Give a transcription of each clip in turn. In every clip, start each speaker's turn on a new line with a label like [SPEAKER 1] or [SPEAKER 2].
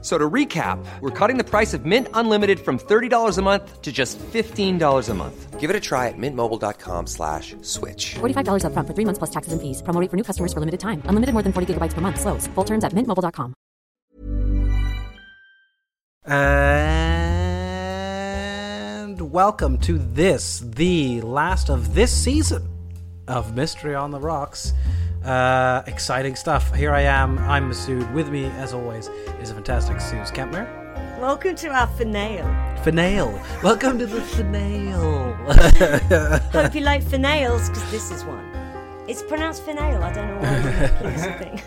[SPEAKER 1] So to recap, we're cutting the price of Mint Unlimited from $30 a month to just $15 a month. Give it a try at mintmobile.com slash switch.
[SPEAKER 2] $45 upfront for three months plus taxes and fees. Promo rate for new customers for limited time. Unlimited more than 40 gigabytes per month. Slows. Full terms at mintmobile.com.
[SPEAKER 3] And welcome to this, the last of this season of Mystery on the Rocks. Uh, exciting stuff. Here I am. I'm Masood. With me, as always, is a fantastic Suze Kempner.
[SPEAKER 4] Welcome to our finale.
[SPEAKER 3] Finale. Welcome to the finale.
[SPEAKER 4] Hope you like finales because this is one. It's pronounced finale. I don't know why. It's something.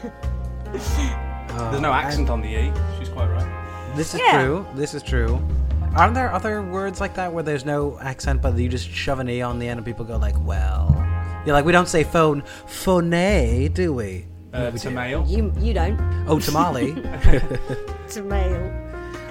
[SPEAKER 5] There's no accent on the E. She's quite right.
[SPEAKER 3] this is
[SPEAKER 4] Yeah.
[SPEAKER 3] true. This is true. Aren't there other words like that where there's no accent but you just shove an E on the end and people go like, well. Yeah, like we don't say phone, phone, do we?
[SPEAKER 5] Uh, to male.
[SPEAKER 4] you you don't.
[SPEAKER 3] Oh, tamale.
[SPEAKER 4] It's a male.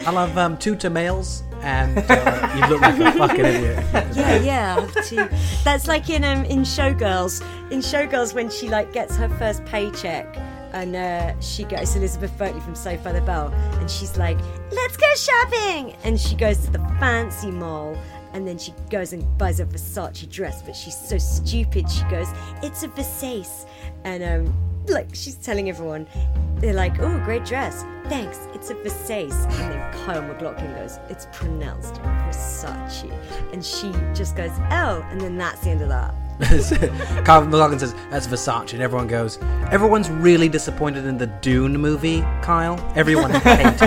[SPEAKER 3] I love um, two tamales and uh, you look like a fucking idiot.
[SPEAKER 4] Yeah, yeah. I have to. That's like in um in Showgirls. In Showgirls, when she like gets her first paycheck. And uh, she goes, Elizabeth Berkley from Saved by the Bell, and she's like, "Let's go shopping!" And she goes to the fancy mall, and then she goes and buys a Versace dress, but she's so stupid. She goes, "It's a Versace," and um, like she's telling everyone, they're like, "Oh, great dress, thanks, it's a Versace." And then Kyle McLaughlin goes, "It's pronounced Versace," and she just goes, "Oh," and then that's the end of that.
[SPEAKER 3] Kyle McLaughlin says, that's Versace. And everyone goes, everyone's really disappointed in the Dune movie, Kyle. Everyone hates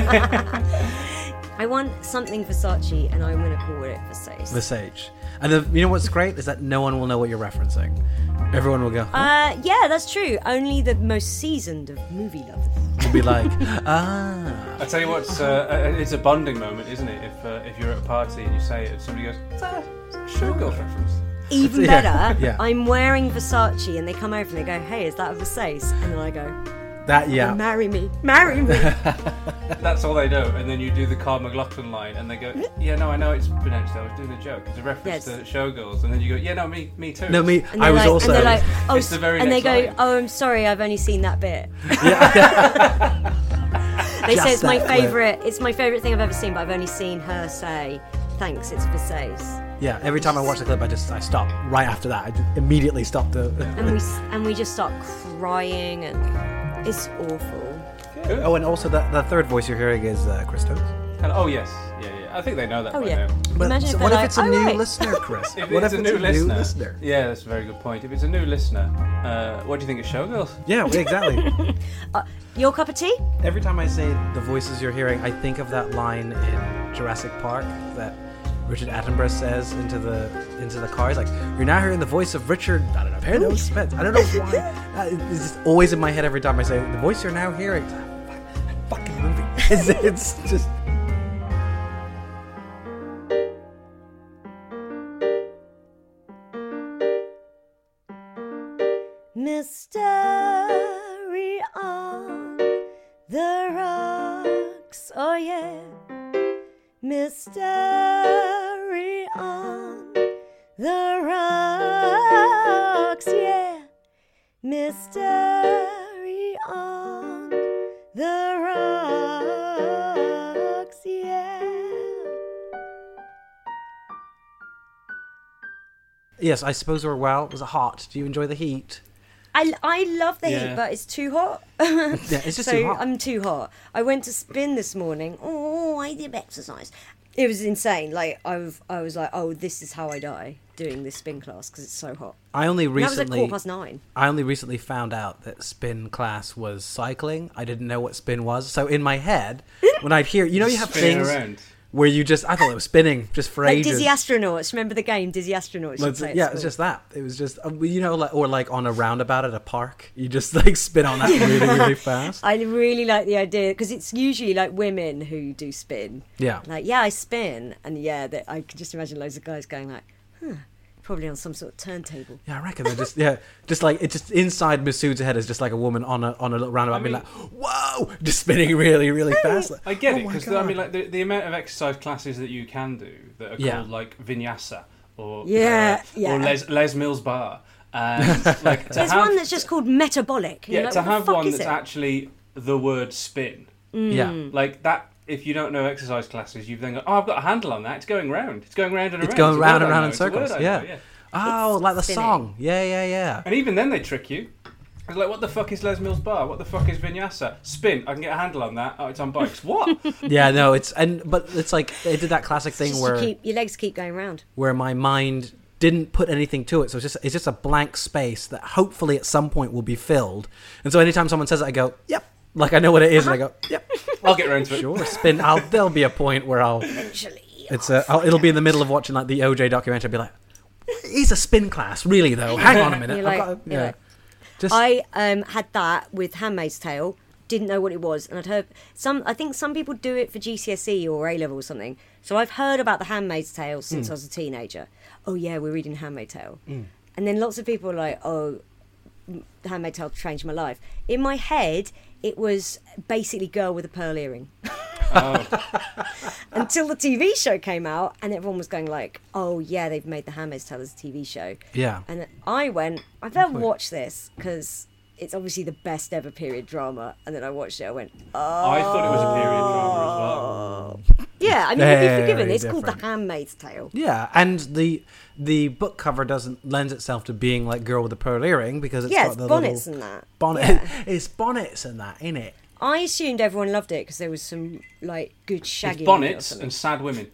[SPEAKER 4] I want something Versace, and I'm gonna call it Versace.
[SPEAKER 3] Versace. And the, you know what's great is that no one will know what you're referencing. Everyone will go, huh?
[SPEAKER 4] uh, yeah, that's true. Only the most seasoned of movie lovers.
[SPEAKER 3] will be like, ah.
[SPEAKER 5] I tell you what, it's, uh, uh, it's a bonding moment, isn't it? If uh, if you're at a party and you say it, and somebody goes, "It's a showgirl reference."
[SPEAKER 4] Even
[SPEAKER 3] Yeah,
[SPEAKER 4] better,
[SPEAKER 3] yeah.
[SPEAKER 4] I'm wearing Versace, and they come over and they go, "Hey, is that a Versace?" And then I go,
[SPEAKER 3] That, yeah.
[SPEAKER 4] "Marry me, marry me."
[SPEAKER 5] That's all they know, and then you do the Carl McLaughlin line, and they go, "Yeah, no, I know it's pronounced. I was doing a joke. It's a
[SPEAKER 4] Yes.
[SPEAKER 5] reference to showgirls." And then you go, "Yeah, no, me, me too."
[SPEAKER 3] No, me,
[SPEAKER 4] And
[SPEAKER 3] I
[SPEAKER 4] they're
[SPEAKER 3] was
[SPEAKER 4] like,
[SPEAKER 3] also.
[SPEAKER 4] And, they're like, oh,
[SPEAKER 5] It's the very
[SPEAKER 4] and they
[SPEAKER 5] next
[SPEAKER 4] go,
[SPEAKER 5] line.
[SPEAKER 4] "Oh, I'm sorry, I've only seen that bit." they say
[SPEAKER 3] Just
[SPEAKER 4] it's my
[SPEAKER 3] that clip.
[SPEAKER 4] favorite. It's my favorite thing I've ever seen, but I've only seen her say, "Thanks, it's Versace,"
[SPEAKER 3] yeah, every time I watch the clip, I just, I stop right after that. I d- immediately stop the.
[SPEAKER 4] and we s- and we just start crying, and it's awful.
[SPEAKER 3] Oh, and also the, the third voice you're hearing is uh, Christos.
[SPEAKER 5] And, oh yes, yeah, yeah. I think they know that
[SPEAKER 4] Oh,
[SPEAKER 5] by
[SPEAKER 4] yeah.
[SPEAKER 5] now.
[SPEAKER 3] But
[SPEAKER 4] Imagine
[SPEAKER 3] so
[SPEAKER 4] if
[SPEAKER 3] what
[SPEAKER 4] they're
[SPEAKER 3] if
[SPEAKER 4] like,
[SPEAKER 3] it's a
[SPEAKER 4] "Oh,
[SPEAKER 3] new
[SPEAKER 4] right."
[SPEAKER 3] listener, Chris?
[SPEAKER 5] If
[SPEAKER 3] what
[SPEAKER 5] it's
[SPEAKER 3] if
[SPEAKER 5] a new listener?
[SPEAKER 3] new listener?
[SPEAKER 5] Yeah, that's a very good point. If it's a new listener, uh, what do you think of showgirls?
[SPEAKER 3] Yeah, exactly.
[SPEAKER 4] Your cup of tea?
[SPEAKER 3] Every time I say the voices you're hearing, I think of that line in Jurassic Park that Richard Attenborough says into the into the car. He's like, "You're now hearing the voice of Richard." I don't know. Hello, Spence. I don't know why. Uh, It's just always in my head every time I say the voice you're now hearing. It's like, "Fuck, Fucking movie. It's, it's just.
[SPEAKER 4] Mystery on the rocks, oh yeah. Mystery on the rocks, yeah. Mystery on the rocks, yeah.
[SPEAKER 3] Yes, I suppose we're well. It was hot. Do you enjoy the heat?
[SPEAKER 4] I, I love the
[SPEAKER 5] Yeah.
[SPEAKER 4] heat, but it's too hot. yeah,
[SPEAKER 3] it's just
[SPEAKER 4] so
[SPEAKER 3] too hot.
[SPEAKER 4] I'm too hot. I went to spin this morning. Oh, I did exercise. It was insane. Like I, was- I was like, oh, this is how I die doing this spin class because it's so hot.
[SPEAKER 3] I only
[SPEAKER 4] And That was
[SPEAKER 3] recently.
[SPEAKER 4] at quarter past nine.
[SPEAKER 3] I only recently found out that spin class was cycling. I didn't know what spin was. So in my head, when I'd hear, you know, you have
[SPEAKER 5] Spinning
[SPEAKER 3] things
[SPEAKER 5] around.
[SPEAKER 3] where you just, I thought it was spinning just for
[SPEAKER 4] Like
[SPEAKER 3] ages.
[SPEAKER 4] dizzy astronauts. Remember the game, dizzy astronauts?
[SPEAKER 3] Like,
[SPEAKER 4] you'd play at
[SPEAKER 3] yeah, it was
[SPEAKER 4] school?
[SPEAKER 3] just that. It was just, um, you know, like or like on a roundabout at a park, you just like spin on that really, really fast.
[SPEAKER 4] I really like the idea because it's usually like women who do spin.
[SPEAKER 3] Yeah.
[SPEAKER 4] Like, yeah, I spin, and yeah, that I could just imagine loads of guys going like, huh, probably on some sort of turntable.
[SPEAKER 3] Yeah, I reckon they're just yeah, just like it's just inside Masood's head is just like a woman on a on a little roundabout being like, "Whoa!" just spinning really really fast. Like,
[SPEAKER 5] I get
[SPEAKER 3] "Oh
[SPEAKER 5] it, 'cause
[SPEAKER 3] my
[SPEAKER 5] it because I
[SPEAKER 3] God."
[SPEAKER 5] mean, like the, the amount of exercise classes that you can do that are
[SPEAKER 3] Yeah.
[SPEAKER 5] called like vinyasa or
[SPEAKER 4] Yeah,
[SPEAKER 5] uh,
[SPEAKER 4] yeah.
[SPEAKER 5] or Les Les Mills bar, and like to
[SPEAKER 4] There's
[SPEAKER 5] have
[SPEAKER 4] one that's just called metabolic. and
[SPEAKER 5] yeah
[SPEAKER 4] you're like,
[SPEAKER 5] to
[SPEAKER 4] what the
[SPEAKER 5] have
[SPEAKER 4] fuck
[SPEAKER 5] one
[SPEAKER 4] is
[SPEAKER 5] that's
[SPEAKER 4] it? Mm.
[SPEAKER 5] actually the word spin
[SPEAKER 4] Hmm.
[SPEAKER 3] yeah,
[SPEAKER 5] like that. If you don't know exercise classes, you've then got oh, I've got a handle on that. It's going round. It's going round and around.
[SPEAKER 3] it's going
[SPEAKER 5] a
[SPEAKER 3] round
[SPEAKER 5] word
[SPEAKER 3] and
[SPEAKER 5] I
[SPEAKER 3] round
[SPEAKER 5] know.
[SPEAKER 3] in
[SPEAKER 5] It's a word
[SPEAKER 3] circles.
[SPEAKER 5] I know,
[SPEAKER 3] Yeah. Oh, like the
[SPEAKER 4] spinning.
[SPEAKER 3] song. Yeah, yeah, yeah.
[SPEAKER 5] And even then, they trick you. It's like, what the fuck is Les Mills bar? What the fuck is vinyasa? Spin. I can get a handle on that. Oh, it's on bikes. What?
[SPEAKER 3] Yeah, no, it's and but it's like they did that classic thing
[SPEAKER 4] Just you
[SPEAKER 3] where
[SPEAKER 4] keep- your legs keep going round.
[SPEAKER 3] where my mind didn't put anything to it. So it's just it's just a blank space that hopefully at some point will be filled. And so anytime someone says it, I go, "Yep." Like I know what it is, and I go, "Yep."
[SPEAKER 4] Uh-huh.
[SPEAKER 5] I'll get round to it.
[SPEAKER 3] Sure, spin. I'll there'll be a point where I'll
[SPEAKER 4] Actually,
[SPEAKER 3] It's a, I'll, it'll be in the middle of watching like the OJ documentary. I'll be like, he's a spin class, really though. Hang on a minute.
[SPEAKER 4] You're
[SPEAKER 3] I've
[SPEAKER 4] like-
[SPEAKER 3] got-
[SPEAKER 4] you're
[SPEAKER 3] yeah.
[SPEAKER 4] like-
[SPEAKER 3] Just
[SPEAKER 4] I um, had that with Handmaid's Tale. Didn't know what it was, and I'd heard some. I think some people do it for GCSE E or A level or something. So I've heard about the Handmaid's Tale since I was a teenager. Oh yeah, we're reading Handmaid's Tale, and then lots of people are like, "Oh, m- Handmaid's Tale changed my life." In my head, it was basically Girl with a Pearl Earring.
[SPEAKER 3] Oh.
[SPEAKER 4] Until the TV show came out, and everyone was going like, "Oh yeah, they've made the Handmaid's Tale as a TV show."
[SPEAKER 3] Yeah.
[SPEAKER 4] And I went, I better watch this because it's obviously the best ever period drama. And then I watched it. I went, oh
[SPEAKER 5] I thought it was a period drama
[SPEAKER 4] yeah. I mean, you'd be
[SPEAKER 3] Very
[SPEAKER 4] forgiven. It's called
[SPEAKER 3] different.
[SPEAKER 4] The Handmaid's Tale.
[SPEAKER 3] yeah, and the the book cover doesn't lend itself to being like girl with the pearl earring because it's
[SPEAKER 4] Yeah,
[SPEAKER 3] got
[SPEAKER 4] it's
[SPEAKER 3] the
[SPEAKER 4] bonnets
[SPEAKER 3] little
[SPEAKER 4] and that.
[SPEAKER 3] bonnet. It's bonnets and that in it.
[SPEAKER 4] I assumed everyone loved it because there was some like good
[SPEAKER 5] as well.
[SPEAKER 4] shaggy
[SPEAKER 5] Bonnets
[SPEAKER 4] and
[SPEAKER 5] and sad women.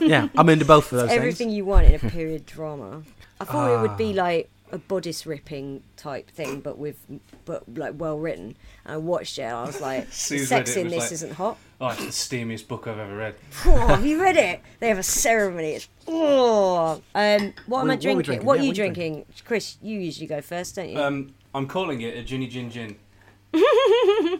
[SPEAKER 3] Yeah, I'm into both of those
[SPEAKER 4] everything
[SPEAKER 3] things.
[SPEAKER 4] you want in a period drama. I thought it would be like a bodice ripping type thing, but with but like well written. And I watched it. and I was like, the
[SPEAKER 5] Sue's
[SPEAKER 4] sex
[SPEAKER 5] read it
[SPEAKER 4] in
[SPEAKER 5] and was
[SPEAKER 4] this
[SPEAKER 5] like-
[SPEAKER 4] isn't hot.
[SPEAKER 5] Oh, it's the steamiest book I've ever read.
[SPEAKER 4] Oh, have you read it? They have a ceremony. It's oh. Um, what
[SPEAKER 3] What- what
[SPEAKER 4] am
[SPEAKER 3] are
[SPEAKER 4] I
[SPEAKER 3] we
[SPEAKER 4] drinking?
[SPEAKER 3] drinking? Yeah,
[SPEAKER 4] What, are you
[SPEAKER 3] what are you
[SPEAKER 4] drinking? Chris? You usually go first, don't you?
[SPEAKER 5] Um, I'm calling it a Ginny Gin Gin.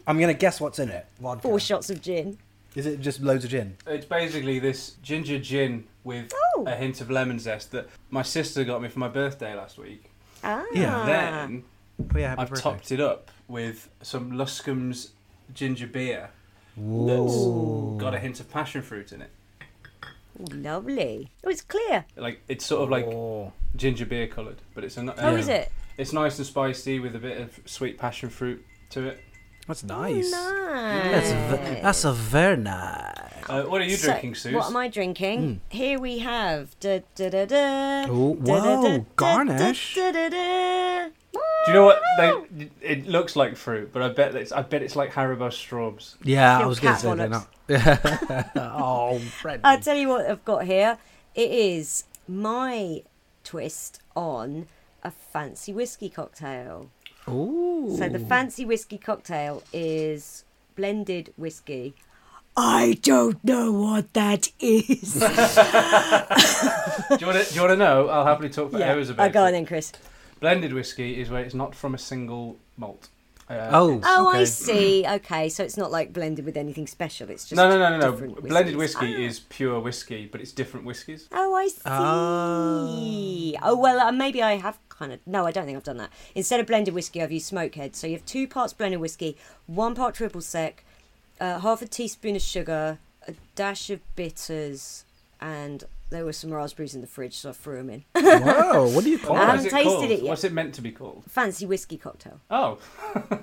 [SPEAKER 3] I'm gonna guess what's in it. Vodka.
[SPEAKER 4] Four shots of gin.
[SPEAKER 3] Is it just loads of gin?
[SPEAKER 5] It's basically this ginger gin with
[SPEAKER 4] Oh.
[SPEAKER 5] a hint of lemon zest that my sister got me for my birthday last week.
[SPEAKER 4] Ah,
[SPEAKER 3] Yeah.
[SPEAKER 5] Then
[SPEAKER 3] Oh, yeah, happy
[SPEAKER 5] I've
[SPEAKER 3] birthday.
[SPEAKER 5] topped it up with some Luscombe's ginger beer that's got a hint of passion fruit in it.
[SPEAKER 4] lovely. Oh, it's clear.
[SPEAKER 5] Like it's sort of like
[SPEAKER 3] Oh.
[SPEAKER 5] ginger beer coloured, but it's a. ni-
[SPEAKER 4] Oh,
[SPEAKER 5] uh,
[SPEAKER 4] is it?
[SPEAKER 5] It's nice and spicy with a bit of sweet passion fruit to it.
[SPEAKER 3] That's nice.
[SPEAKER 4] Oh, Nice.
[SPEAKER 3] That's a, that's a very nice.
[SPEAKER 5] Uh, what are you
[SPEAKER 4] Ah. So,
[SPEAKER 5] drinking, Suze?
[SPEAKER 4] What am I drinking? Here we have. Da, da, da, da,
[SPEAKER 3] Oh,
[SPEAKER 4] da, da,
[SPEAKER 3] whoa,
[SPEAKER 4] da, da,
[SPEAKER 3] garnish.
[SPEAKER 4] Da, da, da, da.
[SPEAKER 5] Do you know what they? It looks like fruit, but I bet it's I bet it's like Haribo straws.
[SPEAKER 3] Yeah, I
[SPEAKER 4] Little
[SPEAKER 3] was gonna
[SPEAKER 4] cat
[SPEAKER 3] say they're
[SPEAKER 4] bollocks.
[SPEAKER 3] not. oh, Fred.
[SPEAKER 4] I'll tell you what I've got here. It is my twist on a fancy whiskey cocktail.
[SPEAKER 3] Ooh.
[SPEAKER 4] So the fancy whiskey cocktail is blended whiskey. I don't know what that is.
[SPEAKER 5] Do you want to? Do you want to know? I'll happily talk for hours about
[SPEAKER 4] oh, go
[SPEAKER 5] it.
[SPEAKER 4] on then, Chris.
[SPEAKER 5] Blended whiskey is where it's not from a single malt. Uh,
[SPEAKER 3] Oh.
[SPEAKER 5] it's-
[SPEAKER 4] Oh, I
[SPEAKER 3] Okay.
[SPEAKER 4] see. Okay, so it's not like blended with anything special. It's just
[SPEAKER 5] No, no, no, no, no.
[SPEAKER 4] different Oh.
[SPEAKER 5] Blended
[SPEAKER 4] whiskies. Ah.
[SPEAKER 5] whiskey is pure whiskey, but it's different whiskies.
[SPEAKER 4] Oh, I see. Oh, well, uh, maybe I have kind of. No, I don't think I've done that. Instead of blended whiskey, I've used Smokehead. So you have two parts blended whiskey, one part triple sec, uh, half a teaspoon of sugar, a dash of bitters, and there were some raspberries in the fridge, so I threw them in.
[SPEAKER 3] Wow. What do you call
[SPEAKER 5] What
[SPEAKER 4] I
[SPEAKER 5] is
[SPEAKER 4] haven't
[SPEAKER 5] it
[SPEAKER 4] tasted
[SPEAKER 5] called?
[SPEAKER 4] it yet.
[SPEAKER 5] What's it meant to be called?
[SPEAKER 4] Fancy whiskey cocktail.
[SPEAKER 5] Oh,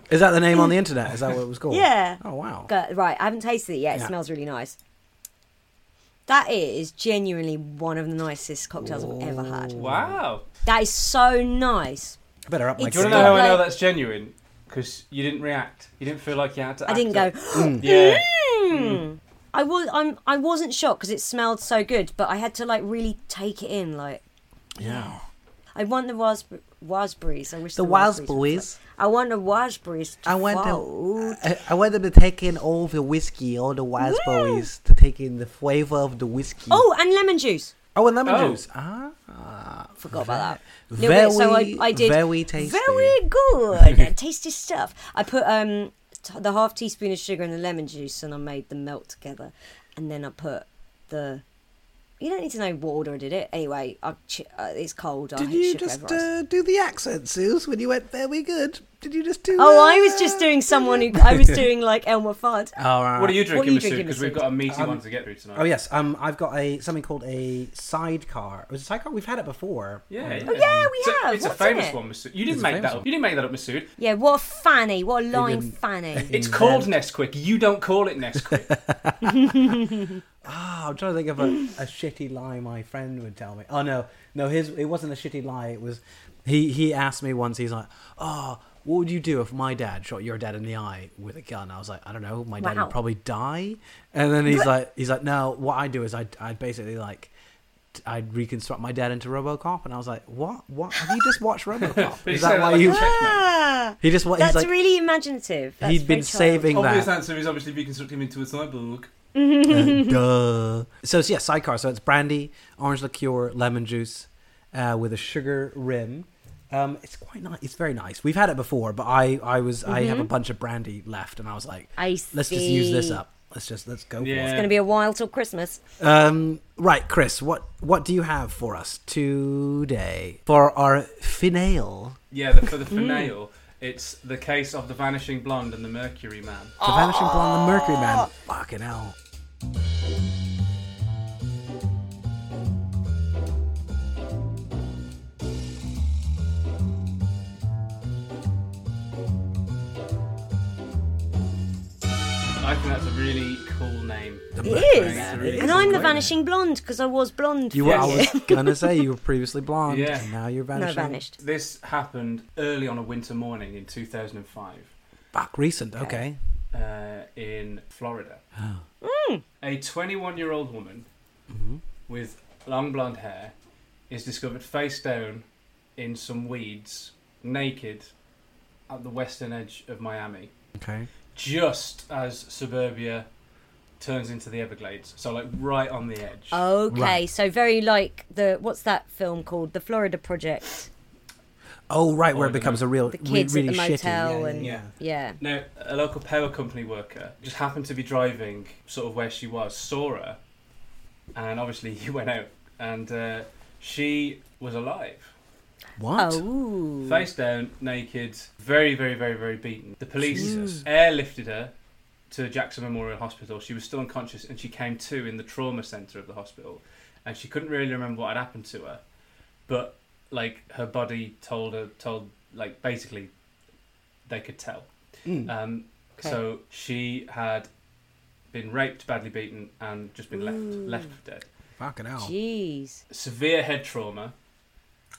[SPEAKER 3] Is that the name on the internet? Is that what it was called?
[SPEAKER 4] Yeah.
[SPEAKER 3] Oh wow.
[SPEAKER 4] Go- right, I haven't tasted it yet. It
[SPEAKER 3] Yeah.
[SPEAKER 4] smells really nice. That is genuinely one of the nicest cocktails I've ever had.
[SPEAKER 5] wow.
[SPEAKER 4] That is so nice.
[SPEAKER 3] I better up my
[SPEAKER 4] It's
[SPEAKER 5] Do you
[SPEAKER 3] game.
[SPEAKER 5] want to know how I know
[SPEAKER 4] Like-
[SPEAKER 5] that's genuine? Because you didn't react. You didn't feel like you had to.
[SPEAKER 4] I didn't go.
[SPEAKER 5] Yeah.
[SPEAKER 4] Mm. I was I'm I wasn't shocked because it smelled so good, but I had to like really take it in. Like
[SPEAKER 3] Yeah.
[SPEAKER 4] I want the wasp raspberries. I wish
[SPEAKER 3] The
[SPEAKER 4] were
[SPEAKER 3] raspberries.
[SPEAKER 4] fl- I want the raspberries. To
[SPEAKER 6] I want
[SPEAKER 4] float.
[SPEAKER 6] them. I, I want them to take in all the whiskey, all the raspberries, to take in the flavor of the whiskey.
[SPEAKER 4] Oh, and lemon juice.
[SPEAKER 6] oh and lemon
[SPEAKER 5] Oh.
[SPEAKER 6] juice. Ah,
[SPEAKER 4] Forgot about that.
[SPEAKER 6] very,
[SPEAKER 4] Little bit, so I, I did
[SPEAKER 6] very tasty.
[SPEAKER 4] Very good, tasty stuff. I put um t- the half teaspoon of sugar and the lemon juice, and I made them melt together, and then I put the You don't need to know what order I did it. Anyway, I, ch- uh, it's cold. I
[SPEAKER 7] Did
[SPEAKER 4] hate
[SPEAKER 7] you
[SPEAKER 4] sugar
[SPEAKER 7] just
[SPEAKER 4] over ice.
[SPEAKER 7] uh, do the accent, Suze, when you went very good? Did you just do
[SPEAKER 4] Oh, I
[SPEAKER 7] uh,
[SPEAKER 4] was just doing someone who I was doing like Elmer Fudd.
[SPEAKER 3] All right.
[SPEAKER 5] What are you
[SPEAKER 4] What are
[SPEAKER 5] drinking,
[SPEAKER 4] you
[SPEAKER 5] Masood?
[SPEAKER 4] drinking,
[SPEAKER 5] Because we've
[SPEAKER 4] Masood?
[SPEAKER 5] got a meaty one to get through tonight.
[SPEAKER 3] Oh yes, um, I've got a something called a sidecar. It was a sidecar. We've had it before.
[SPEAKER 5] Yeah,
[SPEAKER 6] Um,
[SPEAKER 5] yeah.
[SPEAKER 4] Oh, yeah, we
[SPEAKER 5] it's a-
[SPEAKER 4] have.
[SPEAKER 5] it's
[SPEAKER 4] What's
[SPEAKER 5] a
[SPEAKER 4] in
[SPEAKER 5] famous
[SPEAKER 4] it?
[SPEAKER 5] one, Masood. You didn't
[SPEAKER 3] a
[SPEAKER 5] make
[SPEAKER 3] famous
[SPEAKER 5] that up.
[SPEAKER 3] one.
[SPEAKER 5] You didn't make that up, Masood.
[SPEAKER 4] Yeah, what a fanny, what a lying fanny.
[SPEAKER 5] It's called Nesquik. You don't call it Nesquik.
[SPEAKER 3] Ah, I'm trying to think of a, a shitty lie my friend would tell me. Oh no, no, his it wasn't a shitty lie. It was he he asked me once. He's like, "Oh, what would you do if my dad shot your dad in the eye with a gun?" I was like, "I don't know. My dad
[SPEAKER 4] Wow.
[SPEAKER 3] would probably die." And then he's like, "He's like, no. What I do is I I basically like." t- I'd reconstruct my dad into RoboCop, and I was like, "What? What? Have you just watched RoboCop?
[SPEAKER 5] It
[SPEAKER 3] Is
[SPEAKER 5] sounded
[SPEAKER 3] that why
[SPEAKER 5] like a
[SPEAKER 3] you?"
[SPEAKER 5] checkmate.
[SPEAKER 4] Ah,
[SPEAKER 3] He just wa- he's
[SPEAKER 4] that's
[SPEAKER 3] like,
[SPEAKER 4] really imaginative. That's
[SPEAKER 3] he'd been
[SPEAKER 4] very
[SPEAKER 3] saving
[SPEAKER 5] Obvious
[SPEAKER 3] that.
[SPEAKER 5] answer is obviously reconstructing him into a cyborg.
[SPEAKER 3] Duh. So it's yeah, sidecar. So it's brandy, orange liqueur, lemon juice, uh, with a sugar rim. Um, it's quite nice. It's very nice. We've had it before, but I, I was, I have a bunch of brandy left, and I was like,
[SPEAKER 4] Mm-hmm. I
[SPEAKER 3] let's just use this
[SPEAKER 4] see.
[SPEAKER 3] up. Let's just let's go
[SPEAKER 5] Yeah.
[SPEAKER 4] It's going to be a while till Christmas.
[SPEAKER 3] for it. Um, right, Chris, what what do you have for us today for our finale?
[SPEAKER 5] Yeah, the, for the
[SPEAKER 3] Mm.
[SPEAKER 5] finale, it's the case of the vanishing blonde and the Mercury Man.
[SPEAKER 3] The Vanishing Blonde, the Mercury Man. Fucking hell.
[SPEAKER 5] I think that's a really cool name.
[SPEAKER 4] It is.
[SPEAKER 5] Yeah, it is.
[SPEAKER 4] And I'm the vanishing blonde because I was blonde.
[SPEAKER 3] You
[SPEAKER 4] for
[SPEAKER 3] were,
[SPEAKER 4] a
[SPEAKER 3] I
[SPEAKER 4] year.
[SPEAKER 3] was gonna say you were previously blonde,
[SPEAKER 5] Yeah.
[SPEAKER 3] and now you're
[SPEAKER 4] no,
[SPEAKER 3] vanishing.
[SPEAKER 4] vanished.
[SPEAKER 5] This happened early on a winter morning in 2005
[SPEAKER 3] Fuck, recent. Okay.
[SPEAKER 5] uh, in Florida. A 21 year old woman with long blonde hair is discovered face down in some weeds, naked, at the western edge of Miami.
[SPEAKER 3] Okay.
[SPEAKER 5] just as suburbia turns into the Everglades. So like right on the edge.
[SPEAKER 4] Okay,
[SPEAKER 3] Right.
[SPEAKER 4] so very like the what's that film called? The Florida Project.
[SPEAKER 3] Oh right, where
[SPEAKER 5] Or
[SPEAKER 3] it
[SPEAKER 5] the-
[SPEAKER 3] becomes a real,
[SPEAKER 4] The
[SPEAKER 3] re-
[SPEAKER 4] kids
[SPEAKER 3] really
[SPEAKER 4] at the
[SPEAKER 3] shitty.
[SPEAKER 4] motel
[SPEAKER 3] yeah,
[SPEAKER 4] and
[SPEAKER 3] yeah,
[SPEAKER 4] yeah.
[SPEAKER 3] yeah.
[SPEAKER 5] now, a local power company worker just happened to be driving sort of where she was, saw her, and obviously he went out, and uh, she was alive,
[SPEAKER 3] What?
[SPEAKER 4] Oh,
[SPEAKER 5] face down, naked, very, very, very, very beaten. The police
[SPEAKER 3] Jesus.
[SPEAKER 5] airlifted her to Jackson Memorial Hospital. She was still unconscious, and she came to in the trauma center of the hospital, and she couldn't really remember what had happened to her, but like her body told her told like basically they could tell. Um,
[SPEAKER 4] Okay.
[SPEAKER 5] So she had been raped, badly beaten, and just been left left for dead
[SPEAKER 3] Fucking hell.
[SPEAKER 4] jeez.
[SPEAKER 5] severe head trauma,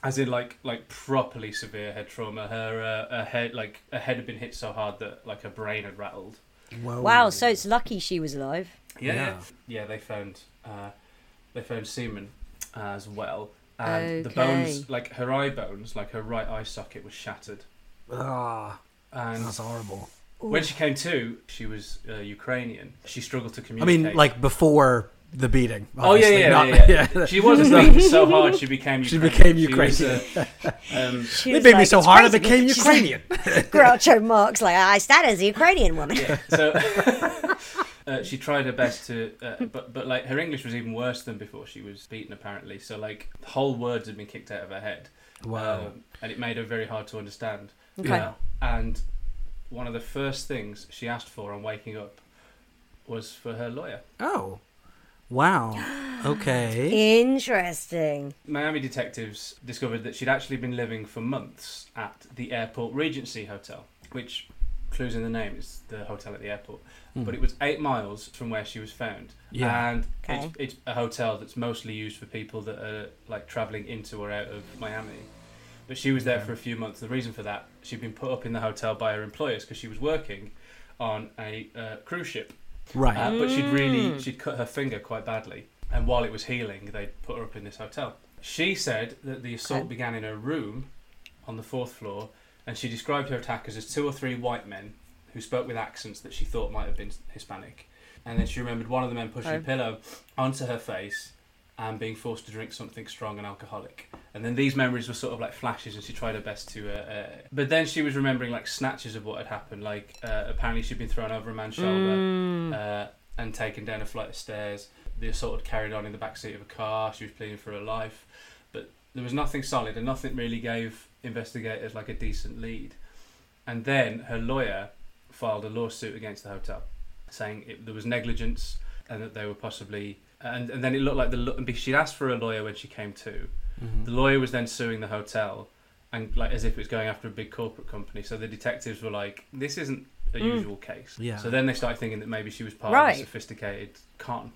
[SPEAKER 5] as in like like properly severe head trauma. Her uh, her head like her head had been hit so hard that like her brain had rattled.
[SPEAKER 3] Whoa.
[SPEAKER 4] Wow, so it's lucky she was alive.
[SPEAKER 5] Yeah, yeah.
[SPEAKER 3] Yeah.
[SPEAKER 5] they found uh, they found semen uh, as well, and the bones
[SPEAKER 4] Okay.
[SPEAKER 5] like her eye bones, like her right eye socket was shattered.
[SPEAKER 3] Ah,
[SPEAKER 5] And
[SPEAKER 3] that's horrible.
[SPEAKER 5] when she came to, she was uh, Ukrainian. She struggled to
[SPEAKER 3] I
[SPEAKER 5] communicate.
[SPEAKER 3] mean, like before the beating.
[SPEAKER 5] Oh yeah,
[SPEAKER 3] obviously,
[SPEAKER 5] yeah,
[SPEAKER 3] not-
[SPEAKER 5] yeah, yeah. She wasn't beaten so hard she became
[SPEAKER 3] She
[SPEAKER 5] Ukrainian.
[SPEAKER 3] became
[SPEAKER 5] was,
[SPEAKER 3] Ukrainian.
[SPEAKER 5] uh, um,
[SPEAKER 4] She
[SPEAKER 3] They
[SPEAKER 4] was
[SPEAKER 3] beat me
[SPEAKER 4] like,
[SPEAKER 3] so
[SPEAKER 4] "It's
[SPEAKER 3] hard I
[SPEAKER 4] crazy."
[SPEAKER 3] became
[SPEAKER 4] She's
[SPEAKER 3] Ukrainian.
[SPEAKER 4] Like, Groucho Marx, like I stand as a Ukrainian woman.
[SPEAKER 5] so uh, she tried her best to, uh, but but like her English was even worse than before she was beaten apparently. So like whole words had been kicked out of her head,
[SPEAKER 3] Wow.
[SPEAKER 5] Um, and it made her very hard to understand.
[SPEAKER 4] Okay.
[SPEAKER 5] and one of the first things she asked for on waking up was for her lawyer.
[SPEAKER 3] Oh, wow. Okay.
[SPEAKER 4] Interesting.
[SPEAKER 5] Miami detectives discovered that she'd actually been living for months at the airport Regency Hotel, which clues in the name, it's the hotel at the airport. But it was eight miles from where she was found.
[SPEAKER 3] Yeah.
[SPEAKER 5] And
[SPEAKER 4] Okay.
[SPEAKER 5] it's, it's a hotel that's mostly used for people that are like traveling into or out of Miami. But she was there for a few months. The reason for that, she'd been put up in the hotel by her employers because she was working on a uh, cruise ship
[SPEAKER 3] Right.
[SPEAKER 5] uh, but she'd really she'd cut her finger quite badly, and while it was healing, they would put her up in this hotel. She said that the assault began in her room, on the fourth floor, and she described her attackers as two or three white men who spoke with accents that she thought might have been Hispanic. And then she remembered one of the men pushing a pillow onto her face and being forced to drink something strong and alcoholic. And then these memories were sort of like flashes, and she tried her best to. Uh, uh, but then she was remembering like snatches of what had happened. Like uh, apparently she'd been thrown over a man's shoulder uh, and taken down a flight of stairs. the assault had carried on in the backseat of a car. She was pleading for her life, but there was nothing solid, and nothing really gave investigators like a decent lead. And then her lawyer filed a lawsuit against the hotel, saying it, there was negligence and that they were possibly. And, and then it looked like the lo- and she'd asked for a lawyer when she came to. The lawyer was then suing the hotel, and like as if it was going after a big corporate company. So the detectives were like, "This isn't a usual case."
[SPEAKER 8] Yeah.
[SPEAKER 5] So then they started thinking that maybe she was part
[SPEAKER 4] Right.
[SPEAKER 5] of a sophisticated con.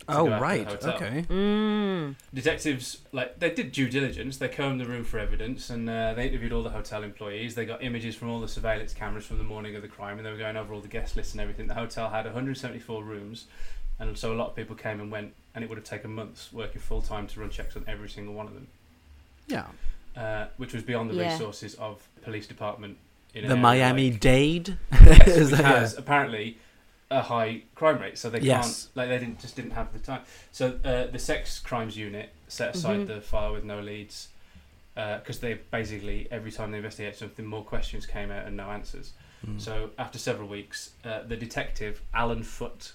[SPEAKER 5] to
[SPEAKER 8] Oh
[SPEAKER 5] go after the
[SPEAKER 8] right,
[SPEAKER 5] hotel.
[SPEAKER 8] okay.
[SPEAKER 4] Mm.
[SPEAKER 5] Detectives like they did due diligence. They combed the room for evidence, and uh, they interviewed all the hotel employees. They got images from all the surveillance cameras from the morning of the crime, and they were going over all the guest lists and everything. The hotel had 174 rooms, and so a lot of people came and went. And it would have taken months working full time to run checks on every single one of them.
[SPEAKER 3] Yeah.
[SPEAKER 5] uh, which was beyond the
[SPEAKER 4] Yeah.
[SPEAKER 5] resources of the police department in an
[SPEAKER 3] The
[SPEAKER 5] area
[SPEAKER 3] Miami
[SPEAKER 5] like-
[SPEAKER 3] Dade.
[SPEAKER 5] yes,
[SPEAKER 3] Is
[SPEAKER 5] which
[SPEAKER 3] that-
[SPEAKER 5] has apparently a high crime rate, so they
[SPEAKER 3] Yes.
[SPEAKER 5] can't like they didn't just didn't have the time. So uh, the sex crimes unit set aside the file with no leads because they basically every time they investigated something, more questions came out and no answers.
[SPEAKER 3] Hmm.
[SPEAKER 5] So after several weeks, uh, the detective Alan Foote,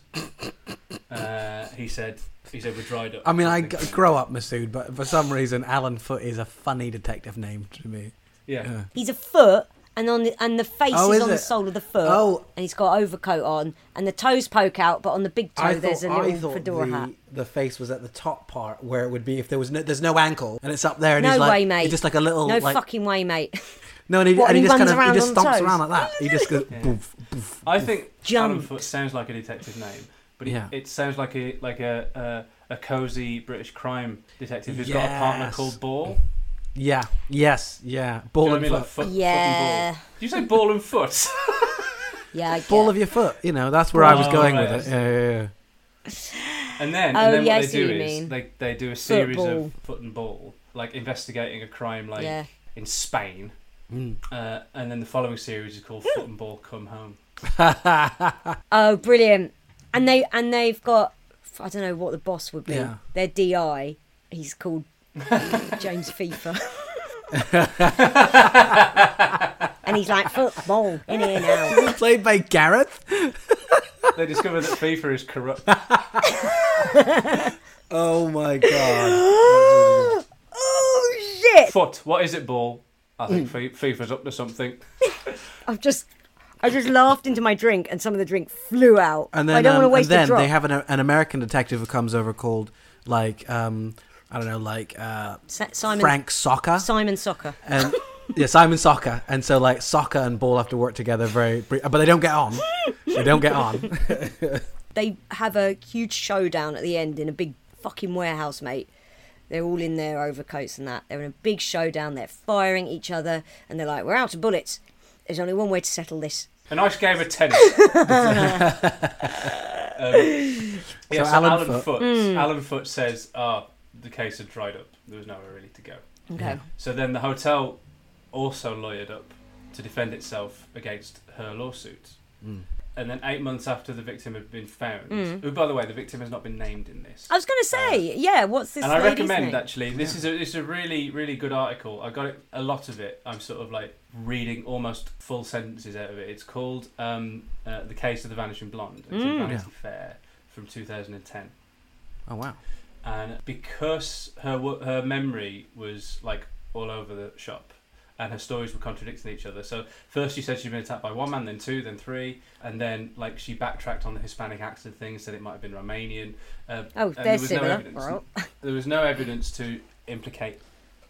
[SPEAKER 5] uh, he said he said we're dried up.
[SPEAKER 3] I mean, I
[SPEAKER 5] think.
[SPEAKER 3] g- grow up, Masood, but for some reason, Alan Foote is a funny detective name to me.
[SPEAKER 5] yeah.
[SPEAKER 4] He's a foot, and on the, and the face
[SPEAKER 3] Oh,
[SPEAKER 4] is,
[SPEAKER 3] is
[SPEAKER 4] on
[SPEAKER 3] it?
[SPEAKER 4] the sole of the foot.
[SPEAKER 3] Oh.
[SPEAKER 4] and he's got overcoat on, and the toes poke out, but on the big toe there's a little fedora
[SPEAKER 3] the,
[SPEAKER 4] hat.
[SPEAKER 3] the face was at the top part where it would be if there was no, there's no ankle and it's up there and
[SPEAKER 4] No
[SPEAKER 3] he's like
[SPEAKER 4] way, mate.
[SPEAKER 3] it's just like a little
[SPEAKER 4] No
[SPEAKER 3] Oh, like
[SPEAKER 4] fucking way, mate.
[SPEAKER 3] no and he,
[SPEAKER 4] What,
[SPEAKER 3] and he
[SPEAKER 4] he
[SPEAKER 3] just kind
[SPEAKER 4] runs
[SPEAKER 3] of he
[SPEAKER 4] around
[SPEAKER 3] just
[SPEAKER 4] on
[SPEAKER 3] stomps
[SPEAKER 4] toes?
[SPEAKER 3] around like that he just goes boof boof
[SPEAKER 5] I think Alan
[SPEAKER 4] Jumped.
[SPEAKER 5] Foote sounds like a detective's name, but it,
[SPEAKER 3] Yeah.
[SPEAKER 5] it sounds like a like a a, a cozy British crime detective who's got a partner
[SPEAKER 3] Yes.
[SPEAKER 5] called Ball.
[SPEAKER 3] yeah yes yeah
[SPEAKER 5] Do you
[SPEAKER 3] ball
[SPEAKER 5] know what I
[SPEAKER 3] and
[SPEAKER 5] mean? Like
[SPEAKER 3] foot
[SPEAKER 5] foot,
[SPEAKER 4] Yeah.
[SPEAKER 5] foot and ball. Did you say ball and foot?
[SPEAKER 4] Yeah, I get
[SPEAKER 3] ball
[SPEAKER 4] it.
[SPEAKER 3] of your foot you know that's where I was
[SPEAKER 5] Oh,
[SPEAKER 3] going
[SPEAKER 5] right.
[SPEAKER 3] with it yeah yeah yeah
[SPEAKER 5] and then
[SPEAKER 4] Oh,
[SPEAKER 5] and then
[SPEAKER 4] yeah, I
[SPEAKER 5] what they
[SPEAKER 4] see
[SPEAKER 5] do
[SPEAKER 4] what you
[SPEAKER 5] is
[SPEAKER 4] mean.
[SPEAKER 5] they they do a series
[SPEAKER 4] Football.
[SPEAKER 5] of foot and ball, like investigating a crime like
[SPEAKER 4] Yeah.
[SPEAKER 5] in Spain.
[SPEAKER 3] Hmm.
[SPEAKER 5] Uh, and then the following series is called Foot and Ball Come Home.
[SPEAKER 4] Oh, brilliant! And they and they've got I don't know what the boss would be.
[SPEAKER 3] Yeah.
[SPEAKER 4] Their DI, he's called James FIFA. and he's like football in here now.
[SPEAKER 3] played by Gareth
[SPEAKER 5] They discover that FIFA is corrupt.
[SPEAKER 3] oh my god
[SPEAKER 4] oh shit!
[SPEAKER 5] Foot, what is it, ball? I think
[SPEAKER 3] Hmm.
[SPEAKER 5] Fi FIFA's up to something.
[SPEAKER 4] I've just I just laughed into my drink, and some of the drink flew out.
[SPEAKER 3] and then
[SPEAKER 4] I don't
[SPEAKER 3] um,
[SPEAKER 4] want to waste
[SPEAKER 3] and then
[SPEAKER 4] a drop.
[SPEAKER 3] they have an, an American detective who comes over called like um I don't know like uh
[SPEAKER 4] Sa- Simon
[SPEAKER 3] Frank Soccer
[SPEAKER 4] Simon Soccer.
[SPEAKER 3] and yeah, Simon Soccer, and so like Soccer and Ball have to work together very, bri- but they don't get on. They don't get on.
[SPEAKER 4] they have a huge showdown at the end in a big fucking warehouse, mate. They're all in their overcoats and that. They're in a big showdown. They're firing each other, and they're like, "We're out of bullets. There's only one way to settle this."
[SPEAKER 5] A nice game of tennis. Um, yeah, so,
[SPEAKER 3] Alan
[SPEAKER 5] Alan,
[SPEAKER 3] Foote-
[SPEAKER 5] Foote. Alan Foote says, "Ah, the case had dried up. There was nowhere really to go."
[SPEAKER 4] Okay.
[SPEAKER 5] So then the hotel also lawyered up to defend itself against her lawsuit. And then eight months after the victim had been found, who, by the way, the victim has not been named in this.
[SPEAKER 4] I was gonna say, yeah. What's this?
[SPEAKER 5] and I
[SPEAKER 4] lady's
[SPEAKER 5] recommend
[SPEAKER 4] name?
[SPEAKER 5] actually this is a this is a really really good article. I got it, a lot of it. I'm sort of like reading almost full sentences out of it. It's called um, uh, "The Case of the Vanishing Blonde." It's in Vanity Fair from 2010
[SPEAKER 3] Oh wow!
[SPEAKER 5] and because her wo- her memory was like all over the shop and her stories were contradicting each other so first she said she'd been attacked by one man then two then three and then like she backtracked on the hispanic accent thing said it might have been romanian uh,
[SPEAKER 4] Oh,
[SPEAKER 5] and
[SPEAKER 4] they're
[SPEAKER 5] there was
[SPEAKER 4] similar.
[SPEAKER 5] no evidence
[SPEAKER 4] Well.
[SPEAKER 5] there was no evidence to implicate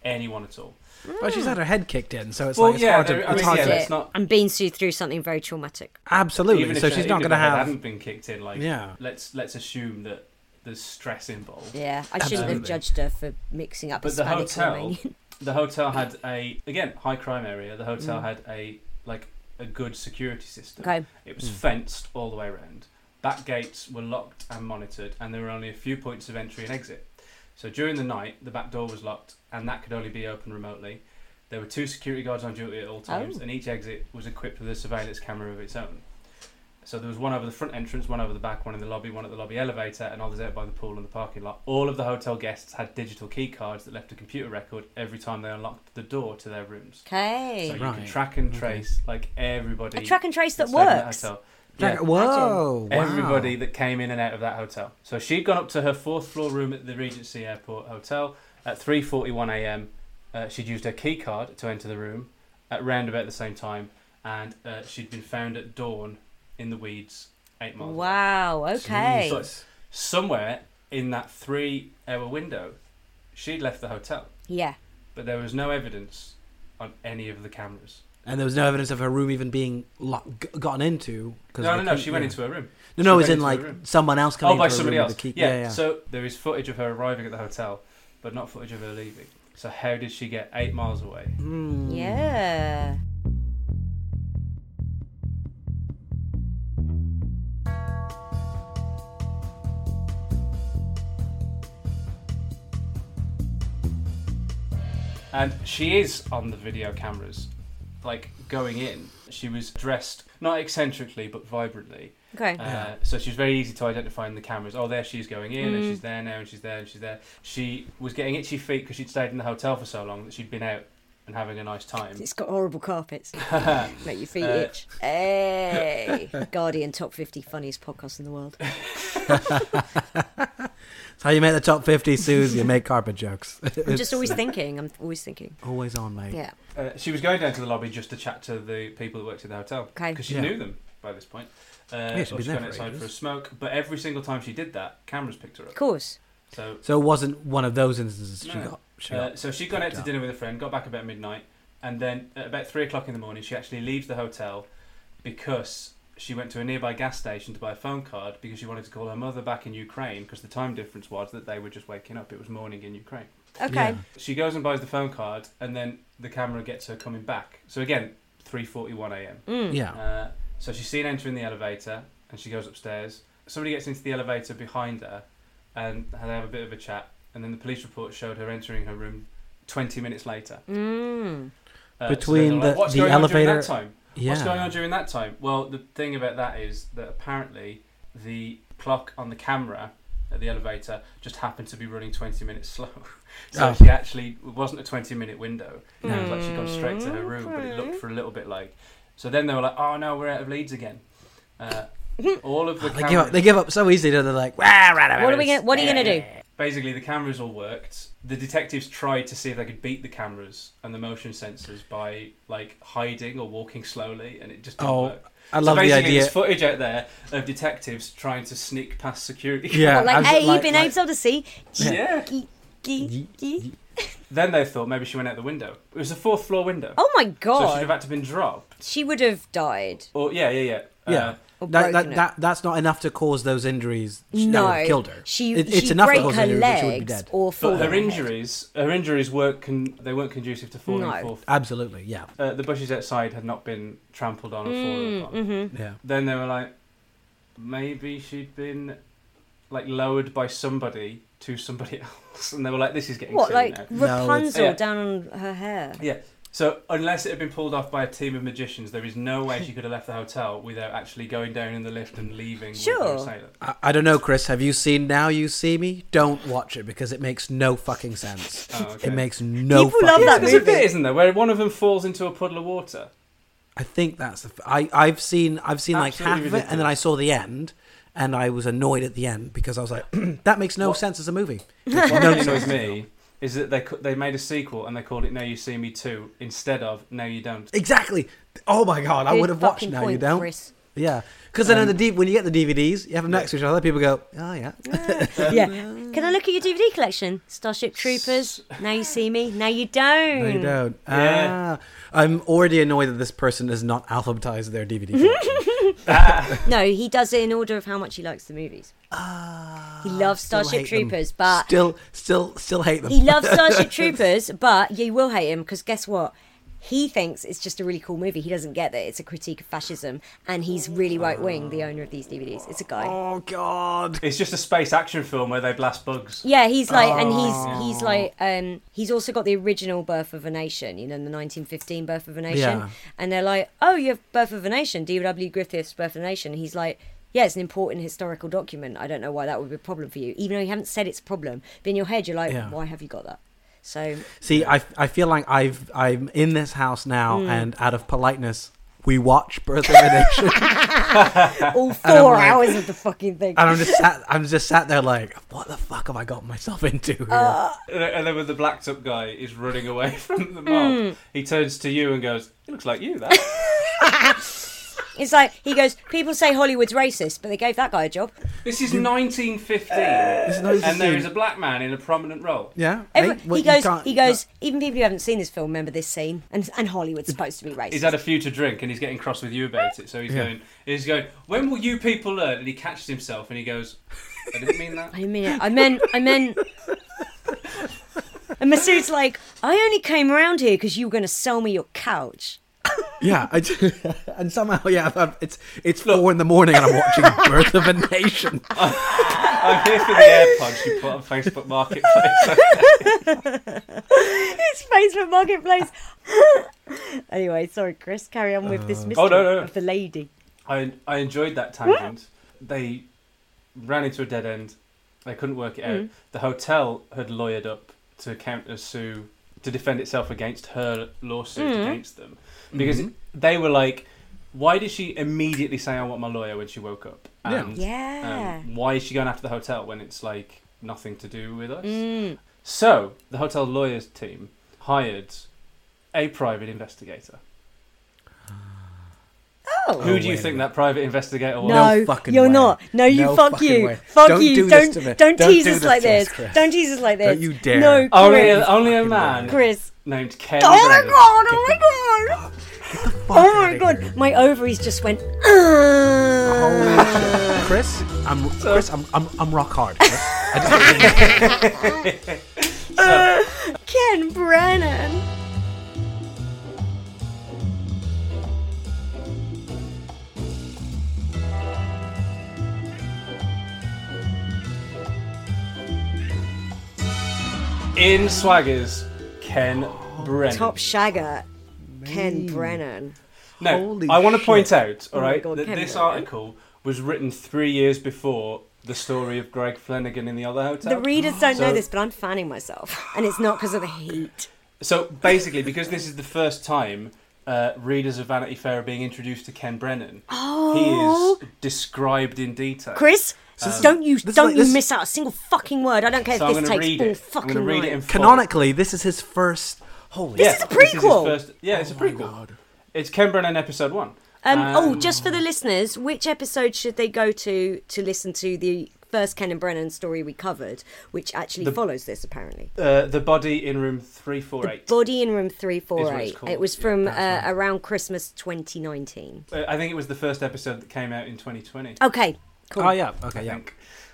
[SPEAKER 5] anyone at all
[SPEAKER 3] But she's had her head kicked in, so it's
[SPEAKER 5] Well,
[SPEAKER 3] like it's
[SPEAKER 5] yeah,
[SPEAKER 3] hard to.
[SPEAKER 5] I mean,
[SPEAKER 3] it's hard
[SPEAKER 5] yeah,
[SPEAKER 3] to
[SPEAKER 5] that's not-
[SPEAKER 4] I'm being sued through something very traumatic.
[SPEAKER 3] Absolutely.
[SPEAKER 5] even
[SPEAKER 3] So
[SPEAKER 5] if
[SPEAKER 3] she's
[SPEAKER 5] she-
[SPEAKER 3] not
[SPEAKER 5] even
[SPEAKER 3] going to
[SPEAKER 5] if her head
[SPEAKER 3] have.
[SPEAKER 5] hadn't been kicked in like
[SPEAKER 3] Yeah.
[SPEAKER 5] let's let's assume that there's stress involved
[SPEAKER 4] Yeah, I shouldn't have
[SPEAKER 3] Absolutely.
[SPEAKER 4] judged her for mixing up
[SPEAKER 5] but the
[SPEAKER 4] Hispanic and
[SPEAKER 5] hotel
[SPEAKER 4] Romanian.
[SPEAKER 5] the hotel had a again high crime area the hotel had a like a good security system
[SPEAKER 4] Okay.
[SPEAKER 5] it was fenced all the way around back gates were locked and monitored and there were only a few points of entry and exit so during the night the back door was locked and that could only be opened remotely there were two security guards on duty at all times
[SPEAKER 4] Oh.
[SPEAKER 5] and each exit was equipped with a surveillance camera of its own so there was one over the front entrance, one over the back, one in the lobby, one at the lobby elevator, and others out by the pool and the parking lot. All of the hotel guests had digital key cards that left a computer record every time they unlocked the door to their rooms. So
[SPEAKER 4] Okay.
[SPEAKER 5] you can
[SPEAKER 3] Right.
[SPEAKER 5] track and trace like everybody.
[SPEAKER 4] A track and trace that
[SPEAKER 5] that's stayed in the
[SPEAKER 4] works.
[SPEAKER 5] hotel. Yeah.
[SPEAKER 3] Whoa! Oh, Wow.
[SPEAKER 5] everybody that came in and out of that hotel. So she'd gone up to her fourth floor room at the Regency Airport Hotel at 3:41 a.m. Uh, she'd used her key card to enter the room at round about the same time, and uh, she'd been found at dawn in the weeds eight miles. away.
[SPEAKER 4] Wow. Okay.
[SPEAKER 5] So it's somewhere in that three-hour window, she'd left the hotel,
[SPEAKER 4] Yeah.
[SPEAKER 5] but there was no evidence on any of the cameras.
[SPEAKER 3] And there was no evidence of her room even being lock, g- gotten into. Cause
[SPEAKER 5] No,
[SPEAKER 3] of
[SPEAKER 5] no,
[SPEAKER 3] the
[SPEAKER 5] no.
[SPEAKER 3] key-
[SPEAKER 5] She went
[SPEAKER 3] yeah.
[SPEAKER 5] into her room.
[SPEAKER 3] No, no,
[SPEAKER 5] she
[SPEAKER 3] it was
[SPEAKER 5] went
[SPEAKER 3] in
[SPEAKER 5] into
[SPEAKER 3] like
[SPEAKER 5] her room.
[SPEAKER 3] someone else coming.
[SPEAKER 5] oh, by
[SPEAKER 3] into her
[SPEAKER 5] somebody
[SPEAKER 3] room with
[SPEAKER 5] else.
[SPEAKER 3] The key.
[SPEAKER 5] Yeah.
[SPEAKER 3] yeah, yeah.
[SPEAKER 5] So there is footage of her arriving at the hotel, but not footage of her leaving. So how did she get eight miles away?
[SPEAKER 3] Mm.
[SPEAKER 4] Yeah.
[SPEAKER 5] And she is on the video cameras, like going in. She was dressed not eccentrically but vibrantly.
[SPEAKER 4] Okay.
[SPEAKER 5] Uh, so she was very easy to identify in the cameras. Oh, there she's going in, and she's there now, and she's there, and she's there. She was getting itchy feet because she'd stayed in the hotel for so long that she'd been out and having a nice time.
[SPEAKER 4] It's got horrible carpets. Make your feet
[SPEAKER 3] Uh,
[SPEAKER 4] itch. Hey. Guardian top 50 funniest podcast in the world.
[SPEAKER 3] That's how you make the top fifty, Suze. You make carpet jokes.
[SPEAKER 4] I'm just always thinking. I'm always thinking.
[SPEAKER 3] Always on, mate.
[SPEAKER 4] Yeah.
[SPEAKER 5] Uh, she was going down to the lobby just to chat to the people that worked at the hotel because
[SPEAKER 4] Okay.
[SPEAKER 5] she
[SPEAKER 3] Yeah.
[SPEAKER 5] knew them by this point. Uh,
[SPEAKER 3] she'd
[SPEAKER 5] or
[SPEAKER 3] been
[SPEAKER 5] she
[SPEAKER 3] there
[SPEAKER 5] went
[SPEAKER 3] for
[SPEAKER 5] outside for a
[SPEAKER 3] ages.
[SPEAKER 5] smoke, but every single time she did that, cameras picked her up.
[SPEAKER 4] Of course.
[SPEAKER 5] So,
[SPEAKER 3] So it wasn't one of those instances. She
[SPEAKER 5] No.
[SPEAKER 3] got. She
[SPEAKER 5] uh,
[SPEAKER 3] got
[SPEAKER 5] so she got out
[SPEAKER 3] picked
[SPEAKER 5] to
[SPEAKER 3] up.
[SPEAKER 5] dinner with a friend, got back about midnight, and then at about three o'clock in the morning, she actually leaves the hotel because she went to a nearby gas station to buy a phone card because she wanted to call her mother back in Ukraine because the time difference was that they were just waking up. It was morning in Ukraine.
[SPEAKER 4] Okay.
[SPEAKER 5] She goes and buys the phone card, and then the camera gets her coming back. So again, three forty-one a.m.
[SPEAKER 4] Hmm.
[SPEAKER 3] Yeah.
[SPEAKER 5] Uh, so she's seen entering the elevator and she goes upstairs. Somebody gets into the elevator behind her and they have a bit of a chat. And then the police report showed her entering her room 20 minutes later.
[SPEAKER 4] Mm.
[SPEAKER 5] Uh, so
[SPEAKER 3] Between
[SPEAKER 5] they're like,
[SPEAKER 3] the-
[SPEAKER 5] What's
[SPEAKER 3] the
[SPEAKER 5] going on during
[SPEAKER 3] elevator-
[SPEAKER 5] that time? What's
[SPEAKER 3] Yeah.
[SPEAKER 5] going on during that time? Well, the thing about that is that apparently the clock on the camera at the elevator just happened to be running 20 minutes slow. so
[SPEAKER 3] Oh.
[SPEAKER 5] she actually it wasn't a 20 minute window. It was like she'd gone straight to her room, but it looked
[SPEAKER 3] Hmm.
[SPEAKER 5] for a little bit like. So then they were like, oh no, we're out of leads again. Uh, all of the
[SPEAKER 3] They give up.
[SPEAKER 5] cameras.
[SPEAKER 3] They give up so easily. They're like, "Wah, rah, rah,
[SPEAKER 4] What
[SPEAKER 3] rah."
[SPEAKER 4] are we gonna What are you gonna do?
[SPEAKER 5] Basically, the cameras all worked. The detectives tried to see if they could beat the cameras and the motion sensors by like hiding or walking slowly, and it just didn't
[SPEAKER 3] Oh,
[SPEAKER 5] work.
[SPEAKER 3] I love
[SPEAKER 5] so
[SPEAKER 3] the
[SPEAKER 5] basically,
[SPEAKER 3] idea.
[SPEAKER 5] There's footage out there of detectives trying to sneak past security.
[SPEAKER 3] Yeah.
[SPEAKER 4] Well, like,
[SPEAKER 3] I'm-
[SPEAKER 4] hey, you've
[SPEAKER 3] like-
[SPEAKER 4] been
[SPEAKER 3] like-
[SPEAKER 4] able to see.
[SPEAKER 5] yeah.
[SPEAKER 4] Gee, gee, gee.
[SPEAKER 5] Then they thought maybe she went out the window. It was a fourth floor window.
[SPEAKER 4] Oh my
[SPEAKER 5] So she'd have
[SPEAKER 4] god.
[SPEAKER 5] had to have been dropped.
[SPEAKER 4] She would have died.
[SPEAKER 5] Or yeah, yeah, Uh, yeah.
[SPEAKER 3] Yeah.
[SPEAKER 5] Oh,
[SPEAKER 4] Or
[SPEAKER 3] That,
[SPEAKER 4] broken
[SPEAKER 3] that,
[SPEAKER 4] it.
[SPEAKER 3] that, that's not enough to cause those injuries. that would
[SPEAKER 4] no,
[SPEAKER 3] have killed her.
[SPEAKER 4] She,
[SPEAKER 3] It-
[SPEAKER 4] she break her
[SPEAKER 3] injuries, but
[SPEAKER 4] legs
[SPEAKER 3] she would be dead.
[SPEAKER 4] or fall.
[SPEAKER 5] but
[SPEAKER 4] on
[SPEAKER 5] her
[SPEAKER 4] head.
[SPEAKER 5] injuries, her injuries weren't con- they weren't conducive to falling.
[SPEAKER 4] No.
[SPEAKER 5] fourth-
[SPEAKER 3] Absolutely, yeah,
[SPEAKER 5] uh, the bushes outside had not been trampled on or
[SPEAKER 4] Mm,
[SPEAKER 5] fallen
[SPEAKER 4] mm-hmm.
[SPEAKER 5] upon.
[SPEAKER 3] yeah.
[SPEAKER 5] then they were like, maybe she'd been like lowered by somebody to somebody else, and they were like, this is getting
[SPEAKER 4] What,
[SPEAKER 5] silly
[SPEAKER 4] like
[SPEAKER 5] now.
[SPEAKER 3] No, it's-
[SPEAKER 4] Rapunzel
[SPEAKER 5] Yeah.
[SPEAKER 4] down on her hair?
[SPEAKER 5] Yeah. So unless it had been pulled off by a team of magicians, there is no way she could have left the hotel without actually going down in the lift and leaving.
[SPEAKER 4] Sure.
[SPEAKER 5] With her assailant.
[SPEAKER 3] I, I don't know, Chris. Have you seen Now You See Me? Don't watch it because it makes no fucking sense.
[SPEAKER 5] Oh, okay.
[SPEAKER 3] It makes no.
[SPEAKER 4] People
[SPEAKER 3] fucking
[SPEAKER 4] love that
[SPEAKER 5] There's
[SPEAKER 3] sense.
[SPEAKER 5] a
[SPEAKER 4] movie.
[SPEAKER 5] bit, isn't there, where one of them falls into a puddle of water.
[SPEAKER 3] I think that's the. F- I I've seen I've seen like
[SPEAKER 5] Absolutely
[SPEAKER 3] half of it, and then I
[SPEAKER 5] ridiculous.
[SPEAKER 3] saw the end, and I was annoyed at the end because I was like, that makes no sense as a movie. It makes
[SPEAKER 5] What
[SPEAKER 3] no
[SPEAKER 5] really annoys
[SPEAKER 3] sense.
[SPEAKER 5] me is that they cu- they made a sequel and they called it Now You See Me Too instead of Now You Don't.
[SPEAKER 3] Exactly. Oh my god, I
[SPEAKER 4] Good
[SPEAKER 3] would have watched
[SPEAKER 4] fucking
[SPEAKER 3] Now You
[SPEAKER 4] point,
[SPEAKER 3] Don't.
[SPEAKER 4] Chris. Um,
[SPEAKER 3] Yeah, because then in the D- when you get the DVDs, you have them next to each other. People go, oh yeah.
[SPEAKER 4] yeah.
[SPEAKER 3] Mm.
[SPEAKER 4] Can I look at your DVD collection? Starship Troopers. Now you see me. Now you don't.
[SPEAKER 3] No, you don't.
[SPEAKER 5] Yeah.
[SPEAKER 3] Ah, I'm already annoyed that this person has not alphabetized their DVD. collection.
[SPEAKER 4] No, he does it in order of how much he likes the movies. he loves
[SPEAKER 3] Ah, Still
[SPEAKER 4] Starship
[SPEAKER 3] hate them.
[SPEAKER 4] Troopers, but
[SPEAKER 3] still, still, still hate them.
[SPEAKER 4] he loves Starship Troopers, but you will hate him because guess what? He thinks it's just a really cool movie. He doesn't get that it's a critique of fascism, and he's really right wing. The owner of these DVDs, it's a guy.
[SPEAKER 3] Oh God!
[SPEAKER 5] It's just a space action film where they blast bugs.
[SPEAKER 4] Yeah, he's like,
[SPEAKER 3] Oh.
[SPEAKER 4] and he's he's like, um, he's also got the original Birth of a Nation, you know, the 1915 Birth of a Nation,
[SPEAKER 3] Yeah.
[SPEAKER 4] and they're like, oh, you have Birth of a Nation, D.W. Griffith's Birth of a Nation. He's like, yeah, it's an important historical document. I don't know why that would be a problem for you, even though you haven't said it's a problem. But in your head, you're like,
[SPEAKER 3] Yeah.
[SPEAKER 4] why have you got that? So Mm.
[SPEAKER 3] See, I, I feel like I've I'm in this house now, and out of politeness, we watch Birth of a Nation,
[SPEAKER 4] All four
[SPEAKER 3] like-
[SPEAKER 4] hours of the fucking thing.
[SPEAKER 3] and I'm just sat, I'm just sat there like, what the fuck have I got myself into? Here?
[SPEAKER 4] Uh,
[SPEAKER 5] And then- and then when the blacked up guy is running away from the mob, he turns to you and goes, "It looks like you." That
[SPEAKER 4] It's like he goes, people say Hollywood's racist, but they gave that guy a job.
[SPEAKER 5] this is 1915, and there is a black man in a prominent role.
[SPEAKER 3] yeah,
[SPEAKER 4] Every,
[SPEAKER 3] mate, what,
[SPEAKER 4] he
[SPEAKER 3] you
[SPEAKER 4] goes,
[SPEAKER 3] can't-
[SPEAKER 4] he goes. Even people who haven't seen this film remember this scene, and and Hollywood's supposed to be racist.
[SPEAKER 5] He's had a few to drink, and he's getting cross with you about it. So he's going, he's going. When will you people learn? And he catches himself, and he goes, "I didn't mean that."
[SPEAKER 4] I mean, I meant, I meant. And Masood's like, I only came around here because you were going to sell me your couch.
[SPEAKER 3] Yeah, I do. and somehow, yeah, I'm- it's it's four in the morning, and I'm watching Birth of a Nation.
[SPEAKER 5] Oh I'm here for the AirPods you put on Facebook Marketplace.
[SPEAKER 4] It's Facebook Marketplace. anyway, sorry, Chris. Carry on with
[SPEAKER 3] Uh,
[SPEAKER 4] this
[SPEAKER 3] oh,
[SPEAKER 4] mystery
[SPEAKER 5] no, no.
[SPEAKER 4] of the lady.
[SPEAKER 5] I I enjoyed that tangent. They ran into a dead end. They couldn't work it
[SPEAKER 4] Mm.
[SPEAKER 5] out. The hotel had lawyered up to counter sue to defend itself against her lawsuit
[SPEAKER 4] Mm.
[SPEAKER 5] against them because they were like, why did she immediately say I want my lawyer when she woke up?
[SPEAKER 3] Yeah.
[SPEAKER 5] And,
[SPEAKER 4] Yeah.
[SPEAKER 5] Um, why is she going after the hotel when it's like nothing to do with us?
[SPEAKER 4] Mm.
[SPEAKER 5] So the hotel lawyers team hired a private investigator.
[SPEAKER 4] Oh.
[SPEAKER 5] Who do you think that private investigator was?
[SPEAKER 4] No,
[SPEAKER 3] Oh, fucking
[SPEAKER 4] you're
[SPEAKER 3] way.
[SPEAKER 4] not. No, you
[SPEAKER 3] No
[SPEAKER 4] fuck
[SPEAKER 3] fucking
[SPEAKER 4] you.
[SPEAKER 3] way.
[SPEAKER 4] Fuck
[SPEAKER 3] Don't
[SPEAKER 4] you.
[SPEAKER 3] do this
[SPEAKER 4] don't
[SPEAKER 3] to me.
[SPEAKER 4] don't
[SPEAKER 3] Don't
[SPEAKER 4] tease
[SPEAKER 3] do
[SPEAKER 4] us
[SPEAKER 3] this
[SPEAKER 4] like
[SPEAKER 3] to us,
[SPEAKER 4] this.
[SPEAKER 3] Chris.
[SPEAKER 4] Don't tease us like this.
[SPEAKER 3] Don't you dare. Oh,
[SPEAKER 4] No, Chris.
[SPEAKER 5] Only a, only a man
[SPEAKER 4] Chris.
[SPEAKER 5] named Ken.
[SPEAKER 4] Oh my
[SPEAKER 5] Brennan.
[SPEAKER 4] god! Oh my god! Oh my god! My ovaries just went. "Ugh."
[SPEAKER 3] Chris, I'm Chris, I'm I'm, I'm rock hard. Chris. I just-
[SPEAKER 4] Ken Brennan.
[SPEAKER 5] In Swaggers, Ken Brennan.
[SPEAKER 4] Top Shagger, Ken Brennan.
[SPEAKER 5] no,
[SPEAKER 3] Holy
[SPEAKER 5] I want to point out, all
[SPEAKER 4] Oh my
[SPEAKER 5] right,
[SPEAKER 4] God,
[SPEAKER 5] that
[SPEAKER 4] Ken
[SPEAKER 5] this
[SPEAKER 4] Brennan.
[SPEAKER 5] article was written three years before the story of Greg Flanagan in the other hotel.
[SPEAKER 4] The readers don't know
[SPEAKER 5] So-
[SPEAKER 4] this, but I'm fanning myself, and it's not because of the heat.
[SPEAKER 5] So basically, because this is the first time uh, readers of Vanity Fair are being introduced to Ken Brennan, he is described in detail.
[SPEAKER 4] Oh. Chris, don't you
[SPEAKER 3] this
[SPEAKER 4] don't
[SPEAKER 3] like-
[SPEAKER 4] you
[SPEAKER 3] this-
[SPEAKER 4] miss out a single fucking word. I don't care
[SPEAKER 5] so
[SPEAKER 4] if
[SPEAKER 5] I'm
[SPEAKER 4] this
[SPEAKER 5] going
[SPEAKER 4] takes
[SPEAKER 5] to read
[SPEAKER 4] all
[SPEAKER 5] it. I'm
[SPEAKER 4] fucking
[SPEAKER 5] going to read it
[SPEAKER 4] night.
[SPEAKER 5] in full.
[SPEAKER 3] Canonically, this is his first. Holy
[SPEAKER 5] Yeah,
[SPEAKER 4] is a
[SPEAKER 5] this his
[SPEAKER 4] prequel.
[SPEAKER 5] first- yeah,
[SPEAKER 3] Oh
[SPEAKER 5] it's a prequel. It's Ken Brennan episode one.
[SPEAKER 4] um, oh, just for the listeners, which episode should they go to to listen to the first Ken and Brennan story we covered, which actually follows this apparently?
[SPEAKER 5] Uh, the body in room three four eight.
[SPEAKER 4] Body in Room Three
[SPEAKER 5] Is
[SPEAKER 4] Four
[SPEAKER 5] what it's
[SPEAKER 4] Eight.
[SPEAKER 5] called,
[SPEAKER 4] It was
[SPEAKER 5] yeah,
[SPEAKER 4] from uh, around Christmas 2019.
[SPEAKER 5] Uh, I think it was the first episode that came out in 2020.
[SPEAKER 4] Okay, cool.
[SPEAKER 3] Oh yeah. Okay. Yeah.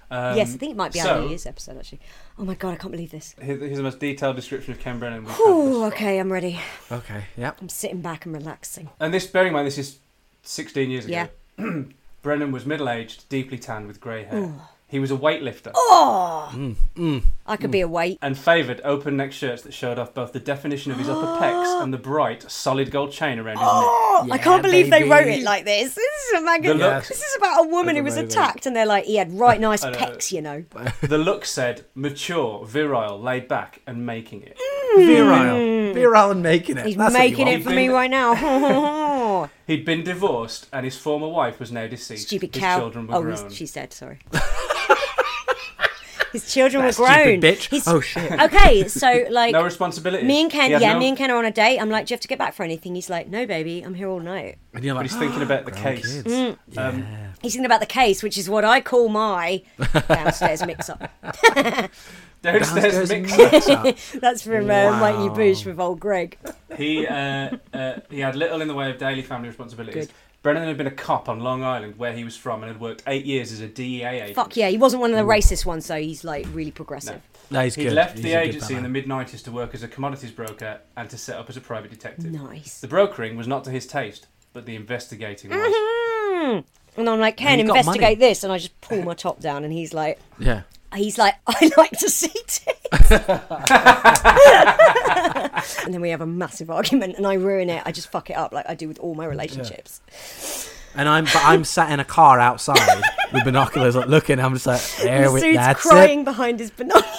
[SPEAKER 5] Um,
[SPEAKER 4] Yes, I think it might be our
[SPEAKER 5] so-
[SPEAKER 4] New Year's episode actually. Oh my god, I can't believe this.
[SPEAKER 5] Here's here's the most detailed description of Ken Brennan. we've had
[SPEAKER 4] Ooh,
[SPEAKER 5] thus far.
[SPEAKER 4] okay, I'm ready.
[SPEAKER 3] Okay. Yeah.
[SPEAKER 4] I'm sitting back and relaxing.
[SPEAKER 5] And this, bearing in mind, this is 16 years ago.
[SPEAKER 4] Yeah.
[SPEAKER 5] Brennan was middle aged, deeply tanned, with grey hair. He was a weightlifter
[SPEAKER 4] I could be awake.
[SPEAKER 5] and favoured open neck shirts that showed off both the definition of his upper pecs and the bright, solid gold chain around his neck.
[SPEAKER 4] Oh, I can't believe they
[SPEAKER 3] baby.
[SPEAKER 4] wrote it like this. This is a magazine.
[SPEAKER 5] look-
[SPEAKER 4] This is about a woman who was
[SPEAKER 3] Amazing.
[SPEAKER 4] attacked, and they're like, he had right nice
[SPEAKER 5] know.
[SPEAKER 4] pecs, you know.
[SPEAKER 5] The look said mature, virile, laid back, and making it. Mm.
[SPEAKER 3] Virile. Virile and making it.
[SPEAKER 4] He's
[SPEAKER 3] That's what you
[SPEAKER 4] making
[SPEAKER 3] want.
[SPEAKER 4] it for me right now.
[SPEAKER 5] He'd been divorced, and his former wife was now deceased.
[SPEAKER 4] Stupid
[SPEAKER 5] his
[SPEAKER 4] cow.
[SPEAKER 5] children were
[SPEAKER 4] Oh,
[SPEAKER 5] grown.
[SPEAKER 4] his, she said, sorry. His children were
[SPEAKER 3] Stupid
[SPEAKER 4] grown.
[SPEAKER 3] bitch.
[SPEAKER 4] His-
[SPEAKER 3] Oh shit.
[SPEAKER 4] Okay, so like
[SPEAKER 5] No responsibility.
[SPEAKER 4] me and Ken,
[SPEAKER 5] He had
[SPEAKER 4] yeah,
[SPEAKER 5] no-
[SPEAKER 4] me and Ken are on a date. I'm like, do you have to get back for anything? He's like, no, baby, I'm here all night.
[SPEAKER 3] And you're
[SPEAKER 5] But
[SPEAKER 3] like,
[SPEAKER 5] he's thinking about the
[SPEAKER 3] "Grown
[SPEAKER 5] case.
[SPEAKER 3] kids."
[SPEAKER 4] Mm.
[SPEAKER 5] Um,
[SPEAKER 4] He's thinking about the case, which is what I call my downstairs mix-up.
[SPEAKER 3] Downstairs
[SPEAKER 5] Downstairs mixer.
[SPEAKER 3] mix up.
[SPEAKER 4] That's from uh, Mikey Bush with old Greg.
[SPEAKER 5] He uh, uh, he had little in the way of daily family responsibilities.
[SPEAKER 4] Good.
[SPEAKER 5] Brennan had been a cop on Long Island, where he was from, and had worked eight years as a DEA agent.
[SPEAKER 4] Fuck yeah, he wasn't one of the
[SPEAKER 3] Mm.
[SPEAKER 4] racist ones, so he's like really progressive.
[SPEAKER 3] No, he's
[SPEAKER 5] He
[SPEAKER 3] good.
[SPEAKER 5] left
[SPEAKER 3] He's
[SPEAKER 5] the
[SPEAKER 3] a good
[SPEAKER 5] agency in the
[SPEAKER 3] Batman.
[SPEAKER 5] mid '90s to work as a commodities broker and to set up as a private detective.
[SPEAKER 4] Nice.
[SPEAKER 5] The brokering was not to his taste, but the investigating was.
[SPEAKER 4] Hmm. And I'm like, Ken,
[SPEAKER 3] you got money.
[SPEAKER 4] investigate this, and I just pull my top down, and he's like,
[SPEAKER 3] Yeah.
[SPEAKER 4] he's like, I like to see tits. and then we have a massive argument, and I ruin it. I just fuck it up like I do with all my relationships.
[SPEAKER 3] And I'm but I'm sat in a car outside with binoculars, like looking. I'm just like, there we
[SPEAKER 4] Masood's
[SPEAKER 3] that's
[SPEAKER 4] crying
[SPEAKER 3] it.
[SPEAKER 4] behind his binoculars.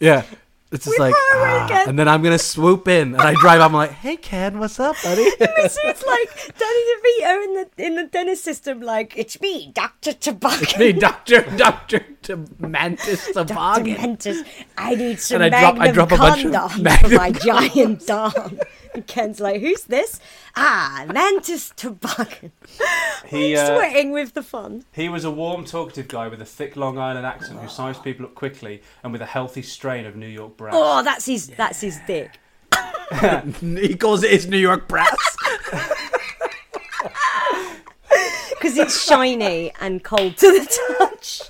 [SPEAKER 3] Yeah. It's just
[SPEAKER 4] We
[SPEAKER 3] like,
[SPEAKER 4] probably
[SPEAKER 3] ah,
[SPEAKER 4] get-
[SPEAKER 3] and then I'm gonna swoop in, and I drive. up, I'm like, "Hey, Ken, what's up, buddy?"
[SPEAKER 4] so it's like Danny DeVito in the in the dentist system, like it's me, Doctor Tobacco.
[SPEAKER 3] Me, Doctor, Doctor Mantis Toboggan.
[SPEAKER 4] Dementis. I need some
[SPEAKER 3] And I drop- I
[SPEAKER 4] magnum
[SPEAKER 3] drop a bunch of
[SPEAKER 4] condom for
[SPEAKER 3] Magnum
[SPEAKER 4] my giant dong. And Ken's like, who's this? Ah, Mantis Toboggan.
[SPEAKER 5] He, uh,
[SPEAKER 4] Sweating with the fun.
[SPEAKER 5] He was a warm, talkative guy with a thick Long Island accent who sized people up quickly and with a healthy strain of New York brass.
[SPEAKER 4] Oh, that's his. That's his dick.
[SPEAKER 3] He calls it his New York brass.
[SPEAKER 4] because it's shiny and cold to the touch.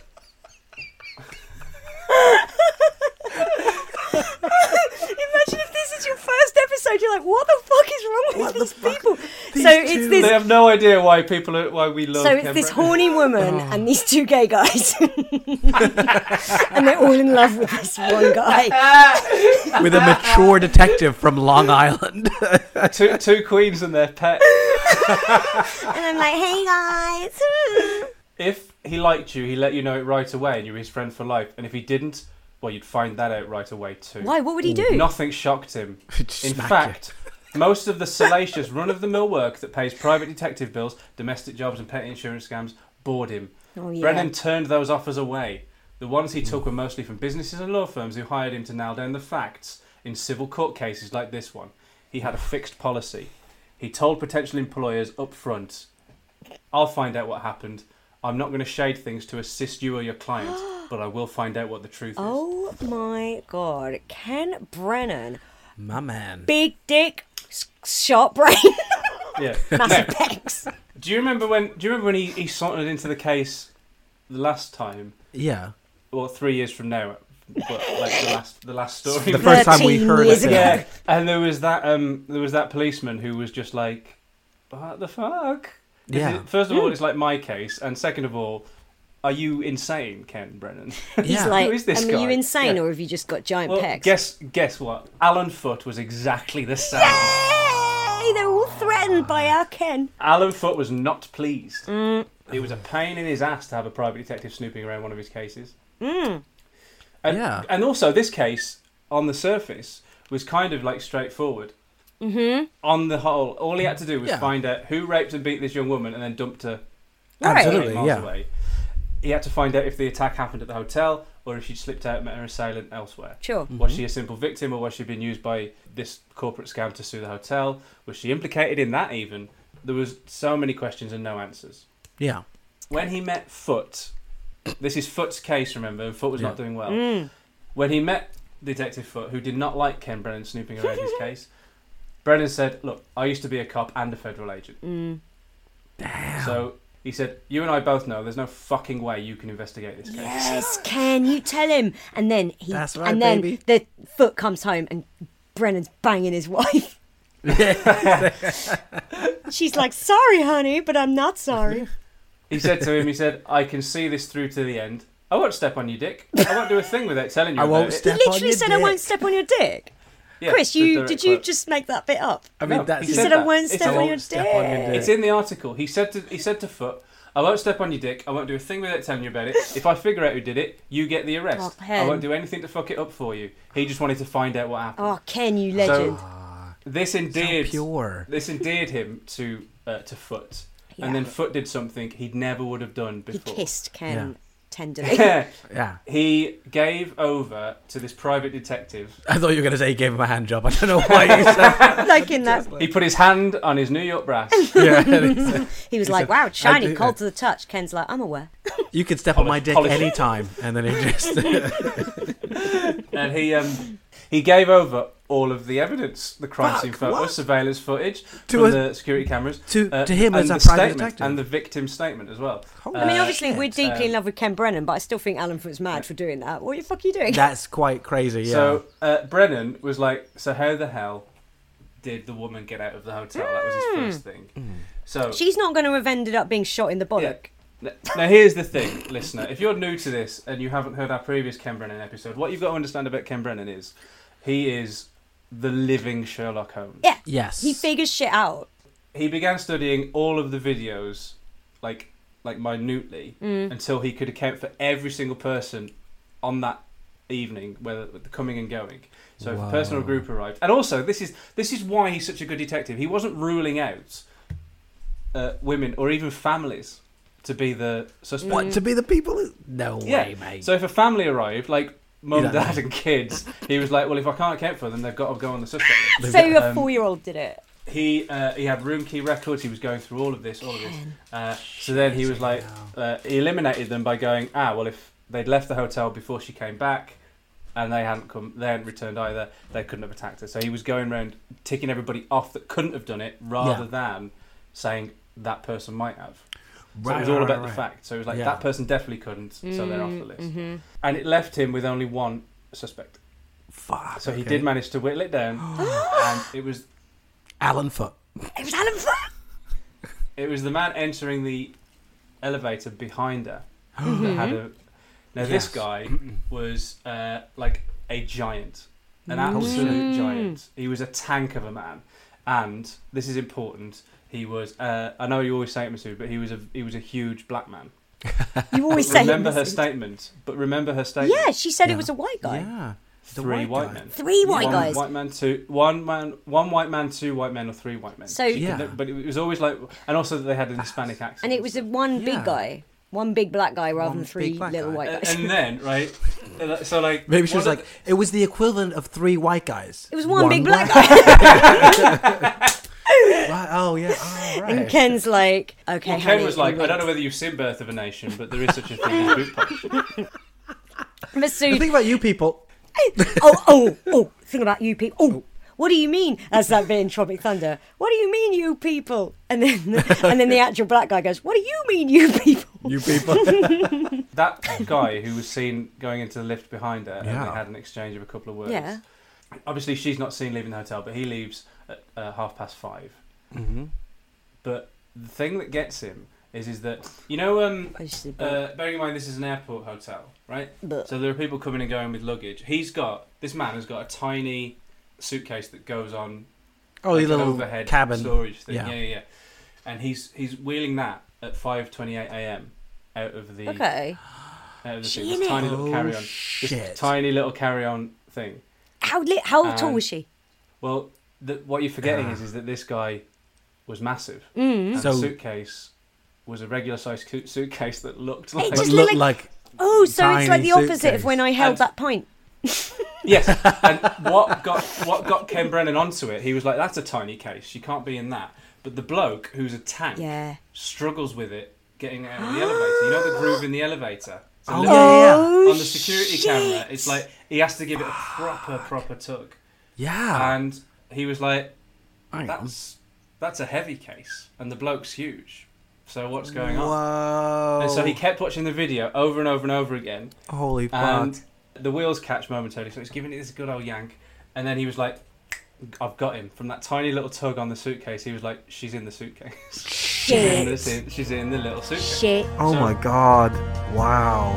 [SPEAKER 4] Imagine if this is your first episode, you're like, what the fuck is wrong with these people? so it's
[SPEAKER 5] They
[SPEAKER 4] this.
[SPEAKER 5] have no idea why people are, why we love.
[SPEAKER 4] So it's this
[SPEAKER 5] Canberra.
[SPEAKER 4] horny woman
[SPEAKER 3] Oh.
[SPEAKER 4] and these two gay guys, and they're all in love with this one guy.
[SPEAKER 3] with a mature detective from Long Island.
[SPEAKER 5] two, two queens and their pet.
[SPEAKER 4] And I'm like, hey guys,
[SPEAKER 5] If he liked you, he let you know it right away, and you were his friend for life. And if he didn't, well, you'd find that out right away too.
[SPEAKER 4] why? What would he do?
[SPEAKER 5] Nothing shocked him.
[SPEAKER 3] Just
[SPEAKER 5] In
[SPEAKER 3] smack
[SPEAKER 5] fact, most of the salacious run of the mill work that pays private detective bills, domestic jobs, and petty insurance scams bored him.
[SPEAKER 4] Oh, yeah.
[SPEAKER 5] Brennan turned those offers away. The ones he took were mostly from businesses and law firms who hired him to nail down the facts in civil court cases like this one. He had a fixed policy. He told potential employers up front, I'll find out what happened. I'm not going to shade things to assist you or your client, but I will find out what the truth is.
[SPEAKER 4] Oh my god, Ken Brennan,
[SPEAKER 3] My man.
[SPEAKER 4] big dick, s- sharp brain,
[SPEAKER 5] Yeah.
[SPEAKER 4] massive
[SPEAKER 5] Now,
[SPEAKER 4] pecs.
[SPEAKER 5] Do you remember when? Do you remember when he, he sauntered into the case the last time?
[SPEAKER 3] Yeah.
[SPEAKER 5] Well, three years from now, but like the last the last story.
[SPEAKER 3] The first time we
[SPEAKER 4] 13
[SPEAKER 3] heard
[SPEAKER 4] years
[SPEAKER 3] it.
[SPEAKER 4] ago.
[SPEAKER 5] yeah, and there was that um there was that policeman who was just like, what the fuck? Is
[SPEAKER 3] Yeah.
[SPEAKER 5] it- first of
[SPEAKER 4] Hmm.
[SPEAKER 5] all, it's like my case, and second of all, are you insane, Ken Brennan?
[SPEAKER 4] He's
[SPEAKER 3] Yeah.
[SPEAKER 4] like,
[SPEAKER 5] Who is this
[SPEAKER 4] "Um,
[SPEAKER 5] guy?"
[SPEAKER 4] are you insane
[SPEAKER 5] Yeah.
[SPEAKER 4] or have you just got giant
[SPEAKER 5] well,
[SPEAKER 4] pecs?
[SPEAKER 5] guess guess what? Alan Foote was exactly the same.
[SPEAKER 4] Yay! They're all threatened by our Ken.
[SPEAKER 5] Alan Foote was not pleased. It was a pain in his ass to have a private detective snooping around one of his cases. And,
[SPEAKER 3] Yeah.
[SPEAKER 5] and also, this case, on the surface, was kind of like straightforward. Mm-hmm. On the whole, all he had to do was
[SPEAKER 3] Yeah.
[SPEAKER 5] find out who raped and beat this young woman and then dumped her
[SPEAKER 4] Right.
[SPEAKER 5] eight
[SPEAKER 3] Absolutely,
[SPEAKER 5] miles
[SPEAKER 3] yeah.
[SPEAKER 5] away. He had to find out if the attack happened at the hotel or if she'd slipped out and met her assailant elsewhere.
[SPEAKER 4] Sure.
[SPEAKER 3] Mm-hmm.
[SPEAKER 5] Was she a simple victim or was she being used by this corporate scam to sue the hotel? Was she implicated in that even? There was so many questions and no answers.
[SPEAKER 3] Yeah.
[SPEAKER 5] When he met Foot, this is Foot's case, remember, and Foot was
[SPEAKER 3] Yeah.
[SPEAKER 5] not doing well.
[SPEAKER 4] Mm.
[SPEAKER 5] When he met Detective Foot, who did not like Ken Brennan snooping around his case, Brennan said, Look, I used to be a cop and a federal agent.
[SPEAKER 4] Mm.
[SPEAKER 5] Damn. So he said, You and I both know there's no fucking way you can investigate this case.
[SPEAKER 4] Yes, Ken, you tell him. And then he
[SPEAKER 3] That's right,
[SPEAKER 4] and then
[SPEAKER 3] baby.
[SPEAKER 4] the foot comes home and Brennan's banging his wife. She's like, sorry, honey, but I'm not sorry.
[SPEAKER 5] He said to him, He said, I can see this through to the end. I won't step on your dick. I won't do a thing without telling you.
[SPEAKER 3] I
[SPEAKER 5] about
[SPEAKER 3] won't
[SPEAKER 5] it."
[SPEAKER 3] step
[SPEAKER 4] he
[SPEAKER 3] on
[SPEAKER 4] literally
[SPEAKER 3] your
[SPEAKER 4] said, I won't
[SPEAKER 3] dick.
[SPEAKER 4] step on your dick.
[SPEAKER 5] Yeah,
[SPEAKER 4] Chris,
[SPEAKER 5] the
[SPEAKER 4] you
[SPEAKER 5] direct
[SPEAKER 4] did you
[SPEAKER 5] quote.
[SPEAKER 4] just make that bit up?
[SPEAKER 3] I mean,
[SPEAKER 5] No,
[SPEAKER 3] that's
[SPEAKER 5] he
[SPEAKER 4] You
[SPEAKER 5] said
[SPEAKER 4] said,
[SPEAKER 5] that.
[SPEAKER 4] I won't
[SPEAKER 5] It's
[SPEAKER 4] step
[SPEAKER 5] a
[SPEAKER 4] on
[SPEAKER 5] won't
[SPEAKER 4] your
[SPEAKER 3] step on your
[SPEAKER 4] dick.
[SPEAKER 3] dick.
[SPEAKER 5] It's in the article. He said to he said to Foot, "I won't step on your dick. I won't do a thing without telling you about it. If I figure out who did it, you get the arrest.
[SPEAKER 4] Oh, Ken.
[SPEAKER 5] I won't do anything to fuck it up for you." He just wanted to find out what happened.
[SPEAKER 4] Oh, Ken, you legend.
[SPEAKER 5] This endeared
[SPEAKER 3] pure.
[SPEAKER 5] this endeared him to uh, to Foot,
[SPEAKER 4] Yeah.
[SPEAKER 5] and then Foot did something he never would have done
[SPEAKER 4] he
[SPEAKER 5] before.
[SPEAKER 4] kissed Ken
[SPEAKER 3] Yeah.
[SPEAKER 4] tenderly.
[SPEAKER 3] Yeah.
[SPEAKER 5] he gave over to this private detective.
[SPEAKER 3] I thought you were going to say he gave him a hand job. I don't know why you said
[SPEAKER 4] like in that
[SPEAKER 5] He put his hand on his New York brass.
[SPEAKER 3] yeah.
[SPEAKER 4] He was like, "Wow, it's shiny,
[SPEAKER 3] do- uh,
[SPEAKER 4] cold to the touch." Ken's like, "I'm aware."
[SPEAKER 3] You could step on my dick
[SPEAKER 5] Polish-
[SPEAKER 3] any time. And then he just.
[SPEAKER 5] and he um he gave over all of the evidence, the crime scene photos, surveillance footage
[SPEAKER 3] To
[SPEAKER 5] from
[SPEAKER 3] a-
[SPEAKER 5] the security cameras, uh,
[SPEAKER 3] to- to him
[SPEAKER 5] and
[SPEAKER 3] as
[SPEAKER 5] the
[SPEAKER 3] a private
[SPEAKER 5] statement,
[SPEAKER 3] detective.
[SPEAKER 5] and the victim's statement as well.
[SPEAKER 4] I mean,
[SPEAKER 5] Uh,
[SPEAKER 4] obviously, we're deeply in love with Ken Brennan, but I still think Alan Foote's mad for doing that. What the fuck are you doing?
[SPEAKER 3] That's quite crazy. Yeah.
[SPEAKER 5] So uh, Brennan was like, "So how the hell did the woman get out of the hotel?" That was
[SPEAKER 3] Hmm.
[SPEAKER 5] his first thing. So
[SPEAKER 4] She's not going to have ended up being shot in the
[SPEAKER 5] Yeah.
[SPEAKER 4] bollock.
[SPEAKER 5] N- Now, here's the thing, listener. If you're new to this and you haven't heard our previous Ken Brennan episode, what you've got to understand about Ken Brennan is he is the living Sherlock Holmes.
[SPEAKER 4] Yeah.
[SPEAKER 3] Yes.
[SPEAKER 4] He figures shit out.
[SPEAKER 5] he began studying all of the videos like like minutely until he could account for every single person on that evening, whether the coming and going. So if a person or a group arrived, and also this is this is why he's such a good detective. He wasn't ruling out uh, women or even families to be the suspect.
[SPEAKER 3] Mm. What to be the people? Who... No way, mate.
[SPEAKER 5] So if a family arrived, like mum,
[SPEAKER 3] don't know.
[SPEAKER 5] dad, and kids, he was like, "Well, if I can't account for them, they've got to go on the suspect list." Um,
[SPEAKER 9] So a four-year-old did it.
[SPEAKER 5] He uh, he had room key records. He was going through all of this, all of this. Uh, so then he was like, uh, he eliminated them by going, "Ah, well, if they'd left the hotel before she came back." And they hadn't come, they hadn't returned either. They couldn't have attacked her. So he was going around ticking everybody off that couldn't have done it, rather than saying that person might have. So it was all about the fact. So it was like
[SPEAKER 3] Yeah.
[SPEAKER 5] that person definitely couldn't, so they're off the list. And it left him with only one suspect.
[SPEAKER 3] Fuck.
[SPEAKER 5] So he
[SPEAKER 3] okay.
[SPEAKER 5] did manage to whittle it down, and it was
[SPEAKER 3] Alan Foot.
[SPEAKER 4] It was Alan Foote.
[SPEAKER 5] it was the man entering the elevator behind her that
[SPEAKER 4] Mm-hmm.
[SPEAKER 5] had a. Now this guy was uh, like a giant, an
[SPEAKER 4] Mm.
[SPEAKER 5] absolute giant. He was a tank of a man, and this is important. He was. Uh, I know you always say it, Masood, but he was a he was a huge black man.
[SPEAKER 4] You always say
[SPEAKER 5] Remember
[SPEAKER 4] him,
[SPEAKER 5] her
[SPEAKER 4] isn't it?
[SPEAKER 5] statement, but remember her statement.
[SPEAKER 4] Yeah, she said it was a white guy.
[SPEAKER 3] Yeah. The
[SPEAKER 5] Ah, three white,
[SPEAKER 3] guy.
[SPEAKER 5] men.
[SPEAKER 4] Three white
[SPEAKER 5] one
[SPEAKER 4] guys.
[SPEAKER 5] White man, two. One man, one white man, two white men, or three white men.
[SPEAKER 4] So-
[SPEAKER 5] She could
[SPEAKER 3] Yeah.
[SPEAKER 5] ne- but it was always like, and also that they had an Hispanic accent.
[SPEAKER 4] And it was a one
[SPEAKER 3] Yeah.
[SPEAKER 4] big guy, one big black guy rather
[SPEAKER 3] One
[SPEAKER 4] than
[SPEAKER 3] big
[SPEAKER 4] three
[SPEAKER 3] black
[SPEAKER 4] little
[SPEAKER 3] guy.
[SPEAKER 4] white
[SPEAKER 5] And,
[SPEAKER 4] guys.
[SPEAKER 5] and then right, so like
[SPEAKER 3] Maybe she
[SPEAKER 5] one
[SPEAKER 3] was
[SPEAKER 5] of
[SPEAKER 3] like, it was the equivalent of three white guys.
[SPEAKER 4] it was one, big black
[SPEAKER 3] guy.
[SPEAKER 4] guy.
[SPEAKER 3] Right, Oh yeah. Oh, right.
[SPEAKER 4] and Ken's like, okay,
[SPEAKER 5] the, well, Ken
[SPEAKER 4] honey,
[SPEAKER 5] was like,
[SPEAKER 4] you
[SPEAKER 5] I don't
[SPEAKER 4] win."
[SPEAKER 5] know whether you've seen Birth of a Nation, but there is such a thing as boot polish.
[SPEAKER 3] The
[SPEAKER 4] Masood,
[SPEAKER 3] thing about you people,
[SPEAKER 4] oh, oh, oh, think about you people. Oh, what do you mean? That's that bit in Tropic Thunder. What do you mean, you people? And then, and then the actual black guy goes, what do you mean, you people?
[SPEAKER 3] you people.
[SPEAKER 5] That guy who was seen going into the lift behind her, and
[SPEAKER 3] Yeah.
[SPEAKER 5] they had an exchange of a couple of words.
[SPEAKER 4] Yeah.
[SPEAKER 5] Obviously, she's not seen leaving the hotel, but he leaves at uh, half past 5
[SPEAKER 3] Mm-hmm.
[SPEAKER 5] But the thing that gets him is, is that you know, um,
[SPEAKER 4] I just said,
[SPEAKER 5] Uh, bearing in mind this is an airport hotel, right?
[SPEAKER 4] But-
[SPEAKER 5] So there are people coming and going with luggage. He's got this man has got a tiny suitcase that goes on
[SPEAKER 3] Oh,
[SPEAKER 5] like,
[SPEAKER 3] your
[SPEAKER 5] an
[SPEAKER 3] little
[SPEAKER 5] overhead
[SPEAKER 3] cabin.
[SPEAKER 5] storage thing. Yeah.
[SPEAKER 3] Yeah.
[SPEAKER 5] yeah, yeah, And he's he's wheeling that at five twenty eight a.m. out of the
[SPEAKER 4] okay.
[SPEAKER 5] out of the
[SPEAKER 4] She
[SPEAKER 5] thing, this
[SPEAKER 4] in it?
[SPEAKER 5] tiny little
[SPEAKER 3] Oh,
[SPEAKER 5] carry on,
[SPEAKER 3] shit.
[SPEAKER 5] tiny little carry on thing.
[SPEAKER 4] How li- how tall
[SPEAKER 3] Um,
[SPEAKER 5] And-
[SPEAKER 4] was she?
[SPEAKER 5] Well, the, what you're forgetting is is that this guy was massive.
[SPEAKER 4] Mm.
[SPEAKER 5] And
[SPEAKER 3] So-
[SPEAKER 5] the suitcase was a regular sized suitcase that looked like
[SPEAKER 4] It
[SPEAKER 3] But
[SPEAKER 4] just
[SPEAKER 3] look
[SPEAKER 4] look-
[SPEAKER 3] like
[SPEAKER 4] Oh, so it's like
[SPEAKER 3] Tiny
[SPEAKER 4] the opposite of
[SPEAKER 3] suitcase.
[SPEAKER 4] when I held
[SPEAKER 5] And-
[SPEAKER 4] that pint.
[SPEAKER 5] Yes, and what got what got Ken Brennan onto it? He was like, "That's a tiny case. She can't be in that." But the bloke who's a tank
[SPEAKER 4] Yeah.
[SPEAKER 5] struggles with it getting out of the elevator. You know the groove in the elevator. It's a
[SPEAKER 3] oh
[SPEAKER 5] little-
[SPEAKER 3] yeah, Oh,
[SPEAKER 5] on the security camera, it's like he has to give it a proper proper tug,
[SPEAKER 3] yeah,
[SPEAKER 5] and he was like,
[SPEAKER 3] yeah. Hang on.
[SPEAKER 5] "That's that's a heavy case, and the bloke's huge. So what's going on?"
[SPEAKER 3] Whoa!
[SPEAKER 5] And so he kept watching the video over and over and over again,
[SPEAKER 3] Holy fuck!
[SPEAKER 5] and the wheels catch momentarily, so he's giving it this good old yank. And then he was like, I've got him. From that tiny little tug on the suitcase, he was like, She's in the suitcase. She's in the,
[SPEAKER 4] Shit.
[SPEAKER 5] suit- she's in the little suitcase.
[SPEAKER 4] Shit.
[SPEAKER 3] Oh
[SPEAKER 5] so-
[SPEAKER 3] my god! Wow!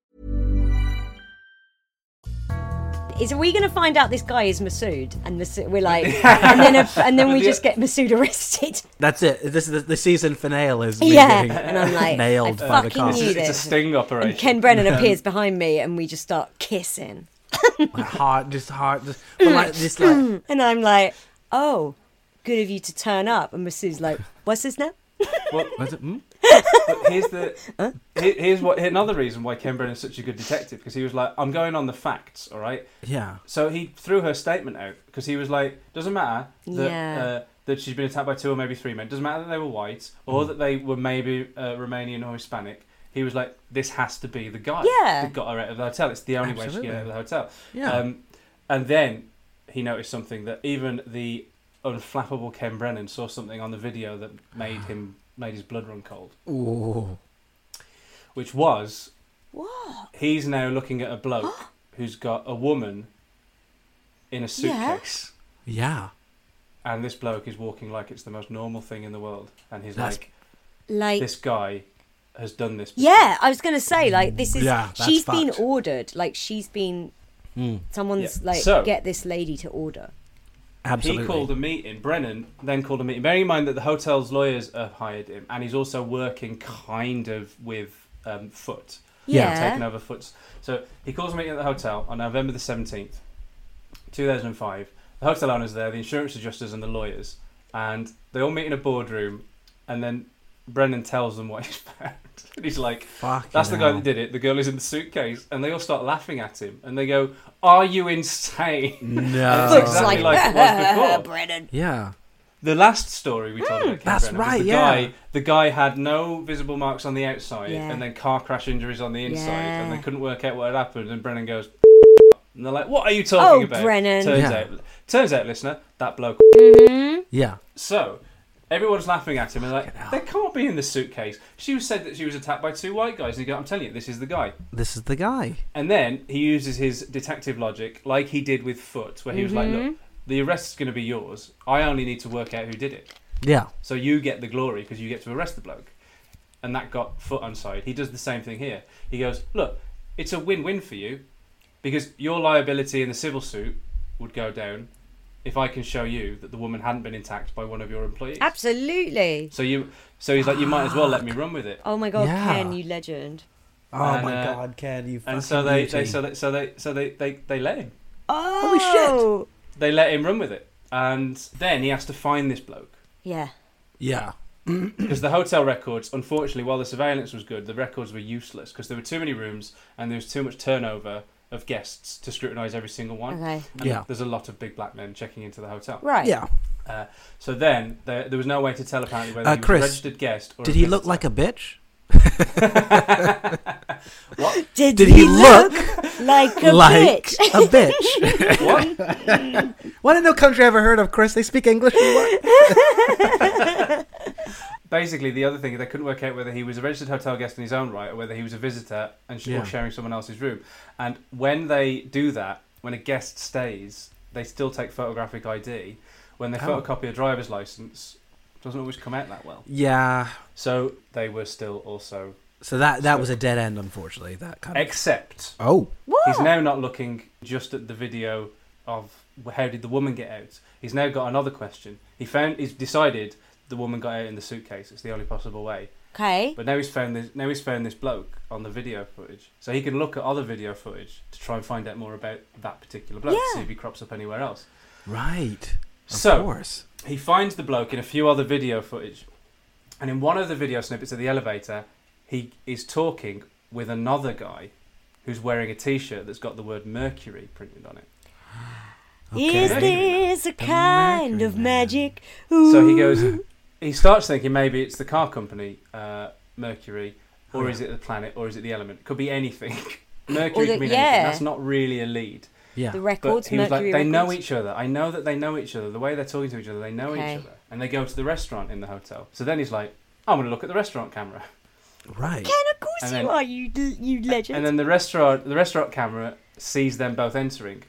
[SPEAKER 4] Is are we going to find out this guy is Masood? And Masood, we're like, and then a, and then we just get Masood arrested.
[SPEAKER 3] That's it. This is the, the season finale. Is me
[SPEAKER 4] Yeah,
[SPEAKER 3] getting
[SPEAKER 4] and I'm like,
[SPEAKER 3] nailed
[SPEAKER 4] I
[SPEAKER 3] by the
[SPEAKER 4] fucking
[SPEAKER 3] cops.
[SPEAKER 4] knew
[SPEAKER 5] It's a
[SPEAKER 4] this.
[SPEAKER 5] sting operation.
[SPEAKER 4] Ken Brennan appears behind me, and we just start kissing.
[SPEAKER 3] like hard, just hard, just, but like this, like
[SPEAKER 4] And I'm like, oh, good of you to turn up. And Masu's like, what's this now?
[SPEAKER 5] Well,
[SPEAKER 3] was it? Hmm?
[SPEAKER 5] but here's the here- here's what another reason why Ken Brennan's such a good detective because he was like, I'm going on the facts, all right.
[SPEAKER 3] Yeah.
[SPEAKER 5] So he threw her statement out because he was like, doesn't matter that
[SPEAKER 4] Yeah.
[SPEAKER 5] uh, that she's been attacked by two or maybe three men. Doesn't matter that they were white
[SPEAKER 3] Mm.
[SPEAKER 5] or that they were maybe uh, Romanian or Hispanic. He was like, this has to be the guy
[SPEAKER 4] Yeah.
[SPEAKER 5] that got her out of the hotel. It's the only way she
[SPEAKER 3] Absolutely.
[SPEAKER 5] can get out of the hotel.
[SPEAKER 3] Yeah.
[SPEAKER 5] Um, and then he noticed something that even the unflappable Ken Brennan saw something on the video that made him made his blood run cold,
[SPEAKER 3] Ooh.
[SPEAKER 5] which was
[SPEAKER 4] What?
[SPEAKER 5] he's now looking at a bloke who's got a woman in a suitcase,
[SPEAKER 3] Yeah.
[SPEAKER 5] and this bloke is walking like it's the most normal thing in the world, and he's
[SPEAKER 3] That's-
[SPEAKER 5] like,
[SPEAKER 4] Like,
[SPEAKER 5] "This guy has done this." before."
[SPEAKER 4] yeah, I was going to say, like, this is,
[SPEAKER 3] Yeah, that's
[SPEAKER 4] she's been
[SPEAKER 3] fucked.
[SPEAKER 4] ordered. Like, she's been, someone's
[SPEAKER 5] Hmm. Yeah.
[SPEAKER 4] like,
[SPEAKER 5] So-
[SPEAKER 4] get this lady to order.
[SPEAKER 3] Absolutely.
[SPEAKER 5] He called a meeting. Brennan then called a meeting. Bearing in mind that the hotel's lawyers have hired him, and he's also working kind of with um, Foot.
[SPEAKER 4] Yeah.
[SPEAKER 5] Taking over Foot's. So he calls a meeting at the hotel on November the 17th, 2005. The hotel owner's there, the insurance adjusters, and the lawyers. And they all meet in a boardroom, and then Brennan tells them what he's found. And he's like,
[SPEAKER 3] Fucking
[SPEAKER 5] That's the guy
[SPEAKER 3] hell.
[SPEAKER 5] that did it. The girl is in the suitcase. And they all start laughing at him, and they go, Are you insane?
[SPEAKER 3] No.
[SPEAKER 5] It's exactly like, it was before.
[SPEAKER 4] Brennan.
[SPEAKER 3] Yeah.
[SPEAKER 5] The last story we
[SPEAKER 4] Hmm,
[SPEAKER 5] told about Ken
[SPEAKER 3] That's
[SPEAKER 5] Brennan was
[SPEAKER 3] right,
[SPEAKER 5] The
[SPEAKER 3] yeah.
[SPEAKER 5] guy, the guy had no visible marks on the outside,
[SPEAKER 4] Yeah.
[SPEAKER 5] and then car crash injuries on the inside, and
[SPEAKER 4] Yeah.
[SPEAKER 5] they couldn't work out what had happened. And Brennan goes, and they're like, "What are you talking
[SPEAKER 4] Oh,
[SPEAKER 5] about?"
[SPEAKER 4] Brennan.
[SPEAKER 5] Turns
[SPEAKER 3] Yeah.
[SPEAKER 5] out, turns out, listener, that bloke.
[SPEAKER 3] Yeah.
[SPEAKER 5] So everyone's laughing at him and they're like, "They can't be in the suitcase." She was said that she was attacked by two white guys, and he goes, "I'm telling you, this is the guy."
[SPEAKER 3] This is the guy.
[SPEAKER 5] And then he uses his detective logic, like he did with Foot, where he was like,
[SPEAKER 4] Mm-hmm.
[SPEAKER 5] "Look, the arrest's going to be yours. I only need to work out who did it."
[SPEAKER 3] Yeah.
[SPEAKER 5] So you get the glory because you get to arrest the bloke. And that got foot on side. He does the same thing here. He goes, Look, it's a win win for you because your liability in the civil suit would go down if I can show you that the woman hadn't been attacked by one of your employees.
[SPEAKER 4] Absolutely.
[SPEAKER 5] So you so he's like, You might as well let me run with it.
[SPEAKER 4] Oh my God,
[SPEAKER 3] Yeah.
[SPEAKER 4] Ken, you legend.
[SPEAKER 3] Oh
[SPEAKER 5] And,
[SPEAKER 3] my
[SPEAKER 5] uh,
[SPEAKER 3] God, Ken, you fucking
[SPEAKER 5] And so they, they
[SPEAKER 3] beauty.
[SPEAKER 5] so they so they so they, they, they let him.
[SPEAKER 3] shit.
[SPEAKER 4] Oh,
[SPEAKER 5] They let him run with it. And then he has to find this bloke.
[SPEAKER 4] Yeah.
[SPEAKER 3] yeah.
[SPEAKER 5] because the hotel records, unfortunately, while the surveillance was good, the records were useless because there were too many rooms and there was too much turnover of guests to scrutinise every single one.
[SPEAKER 4] Okay.
[SPEAKER 5] And
[SPEAKER 3] Yeah.
[SPEAKER 5] There's a lot of big black men checking into the hotel.
[SPEAKER 4] Right.
[SPEAKER 3] Yeah.
[SPEAKER 5] Uh, so then there, there was no way to tell apparently whether
[SPEAKER 3] Uh,
[SPEAKER 5] he was
[SPEAKER 3] Chris,
[SPEAKER 5] a registered guest or
[SPEAKER 3] Did
[SPEAKER 5] a
[SPEAKER 3] he
[SPEAKER 5] visitor.
[SPEAKER 3] look like a bitch?
[SPEAKER 5] what?
[SPEAKER 4] Did,
[SPEAKER 3] Did he look
[SPEAKER 4] like a
[SPEAKER 3] like
[SPEAKER 4] bitch?
[SPEAKER 3] a bitch?
[SPEAKER 5] What?
[SPEAKER 3] what in no country I ever heard of, Chris? They speak English. What?
[SPEAKER 5] Basically, the other thing they couldn't work out whether he was a registered hotel guest in his own right or whether he was a visitor and sh-
[SPEAKER 3] Yeah.
[SPEAKER 5] or sharing someone else's room. And when they do that, when a guest stays, they still take photographic ID. When they
[SPEAKER 3] Oh.
[SPEAKER 5] photocopy a driver's license, doesn't always come out that well.
[SPEAKER 3] Yeah.
[SPEAKER 5] So they were still also,
[SPEAKER 3] So that that was a dead end, unfortunately. That kind of.
[SPEAKER 5] except
[SPEAKER 3] oh.
[SPEAKER 5] he's now not looking just at the video of how did the woman get out. He's now got another question. He found he's decided the woman got out in the suitcase. It's the only possible way.
[SPEAKER 4] Okay.
[SPEAKER 5] But now he's found this. Now he's found this bloke on the video footage, so he can look at other video footage to try and find out more about that particular bloke, to see
[SPEAKER 4] Yeah.
[SPEAKER 5] if he crops up anywhere else.
[SPEAKER 3] Right. Of
[SPEAKER 5] So-
[SPEAKER 3] course.
[SPEAKER 5] He finds the bloke in a few other video footage, and in one of the video snippets of the elevator, he is talking with another guy who's wearing a T-shirt that's got the word Mercury printed on it.
[SPEAKER 3] Okay.
[SPEAKER 4] Is this a kind of
[SPEAKER 3] Mercury Man.
[SPEAKER 4] magic?
[SPEAKER 5] So he
[SPEAKER 4] Ooh.
[SPEAKER 5] goes, he starts thinking maybe it's the car company, uh, Mercury,
[SPEAKER 4] Oh,
[SPEAKER 5] or is it the planet, or is it the element? Could be anything. Mercury
[SPEAKER 4] the-
[SPEAKER 5] could mean anything.
[SPEAKER 4] yeah.
[SPEAKER 5] That's not really a lead.
[SPEAKER 3] Yeah.
[SPEAKER 4] The
[SPEAKER 5] But
[SPEAKER 4] records,
[SPEAKER 5] he was like,
[SPEAKER 4] Mercury
[SPEAKER 5] they know
[SPEAKER 4] records.
[SPEAKER 5] each other. I know that they know each other. The way they're talking to each other, they know
[SPEAKER 4] Okay.
[SPEAKER 5] each other. And they go to the restaurant in the hotel. So then he's like, I'm going to look at the restaurant camera.
[SPEAKER 3] Right.
[SPEAKER 4] Ken, of course
[SPEAKER 5] And
[SPEAKER 4] you
[SPEAKER 5] then-
[SPEAKER 4] are. You you legend.
[SPEAKER 5] And then the restaurant, the restaurant camera sees them both entering,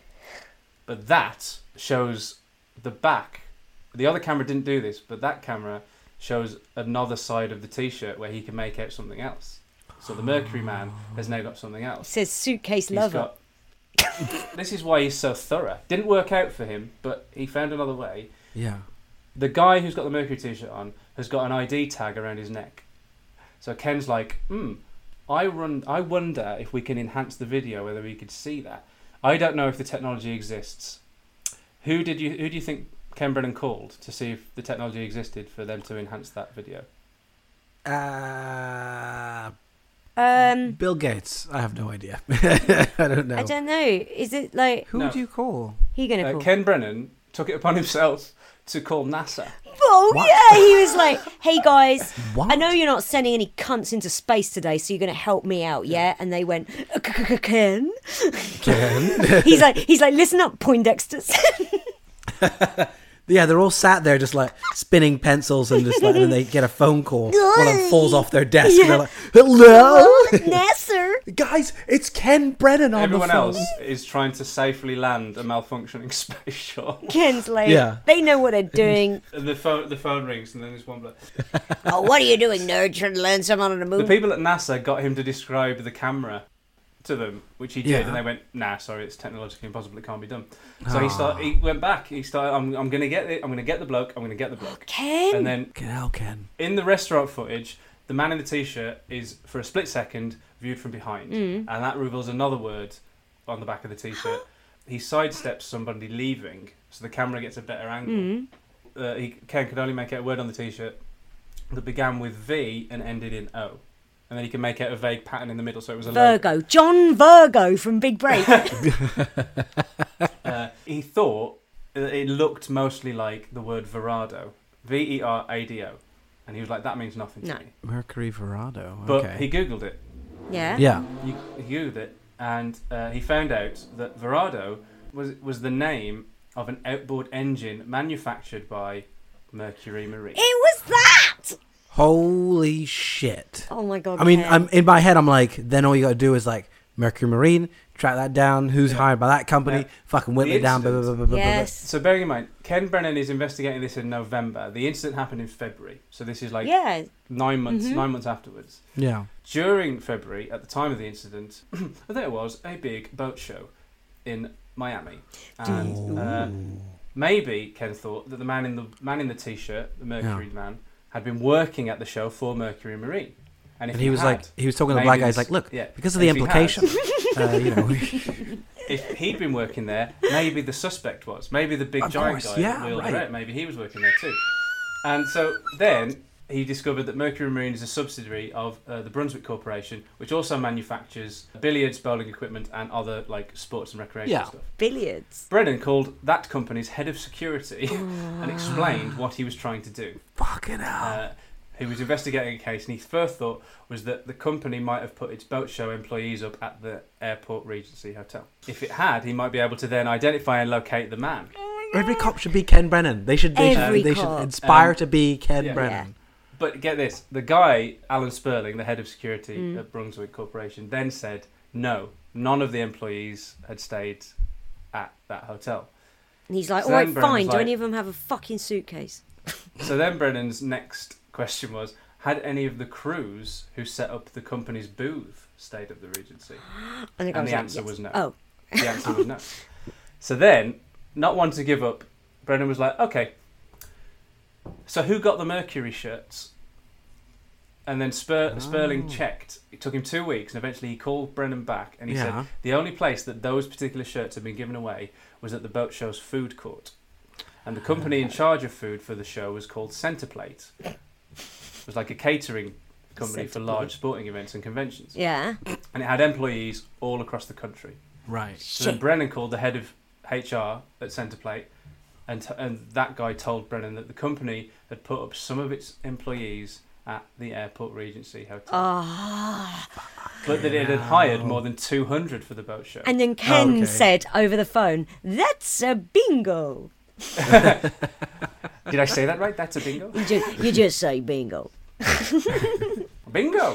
[SPEAKER 5] but that shows the back. The other camera didn't do this, but that camera shows another side of the T-shirt where he can make out something else. So the Mercury Man has now got something
[SPEAKER 4] It
[SPEAKER 5] else.
[SPEAKER 4] says suitcase
[SPEAKER 5] He's
[SPEAKER 4] lover.
[SPEAKER 5] got. this is why he's so thorough. Didn't work out for him, but he found another way.
[SPEAKER 3] Yeah.
[SPEAKER 5] The guy who's got the Mercury T-shirt on has got an ID tag around his neck. So Ken's like, hmm, I run. I wonder if we can enhance the video, whether we could see that. I don't know if the technology exists. Who did you? Who do you think Ken Brennan called to see if the technology existed for them to enhance that video?
[SPEAKER 3] Uh,
[SPEAKER 4] Um,
[SPEAKER 3] Bill Gates. I have no idea. I don't know.
[SPEAKER 4] I don't know. Is it like
[SPEAKER 3] Who
[SPEAKER 5] No.
[SPEAKER 3] do you call?
[SPEAKER 4] he gonna
[SPEAKER 5] Uh,
[SPEAKER 4] call?
[SPEAKER 5] Ken Brennan took it upon himself to call NASA.
[SPEAKER 4] Oh
[SPEAKER 3] What?
[SPEAKER 4] yeah, he was like, "Hey guys, I
[SPEAKER 3] What?
[SPEAKER 4] know you're not sending any cunts into space today, so you're gonna help me out, yeah?" And they went, "Uh, c- c- "Ken." Ken. he's like, he's like, "Listen up, Poindexters."
[SPEAKER 3] Yeah, they're all sat there just like spinning pencils and just like, and then they get a phone call. One of them falls off their desk and they're like,
[SPEAKER 4] Oh,
[SPEAKER 3] "Hello,
[SPEAKER 4] Nasser.
[SPEAKER 3] guys, it's Ken Brennan on
[SPEAKER 5] Everyone
[SPEAKER 3] the phone."
[SPEAKER 5] else is trying to safely land a malfunctioning space shuttle.
[SPEAKER 4] Ken's like,
[SPEAKER 3] Yeah.
[SPEAKER 4] they know what they're doing.
[SPEAKER 5] And the phone, the phone rings, and then there's one bloke.
[SPEAKER 4] oh, what are you doing, nerd? Trying to land someone on the
[SPEAKER 5] The
[SPEAKER 4] moon?
[SPEAKER 5] people at NASA got him to describe the camera to them, which he did,
[SPEAKER 3] Yeah.
[SPEAKER 5] and they went, "Nah, sorry, it's technologically impossible. It can't be done." So he start, he went back. He started, "I'm, I'm gonna get it. I'm gonna get the bloke. I'm gonna get the bloke."
[SPEAKER 4] Ken.
[SPEAKER 5] And then
[SPEAKER 3] Get out, Ken.
[SPEAKER 5] in the restaurant footage, the man in the t-shirt is for a split second viewed from behind, and that reveals another word on the back of the t-shirt. he sidesteps somebody leaving, so the camera gets a better angle.
[SPEAKER 4] Mm. Hmm.
[SPEAKER 5] Uh, he, Ken could only make out a word on the t-shirt that began with V and ended in O, and then he can make out a vague pattern in the middle. So it was a logo.
[SPEAKER 4] Virgo, John Virgo from Big Break.
[SPEAKER 5] Uh, he thought that it looked mostly like the word Verado, V E R A D O, and he was like, "That means nothing to
[SPEAKER 4] No.
[SPEAKER 5] me."
[SPEAKER 3] Mercury Verado.
[SPEAKER 5] But
[SPEAKER 3] okay.
[SPEAKER 5] he googled it.
[SPEAKER 4] yeah.
[SPEAKER 3] yeah.
[SPEAKER 5] You he googled it, and uh, he found out that Verado was was the name of an outboard engine manufactured by Mercury Marine.
[SPEAKER 4] It was that.
[SPEAKER 3] Holy shit.
[SPEAKER 4] Oh my god.
[SPEAKER 3] I mean,
[SPEAKER 4] Ken.
[SPEAKER 3] I'm in my head. I'm like, then all you gotta do is like Mercury Marine, track that down. Who's hired by that company?
[SPEAKER 5] Yeah.
[SPEAKER 3] Fucking whip
[SPEAKER 5] The
[SPEAKER 3] it down. Blah, blah,
[SPEAKER 5] incident.
[SPEAKER 3] blah, blah, blah, blah.
[SPEAKER 4] Yes.
[SPEAKER 5] So bearing in mind, Ken Brennan is investigating this in November. The incident happened in February, so this is like
[SPEAKER 4] Yeah.
[SPEAKER 5] nine months nine months afterwards.
[SPEAKER 3] Yeah.
[SPEAKER 5] During February, at the time of the incident, there was a big boat show in Miami, and uh, maybe Ken thought that the man in the man in the t-shirt, the Mercury man, had been working at the show for Mercury Marine, if
[SPEAKER 3] And he was
[SPEAKER 5] had,
[SPEAKER 3] like, he was talking to the
[SPEAKER 5] maybe
[SPEAKER 3] black guy.
[SPEAKER 5] this-
[SPEAKER 3] He's like, look,
[SPEAKER 5] yeah,
[SPEAKER 3] because of the
[SPEAKER 5] if he had-
[SPEAKER 3] implication, uh, you know,
[SPEAKER 5] if he'd been working there, maybe the suspect was. Maybe the big
[SPEAKER 3] Of
[SPEAKER 5] giant
[SPEAKER 3] course,
[SPEAKER 5] guy that
[SPEAKER 3] yeah,
[SPEAKER 5] wheeled
[SPEAKER 3] right.
[SPEAKER 5] her out, maybe he was working there too. And so then he discovered that Mercury Marine is a subsidiary of uh, the Brunswick Corporation, which also manufactures billiards, bowling equipment, and other like sports and recreation
[SPEAKER 3] Yeah.
[SPEAKER 5] stuff.
[SPEAKER 4] Billiards.
[SPEAKER 5] Brennan called that company's head of security and explained what he was trying to do.
[SPEAKER 3] fucking hell.
[SPEAKER 5] Uh, he was investigating a case, and his first thought was that the company might have put its boat show employees up at the airport Regency Hotel. If it had, he might be able to then identify and locate the man.
[SPEAKER 3] Every cop should be Ken Brennan. They should. They
[SPEAKER 4] Every
[SPEAKER 3] should. They should
[SPEAKER 4] cop.
[SPEAKER 3] inspire to be Ken
[SPEAKER 5] Um, yeah.
[SPEAKER 3] Brennan.
[SPEAKER 5] But get this the guy, Alan Sperling, the head of security at Brunswick Corporation, then said no, none of the employees had stayed at that hotel.
[SPEAKER 4] And he's like,
[SPEAKER 5] So
[SPEAKER 4] all right,
[SPEAKER 5] then Brennan's
[SPEAKER 4] fine. Do
[SPEAKER 5] like-
[SPEAKER 4] any of them have a fucking suitcase?
[SPEAKER 5] So then Brennan's next question was Had any of the crews who set up the company's booth stayed at the Regency?
[SPEAKER 4] And the, guy
[SPEAKER 5] And the
[SPEAKER 4] like,
[SPEAKER 5] answer was no.
[SPEAKER 4] Oh,
[SPEAKER 5] The answer was no. So then, not one to give up, Brennan was like, okay. So who got the Mercury shirts? And then Spur- Sperling checked. It took him two weeks, and eventually he called Brennan back, and he
[SPEAKER 3] Yeah.
[SPEAKER 5] said the only place that those particular shirts had been given away was at the boat show's food court, and the company in charge of food for the show was called Centerplate. It was like a catering company for large sporting events and conventions,
[SPEAKER 4] yeah.
[SPEAKER 5] and it had employees all across the country.
[SPEAKER 3] Right.
[SPEAKER 5] So then
[SPEAKER 4] Shit.
[SPEAKER 5] Brennan called the head of HR at Centreplate, and t- and that guy told Brennan that the company had put up some of its employees at the Airport Regency Hotel,
[SPEAKER 4] Oh. Ah.
[SPEAKER 5] but that it had hired more than 200 for the boat show.
[SPEAKER 4] And then Ken
[SPEAKER 3] okay.
[SPEAKER 4] said over the phone, "That's a bingo."
[SPEAKER 5] Did I say that right? That's a bingo.
[SPEAKER 4] You just, you just say bingo.
[SPEAKER 5] Bingo.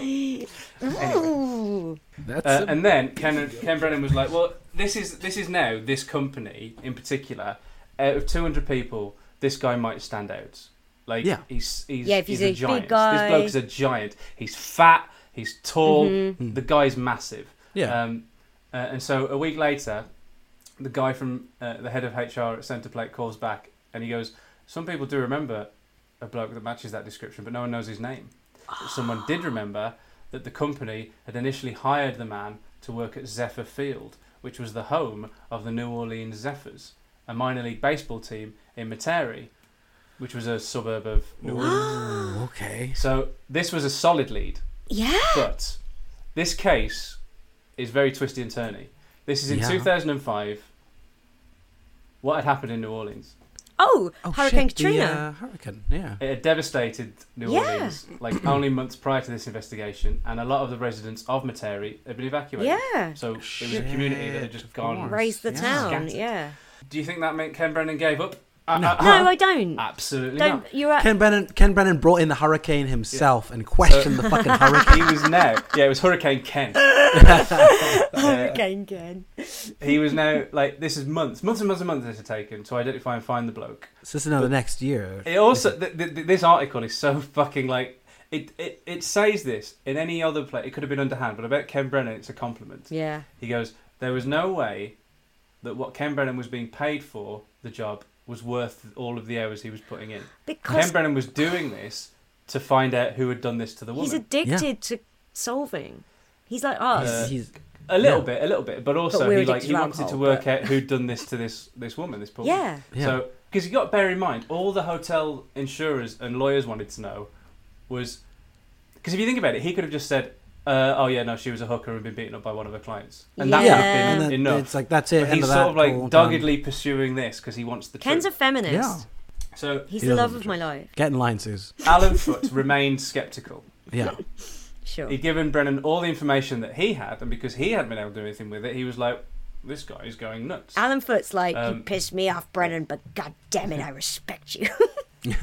[SPEAKER 4] Ooh.
[SPEAKER 3] That's
[SPEAKER 5] Uh, and then Ken, Ken Brennan was like, "Well, this is this is now this company in particular. Out of 200 people, this guy might stand out. Like,
[SPEAKER 3] Yeah.
[SPEAKER 5] he's he's,
[SPEAKER 4] Yeah, if he's
[SPEAKER 5] a,
[SPEAKER 4] a big
[SPEAKER 5] giant.
[SPEAKER 4] guy.
[SPEAKER 5] This bloke's a giant. He's fat. He's tall.
[SPEAKER 4] Mm-hmm.
[SPEAKER 5] The guy's massive.
[SPEAKER 3] Yeah.
[SPEAKER 5] Um, uh, and so a week later, the guy from uh, the head of HR at Centreplate calls back and he goes, "Some people do remember a bloke that matches that description, but no one knows his name. But someone did remember that the company had initially hired the man to work at Zephyr Field, which was the home of the New Orleans Zephyrs, a minor league baseball team in Metairie, which was a suburb of New Orleans.
[SPEAKER 3] Okay.
[SPEAKER 5] so this was a solid lead.
[SPEAKER 4] Yeah.
[SPEAKER 5] But this case is very twisty and turny. This is in
[SPEAKER 3] Yeah.
[SPEAKER 5] 2005. What had happened in New Orleans?
[SPEAKER 4] Oh,
[SPEAKER 3] Oh,
[SPEAKER 4] Hurricane
[SPEAKER 3] shit, the,
[SPEAKER 4] Katrina.
[SPEAKER 3] uh, hurricane. Yeah.
[SPEAKER 5] It had devastated New
[SPEAKER 4] Yeah.
[SPEAKER 5] Orleans like only months prior to this investigation, and a lot of the residents of Materi had been evacuated.
[SPEAKER 4] Yeah.
[SPEAKER 5] So it was a community that had just
[SPEAKER 3] Shit, of
[SPEAKER 5] gone.
[SPEAKER 3] course.
[SPEAKER 4] Raised the
[SPEAKER 3] Yeah.
[SPEAKER 4] town.
[SPEAKER 5] Scattered.
[SPEAKER 4] Yeah.
[SPEAKER 5] Do you think that meant Ken Brennan gave up? Uh, uh,
[SPEAKER 4] No,
[SPEAKER 5] uh,
[SPEAKER 4] I don't.
[SPEAKER 5] absolutely
[SPEAKER 4] Don't.
[SPEAKER 5] not.
[SPEAKER 4] You're right.
[SPEAKER 3] Ken Brennan. Ken Brennan brought in the hurricane himself and questioned the fucking hurricane.
[SPEAKER 5] He was now. Yeah, it was Hurricane Ken.
[SPEAKER 4] Hurricane Ken.
[SPEAKER 5] He was now like this is months, months and months and months this had taken to identify and find the bloke.
[SPEAKER 3] So this is now the next year.
[SPEAKER 5] It also th- th- th- this article is so fucking like it, it it says this in any other place it could have been underhand, but I bet Ken Brennan it's a compliment.
[SPEAKER 4] Yeah.
[SPEAKER 5] He goes, there was no way that what Ken Brennan was being paid for the job was worth all of the hours he was putting in.
[SPEAKER 4] Because
[SPEAKER 5] Ken Brennan was doing this to find out who had done this to the
[SPEAKER 4] he's
[SPEAKER 5] woman.
[SPEAKER 4] addicted to solving. He's like "Oh, us.
[SPEAKER 5] Uh,
[SPEAKER 3] he's
[SPEAKER 5] A little
[SPEAKER 3] Yeah.
[SPEAKER 5] bit, a little bit, but also
[SPEAKER 4] we're
[SPEAKER 5] he like
[SPEAKER 4] addicted
[SPEAKER 5] he
[SPEAKER 4] to
[SPEAKER 5] wanted to
[SPEAKER 4] alcohol,
[SPEAKER 5] work
[SPEAKER 4] but-
[SPEAKER 5] out who'd done this to this this woman, this poor
[SPEAKER 4] Yeah.
[SPEAKER 5] woman.
[SPEAKER 3] Yeah.
[SPEAKER 5] So because you got to bear in mind, all the hotel insurers and lawyers wanted to know was because if you think about it, he could have just said, uh, "Oh yeah, no, she was a hooker and been beaten up by one of her clients," and that
[SPEAKER 4] Yeah.
[SPEAKER 5] would have
[SPEAKER 3] and
[SPEAKER 5] been
[SPEAKER 3] then
[SPEAKER 5] enough.
[SPEAKER 3] It's like that's it.
[SPEAKER 5] But
[SPEAKER 3] end
[SPEAKER 5] he's
[SPEAKER 3] of that,
[SPEAKER 5] sort of like
[SPEAKER 3] all done.
[SPEAKER 5] doggedly pursuing this because he wants the
[SPEAKER 4] Ken's a
[SPEAKER 5] truth.
[SPEAKER 4] feminist.
[SPEAKER 3] Yeah.
[SPEAKER 5] so
[SPEAKER 4] He's
[SPEAKER 3] He
[SPEAKER 4] the
[SPEAKER 3] does
[SPEAKER 4] love
[SPEAKER 3] love
[SPEAKER 4] of
[SPEAKER 3] the
[SPEAKER 4] my life.
[SPEAKER 3] Get in line, Suze.
[SPEAKER 5] Alan Foote remained sceptical.
[SPEAKER 3] Yeah.
[SPEAKER 4] Sure.
[SPEAKER 5] He'd given Brennan all the information that he had, and because he hadn't been able to do anything with it, he was like, "This guy is going nuts."
[SPEAKER 4] Alan Foote's like, you
[SPEAKER 5] Um,
[SPEAKER 4] pissed me off, Brennan, but god damn it, I respect you.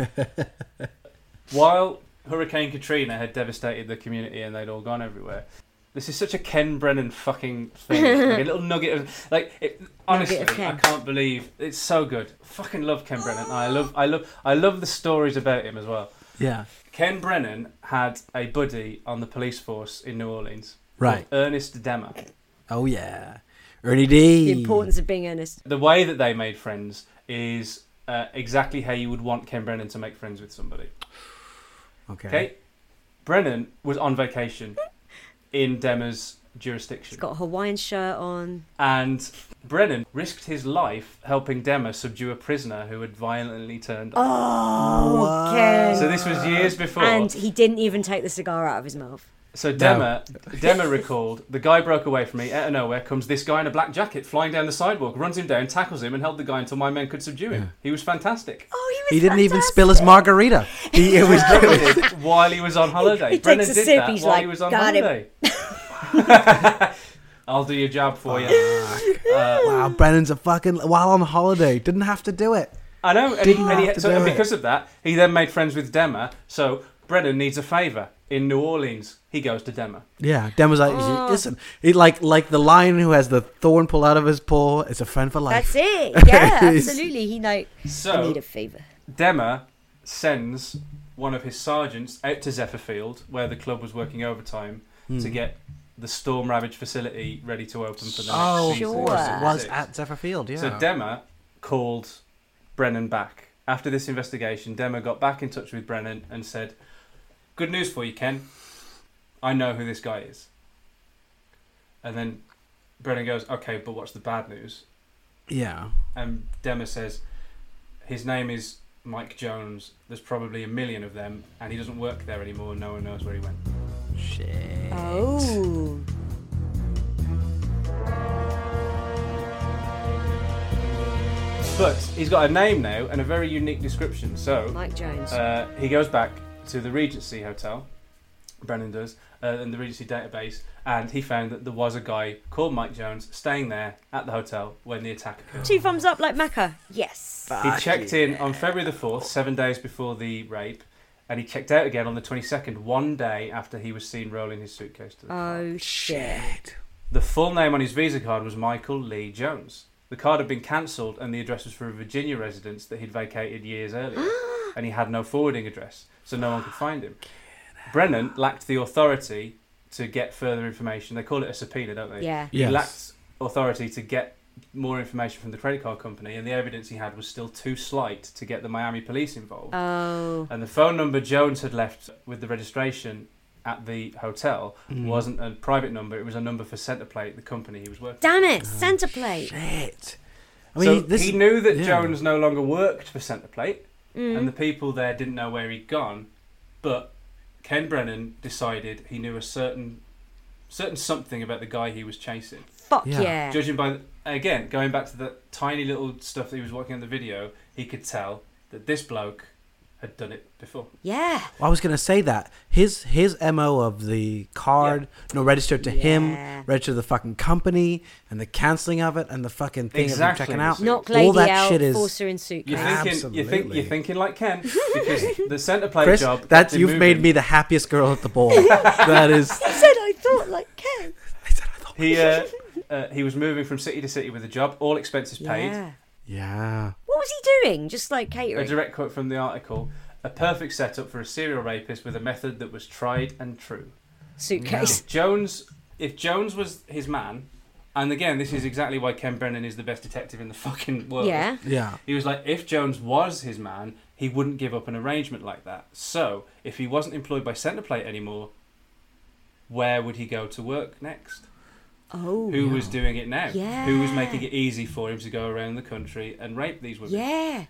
[SPEAKER 5] While Hurricane Katrina had devastated the community and they'd all gone everywhere, this is such a Ken Brennan fucking thing. It's like a little nugget of like, it, honestly,
[SPEAKER 4] of Ken.
[SPEAKER 5] I can't believe it's so good. Fucking love Ken Brennan. I love, I love, I love the stories about him as well.
[SPEAKER 3] Yeah.
[SPEAKER 5] Ken Brennan had a buddy on the police force in New Orleans.
[SPEAKER 3] Right.
[SPEAKER 5] Ernest Demmer.
[SPEAKER 3] Oh yeah. Ernie D.
[SPEAKER 4] the importance of being earnest.
[SPEAKER 5] The way that they made friends is uh, exactly how you would want Ken Brennan to make friends with somebody.
[SPEAKER 3] Okay.
[SPEAKER 5] Okay? Brennan was on vacation in Demmer's jurisdiction.
[SPEAKER 4] He's got a Hawaiian shirt on.
[SPEAKER 5] And Brennan risked his life helping Demmer subdue a prisoner who had violently turned on.
[SPEAKER 4] Oh, Ken.
[SPEAKER 5] So this was years before.
[SPEAKER 4] and he didn't even take the cigar out of his mouth.
[SPEAKER 5] So Demmer, Demmer recalled, the guy broke away from me. Out of nowhere comes this guy in a black jacket flying down the sidewalk, runs him down, tackles him, and held the guy until my men could subdue him. He was fantastic.
[SPEAKER 4] Oh,
[SPEAKER 3] He didn't even spill his margarita. He, it was
[SPEAKER 5] Brennan did while he was on holiday.
[SPEAKER 4] He takes
[SPEAKER 5] Brennan
[SPEAKER 4] a
[SPEAKER 5] did
[SPEAKER 4] sip,
[SPEAKER 5] that
[SPEAKER 4] he's
[SPEAKER 5] while
[SPEAKER 4] like,
[SPEAKER 5] he was on
[SPEAKER 4] "Got him."
[SPEAKER 5] holiday. I'll do your job for you.
[SPEAKER 3] wow. Brennan's a fucking while on holiday didn't have to do it.
[SPEAKER 5] I know, and, he,
[SPEAKER 3] Didn't
[SPEAKER 5] and, he-
[SPEAKER 3] have to
[SPEAKER 5] so, and
[SPEAKER 3] do it.
[SPEAKER 5] because of that, he then made friends with Demmer. So Brennan needs a favour in New Orleans. He goes to Demmer.
[SPEAKER 3] Yeah, Dan was like,
[SPEAKER 4] Oh.
[SPEAKER 3] listen, he like like the lion who has the thorn pulled out of his paw. It's a friend for life.
[SPEAKER 4] That's it. Yeah,
[SPEAKER 3] He's-
[SPEAKER 4] absolutely. He like I
[SPEAKER 5] So
[SPEAKER 4] need a fever.
[SPEAKER 5] Demmer sends one of his sergeants out to Zephyr Field, where the club was working overtime,
[SPEAKER 3] Hmm.
[SPEAKER 5] to get the storm ravaged facility ready to open for the next
[SPEAKER 3] Oh,
[SPEAKER 5] season.
[SPEAKER 4] Sure.
[SPEAKER 3] of course, it was
[SPEAKER 5] Six.
[SPEAKER 3] at Zephyr Field. Yeah.
[SPEAKER 5] So Demmer called Brennan back. After this investigation, Demmer got back in touch with Brennan and said, Good news for you, Ken. I know who this guy is. And then Brennan goes, Okay, but what's the bad news?
[SPEAKER 3] yeah.
[SPEAKER 5] And Demmer says, His name is Mike Jones. There's probably a million of them, and he doesn't work there anymore. No one knows where he went.
[SPEAKER 3] Shit.
[SPEAKER 4] Oh,
[SPEAKER 5] But he's got a name now and a very unique description. So,
[SPEAKER 4] Mike Jones.
[SPEAKER 5] Uh, he goes back to the Regency Hotel, Brennan does, uh, and the Regency database, and he found that there was a guy called Mike Jones staying there at the hotel when the attack occurred.
[SPEAKER 4] Two thumbs up, like Macca. Yes.
[SPEAKER 5] He checked in on February the 4th, seven days before the rape, and he checked out again on the 22nd, one day after he was seen rolling his suitcase to the car.
[SPEAKER 4] Oh shit.
[SPEAKER 5] The full name on his Visa card was Michael Lee Jones. The card had been cancelled and the address was for a Virginia residence that he'd vacated years earlier, and he had no forwarding address, so no one could find him. Brennan lacked the authority to get further information. They call it a subpoena, don't they?
[SPEAKER 4] Yeah.
[SPEAKER 5] He
[SPEAKER 3] Yes.
[SPEAKER 5] lacked authority to get more information from the credit card company, and the evidence he had was still too slight to get the Miami police involved.
[SPEAKER 4] Oh.
[SPEAKER 5] And the phone number Jones had left with the registration at the hotel
[SPEAKER 3] Hmm.
[SPEAKER 5] wasn't a private number; it was a number for Centerplate, the company he was working.
[SPEAKER 4] Damn it, center plate.
[SPEAKER 3] Oh, Shit. I
[SPEAKER 5] so
[SPEAKER 3] mean, this,
[SPEAKER 5] he knew that
[SPEAKER 3] yeah.
[SPEAKER 5] Jones no longer worked for Centerplate, and the people there didn't know where he'd gone. But Ken Brennan decided he knew a certain certain something about the guy he was chasing.
[SPEAKER 4] Fuck
[SPEAKER 3] Yeah.
[SPEAKER 4] yeah.
[SPEAKER 5] Judging by again going back to the tiny little stuff that he was watching on the video, he could tell that this bloke had done it before.
[SPEAKER 4] Yeah.
[SPEAKER 3] I was gonna say that his his mo of the card no registered to
[SPEAKER 4] Yeah.
[SPEAKER 3] him, registered to the fucking company, and the canceling of it, and the fucking thing
[SPEAKER 5] Exactly.
[SPEAKER 3] of them checking out.
[SPEAKER 4] Knock
[SPEAKER 3] all
[SPEAKER 4] lady
[SPEAKER 3] that
[SPEAKER 4] out,
[SPEAKER 3] shit is
[SPEAKER 4] force her in
[SPEAKER 5] You're
[SPEAKER 4] suitcase.
[SPEAKER 5] thinking, you think,
[SPEAKER 3] Absolutely.
[SPEAKER 5] you're thinking like Ken because the centre play
[SPEAKER 3] Chris.
[SPEAKER 5] job.
[SPEAKER 3] that's
[SPEAKER 5] they
[SPEAKER 3] you've
[SPEAKER 5] moved
[SPEAKER 3] made
[SPEAKER 5] him.
[SPEAKER 3] me the happiest girl at the ball. that is.
[SPEAKER 4] said I thought like Ken.
[SPEAKER 5] He uh, uh, he was moving from city to city with a job, all expenses paid.
[SPEAKER 4] Yeah.
[SPEAKER 3] Yeah.
[SPEAKER 4] What was he doing? Just like
[SPEAKER 5] A
[SPEAKER 4] catering.
[SPEAKER 5] direct quote from the article: "A perfect setup for a serial rapist with a method that was tried and true."
[SPEAKER 4] Suitcase.
[SPEAKER 5] Jones, if Jones was his man, and again, this is exactly why Ken Brennan is the best detective in the fucking world.
[SPEAKER 4] Yeah.
[SPEAKER 3] Yeah.
[SPEAKER 5] He was like, if Jones was his man, he wouldn't give up an arrangement like that. So, if he wasn't employed by Centerplate anymore, where would he go to work next?
[SPEAKER 4] Oh.
[SPEAKER 5] Who was doing it now?
[SPEAKER 4] Yeah.
[SPEAKER 5] Who was making it easy for him to go around the country and rape these women?
[SPEAKER 4] Yeah.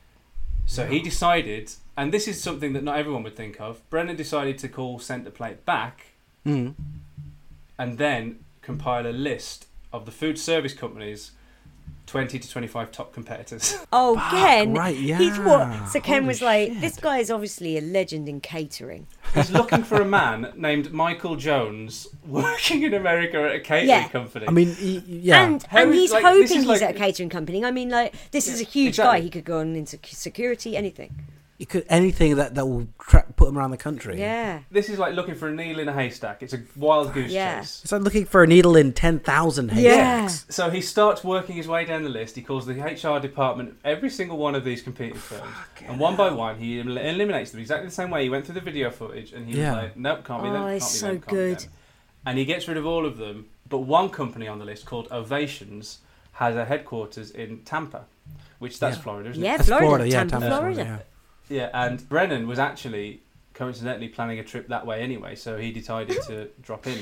[SPEAKER 5] So he decided, and this is something that not everyone would think of. Brennan decided to call Centerplate back,
[SPEAKER 4] Hmm.
[SPEAKER 5] and then compile a list of the food service companies. 20 to 25 top competitors.
[SPEAKER 4] Oh, Ken.
[SPEAKER 3] right,
[SPEAKER 4] He's what?
[SPEAKER 3] yeah.
[SPEAKER 4] So Ken
[SPEAKER 3] Holy
[SPEAKER 4] was like,
[SPEAKER 3] shit.
[SPEAKER 4] this guy is obviously a legend in catering.
[SPEAKER 5] He's looking for a man named Michael Jones working in America at a catering
[SPEAKER 4] Yeah.
[SPEAKER 5] company.
[SPEAKER 3] I mean, y- yeah.
[SPEAKER 4] And
[SPEAKER 5] How
[SPEAKER 4] and
[SPEAKER 5] is-
[SPEAKER 4] he's
[SPEAKER 5] like,
[SPEAKER 4] hoping
[SPEAKER 5] this is
[SPEAKER 4] he's
[SPEAKER 5] like-
[SPEAKER 4] at a catering company. I mean, like this is a huge
[SPEAKER 5] exactly.
[SPEAKER 4] guy. He could go on into c- security, anything.
[SPEAKER 3] you could anything that that will tra- put him around the country.
[SPEAKER 4] Yeah.
[SPEAKER 5] this is like looking for a needle in a haystack. It's a wild goose
[SPEAKER 4] Yeah.
[SPEAKER 5] chase.
[SPEAKER 3] It's like looking for a needle in ten thousand haystacks.
[SPEAKER 5] So he starts working his way down the list. He calls the HR department of every single one of these competing firms. And one by one, he el- eliminates them exactly the same way. He went through the video footage and he
[SPEAKER 3] Yeah.
[SPEAKER 5] was like, nope, can't be
[SPEAKER 4] Oh,
[SPEAKER 5] them. Can't
[SPEAKER 4] it's
[SPEAKER 5] be
[SPEAKER 4] so
[SPEAKER 5] them, can't be
[SPEAKER 4] good.
[SPEAKER 5] them." And he gets rid of all of them. But one company on the list called Ovations has a headquarters in Tampa, which that's Florida, isn't it?
[SPEAKER 4] Yeah,
[SPEAKER 3] That's
[SPEAKER 4] Florida.
[SPEAKER 3] Florida, yeah,
[SPEAKER 4] Tampa,
[SPEAKER 3] Tampa,
[SPEAKER 4] Florida.
[SPEAKER 3] Florida,
[SPEAKER 5] Yeah, and Brennan was actually coincidentally planning a trip that way anyway, so he decided to drop in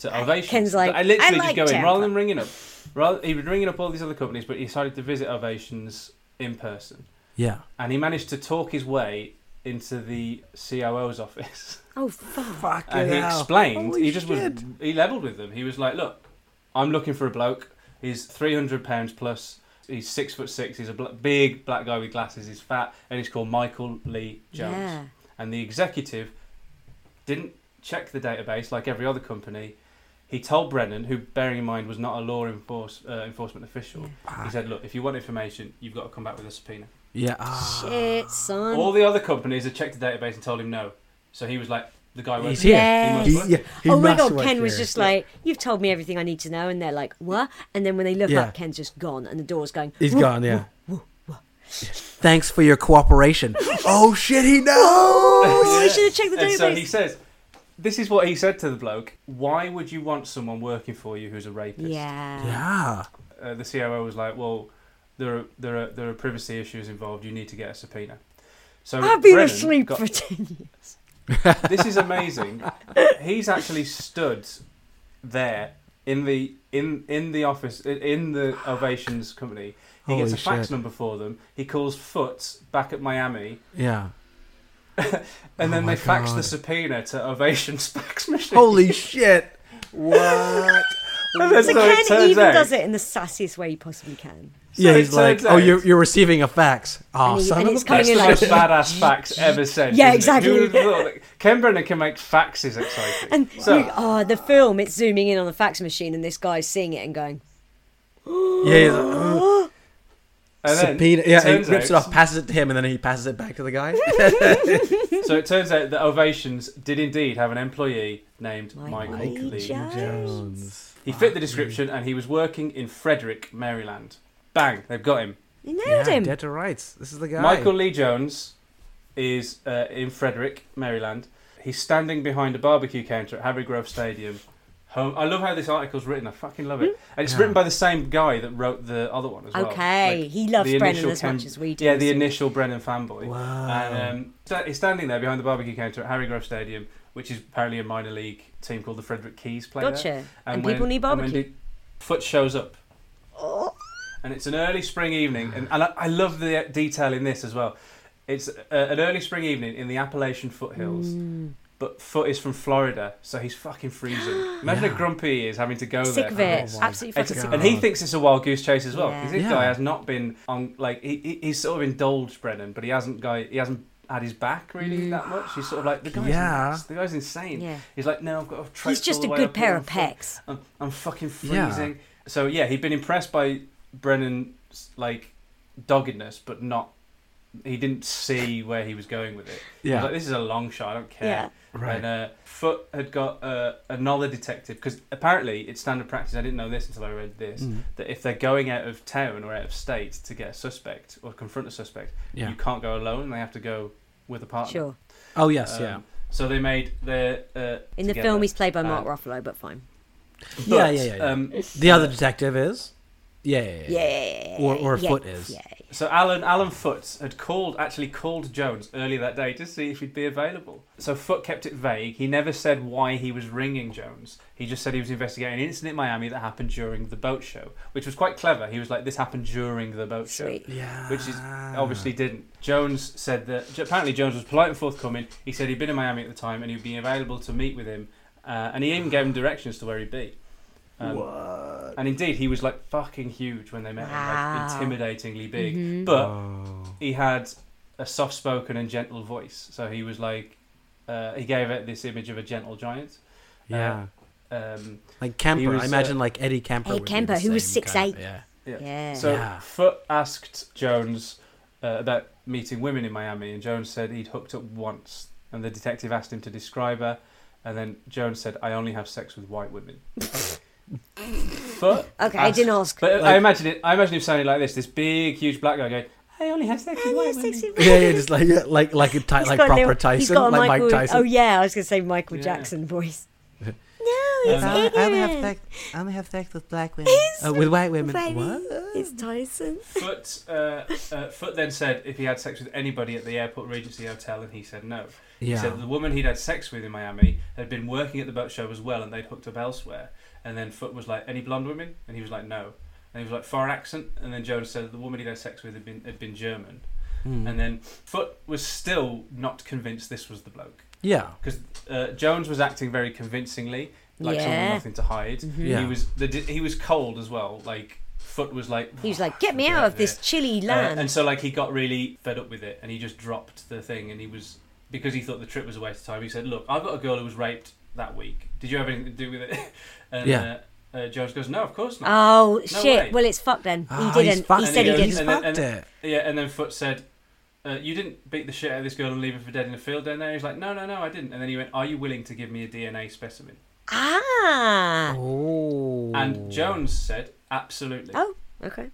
[SPEAKER 5] to Ovations.
[SPEAKER 4] Ken's like,
[SPEAKER 5] I literally
[SPEAKER 4] "I
[SPEAKER 5] just
[SPEAKER 4] like
[SPEAKER 5] go in
[SPEAKER 4] Tampa."
[SPEAKER 5] rather than ringing up. Rather, he was ringing up all these other companies, but he decided to visit Ovations in person,
[SPEAKER 3] Yeah.
[SPEAKER 5] and he managed to talk his way into the COO's office,
[SPEAKER 4] Oh fuck.
[SPEAKER 5] and he explained. he just was he leveled with them. He was like, "Look, I'm looking for a bloke. He's 300 pounds plus." He's six foot six. He's a bl- big black guy with glasses. He's fat, and he's called Michael Lee Jones
[SPEAKER 4] Yeah.
[SPEAKER 5] and the executive didn't check the database like every other company. He told Brennan, who, bearing in mind, was not a law enforce, uh, enforcement official, he said, "Look, if you want information, you've got to come back with a subpoena."
[SPEAKER 3] Yeah. Ah.
[SPEAKER 4] Shit, son.
[SPEAKER 5] All the other companies had checked the database and told him no, so he was like, "The guy
[SPEAKER 3] He's
[SPEAKER 5] was
[SPEAKER 3] here.
[SPEAKER 4] Yeah.
[SPEAKER 5] He must
[SPEAKER 3] He's-
[SPEAKER 5] work.
[SPEAKER 3] yeah, he
[SPEAKER 4] oh my
[SPEAKER 3] must
[SPEAKER 4] god,
[SPEAKER 3] work
[SPEAKER 4] Ken was
[SPEAKER 3] here.
[SPEAKER 4] just like, "You've told me everything I need to know," and they're like, "What?" And then when they look
[SPEAKER 3] Yeah.
[SPEAKER 4] up, Ken's just gone, and the door's going.
[SPEAKER 3] He's
[SPEAKER 4] "Whoop."
[SPEAKER 3] gone, yeah. Thanks for your cooperation. oh shit, he knows.
[SPEAKER 4] Oh, I should have checked the
[SPEAKER 5] And
[SPEAKER 4] database.
[SPEAKER 5] so he says, "This is what he said to the bloke: Why would you want someone working for you who's a rapist?"
[SPEAKER 4] yeah.
[SPEAKER 3] yeah.
[SPEAKER 5] uh, the COO was like, "Well, there are there are there are privacy issues involved. You need to get a subpoena." So
[SPEAKER 4] I've been
[SPEAKER 5] Brennan
[SPEAKER 4] asleep
[SPEAKER 5] got-
[SPEAKER 4] for ten years.
[SPEAKER 5] this is amazing. He's actually stood there in the in in the office in- in the ovations company. He gets
[SPEAKER 3] Holy
[SPEAKER 5] a fax
[SPEAKER 3] shit.
[SPEAKER 5] number for them. He calls Foots back at Miami,
[SPEAKER 3] Yeah.
[SPEAKER 5] and then
[SPEAKER 3] Oh my
[SPEAKER 5] they fax the
[SPEAKER 3] God.
[SPEAKER 5] subpoena to Ovations fax machine.
[SPEAKER 3] Holy shit. What?
[SPEAKER 5] and
[SPEAKER 4] So,
[SPEAKER 5] then so it
[SPEAKER 4] Ken
[SPEAKER 5] turns
[SPEAKER 4] even
[SPEAKER 5] out-
[SPEAKER 4] does it in the sassiest way he possibly can.
[SPEAKER 3] yeah,
[SPEAKER 5] it
[SPEAKER 3] he's like,
[SPEAKER 5] turns
[SPEAKER 3] "Oh,
[SPEAKER 5] out-
[SPEAKER 3] you're, you're receiving a fax." Oh,
[SPEAKER 4] And he-
[SPEAKER 3] son
[SPEAKER 4] and
[SPEAKER 3] of
[SPEAKER 4] it's
[SPEAKER 3] a
[SPEAKER 4] coming
[SPEAKER 5] That's
[SPEAKER 4] in
[SPEAKER 5] the
[SPEAKER 4] like-
[SPEAKER 5] most badass fax ever sent.
[SPEAKER 4] Yeah,
[SPEAKER 5] isn't it?
[SPEAKER 4] exactly.
[SPEAKER 5] Who would've thought that Ken Brennan can make faxes exciting.
[SPEAKER 4] And
[SPEAKER 5] So-
[SPEAKER 4] you- oh, the film, it's zooming in on the fax machine, and this guy's seeing it and going,
[SPEAKER 3] yeah, he's like, "Oh,
[SPEAKER 5] and then
[SPEAKER 3] subpoena. Yeah, he
[SPEAKER 5] turns
[SPEAKER 3] rips it
[SPEAKER 5] out-
[SPEAKER 3] off, passes it to him, and then he passes it back to the guy.
[SPEAKER 5] So it turns out that Ovations did indeed have an employee named
[SPEAKER 4] Michael
[SPEAKER 5] Michael, Lee.
[SPEAKER 4] Jones.
[SPEAKER 3] Jones.
[SPEAKER 5] He fit the description and he was working in Frederick, Maryland. Bang, they've got him.
[SPEAKER 4] "You nailed
[SPEAKER 3] Yeah,
[SPEAKER 4] him."
[SPEAKER 3] dead to rights. This is the guy.
[SPEAKER 5] Michael Lee Jones is uh, in Frederick, Maryland. He's standing behind a barbecue counter at Harry Grove Stadium. Home. I love how this article's written. I fucking love it. And
[SPEAKER 3] Hmm?
[SPEAKER 5] it's written by the same guy that wrote the other one as well.
[SPEAKER 4] Okay, he loves
[SPEAKER 5] the
[SPEAKER 4] Brennan
[SPEAKER 5] initial
[SPEAKER 4] as much as we do,
[SPEAKER 5] Yeah, the
[SPEAKER 4] so-
[SPEAKER 5] initial Brennan fanboy. Wow. And um, sta- he's standing there behind the barbecue counter at Harry Grove Stadium which is apparently a minor league team called the Frederick Keys player.
[SPEAKER 4] Gotcha. And people need barbecue. Oh.
[SPEAKER 5] Dick Foot shows up. And it's an early spring evening, and, and I, I love the detail in this as well. It's uh an early spring evening in the Appalachian foothills,
[SPEAKER 4] Mm.
[SPEAKER 5] but Foot is from Florida, so he's fucking freezing. Imagine how grumpy he is having to go
[SPEAKER 4] Sick of
[SPEAKER 5] there.
[SPEAKER 4] it.
[SPEAKER 3] Oh my
[SPEAKER 4] Absolutely
[SPEAKER 5] It's-
[SPEAKER 4] fucking sick.
[SPEAKER 5] and he thinks it's a wild goose chase as well.
[SPEAKER 4] Yeah.
[SPEAKER 5] 'cause this
[SPEAKER 3] Yeah.
[SPEAKER 5] guy has not been on like he, he, he's sort of indulged Brennan, but he hasn't guy he hasn't had his back really that much. He's sort of like the guy's
[SPEAKER 3] Yeah.
[SPEAKER 5] nuts. the guy's insane.
[SPEAKER 4] Mm. Yeah.
[SPEAKER 5] He's like no, I've got to traipse
[SPEAKER 4] He's just
[SPEAKER 5] all
[SPEAKER 4] a
[SPEAKER 5] the way
[SPEAKER 4] good
[SPEAKER 5] up here.
[SPEAKER 4] pair
[SPEAKER 5] I'm
[SPEAKER 4] of
[SPEAKER 5] fu-
[SPEAKER 4] pecs.
[SPEAKER 5] I'm, I'm fucking
[SPEAKER 3] Yeah.
[SPEAKER 5] freezing. So yeah, he'd been impressed by Brennan's like doggedness, but not he didn't see where he was going with it. He was
[SPEAKER 3] Yeah.
[SPEAKER 5] like this is a long shot. I don't care.
[SPEAKER 4] Yeah.
[SPEAKER 3] Right.
[SPEAKER 5] And uh, Foot had got uh, another detective because apparently it's standard practice. I didn't know this until I read this
[SPEAKER 3] Mm.
[SPEAKER 5] that if they're going out of town or out of state to get a suspect or confront a suspect,
[SPEAKER 3] Yeah.
[SPEAKER 5] you can't go alone. They have to go with a partner.
[SPEAKER 4] Sure.
[SPEAKER 3] Oh yes,
[SPEAKER 5] Um,
[SPEAKER 3] yeah.
[SPEAKER 5] So they made their uh,
[SPEAKER 4] In the
[SPEAKER 5] together.
[SPEAKER 4] film, he's played by Mark
[SPEAKER 5] Uh,
[SPEAKER 4] Ruffalo, but fine.
[SPEAKER 3] yeah,
[SPEAKER 5] but,
[SPEAKER 3] yeah, yeah, yeah.
[SPEAKER 5] Um,
[SPEAKER 3] the other detective is. Yeah, yeah, yeah. yeah.
[SPEAKER 4] Yeah.
[SPEAKER 3] Or- or
[SPEAKER 4] yeah,
[SPEAKER 3] Foot is.
[SPEAKER 4] Yeah.
[SPEAKER 5] So Alan Alan Foote had called actually called Jones earlier that day to see if he'd be available. So Foote kept it vague. He never said why he was ringing Jones. He just said he was investigating an incident in Miami that happened during the boat show, which was quite clever. He was like, "This happened during the boat
[SPEAKER 4] Sweet.
[SPEAKER 5] show," which is
[SPEAKER 3] Ah.
[SPEAKER 5] obviously didn't. Jones said that apparently Jones was polite and forthcoming. He said he'd been in Miami at the time and he'd be available to meet with him, uh, and he even gave him directions to where he'd be. Um, And indeed, he was like fucking huge when they met
[SPEAKER 4] Wow.
[SPEAKER 5] him, like intimidatingly big. But he had a soft spoken and gentle voice. So he was like, uh, he gave it this image of a gentle giant.
[SPEAKER 3] yeah.
[SPEAKER 5] Um,
[SPEAKER 3] Like Kemper,
[SPEAKER 5] was,
[SPEAKER 3] I
[SPEAKER 5] uh,
[SPEAKER 3] imagine like Eddie Kemper.
[SPEAKER 4] Eddie
[SPEAKER 3] would be
[SPEAKER 4] Kemper,
[SPEAKER 3] the
[SPEAKER 4] who was
[SPEAKER 3] same kind of-
[SPEAKER 4] 6'8".
[SPEAKER 3] Yeah.
[SPEAKER 5] yeah.
[SPEAKER 4] Yeah.
[SPEAKER 5] So
[SPEAKER 3] Yeah.
[SPEAKER 5] Foot asked Jones uh, about meeting women in Miami, and Jones said he'd hooked up once. And the detective asked him to describe her, and then Jones said, "I only have sex with white women." Foot.
[SPEAKER 4] Okay, I didn't ask.
[SPEAKER 5] But I imagine it. I imagine him sounding like this: this big, huge black guy going, "I only have sex with white women."
[SPEAKER 4] Sexy
[SPEAKER 3] yeah, yeah, just like yeah, like like a ty-
[SPEAKER 4] He's
[SPEAKER 3] like
[SPEAKER 4] got a
[SPEAKER 3] proper
[SPEAKER 4] little- he's
[SPEAKER 3] Tyson,
[SPEAKER 4] got a
[SPEAKER 3] like Mike
[SPEAKER 4] Michael-
[SPEAKER 3] Tyson.
[SPEAKER 4] Oh yeah, I was gonna say Michael
[SPEAKER 5] Yeah.
[SPEAKER 4] Jackson voice.
[SPEAKER 3] Um,
[SPEAKER 4] no, it's
[SPEAKER 5] I-
[SPEAKER 4] ignorant.
[SPEAKER 3] I only have sex with black women. Uh, with white women.
[SPEAKER 4] Baby,
[SPEAKER 3] What?
[SPEAKER 4] It's Tyson.
[SPEAKER 5] Foot, uh, uh, Foot then said if he had sex with anybody at the airport Regency Hotel, and he said no. He
[SPEAKER 3] Yeah.
[SPEAKER 5] said the woman he'd had sex with in Miami had been working at the boat show as well, and they'd hooked up elsewhere. And then Foot was like, "Any blonde women?" And he was like, "No." And he was like, "Foreign accent?" And then Jones said the woman he'd had sex with had been had been German.
[SPEAKER 3] Hmm. Mm.
[SPEAKER 5] And then Foot was still not convinced this was the bloke
[SPEAKER 3] Yeah.
[SPEAKER 5] because uh, Jones was acting very convincingly, like someone with
[SPEAKER 4] Yeah. Mm-hmm.
[SPEAKER 5] nothing to hide.
[SPEAKER 3] Yeah.
[SPEAKER 5] He was the, he was cold as well. Like Foot was like
[SPEAKER 4] He was like, "Get me
[SPEAKER 5] "Fuck
[SPEAKER 4] out of
[SPEAKER 5] yeah."
[SPEAKER 4] this chilly
[SPEAKER 5] Uh,
[SPEAKER 4] land."
[SPEAKER 5] and so like he got really fed up with it, and he just dropped the thing, and he was because he thought the trip was a waste of time. He said, "Look, I've got a girl who was raped that week. Did you have anything to do with it?" and
[SPEAKER 3] Yeah.
[SPEAKER 5] uh, uh, Jones goes, "No, of course not."
[SPEAKER 4] oh
[SPEAKER 5] No
[SPEAKER 4] shit!
[SPEAKER 5] way.
[SPEAKER 4] Well, it's fucked then.
[SPEAKER 3] Ah,
[SPEAKER 4] he
[SPEAKER 3] he's
[SPEAKER 4] didn't.
[SPEAKER 3] fucked
[SPEAKER 4] He said he
[SPEAKER 3] it.
[SPEAKER 5] goes-
[SPEAKER 3] He's
[SPEAKER 4] didn't.
[SPEAKER 5] and then,
[SPEAKER 3] fucked
[SPEAKER 5] and-
[SPEAKER 3] it.
[SPEAKER 5] Yeah, and then Foot said, uh, "You didn't beat the shit out of this girl and leave her for dead in a field down there." He's like, "No, no, no, I didn't." And then he went, "Are you willing to give me a DNA specimen?"
[SPEAKER 4] Ah.
[SPEAKER 3] Oh.
[SPEAKER 5] And Jones said, "Absolutely."
[SPEAKER 4] Oh. Okay.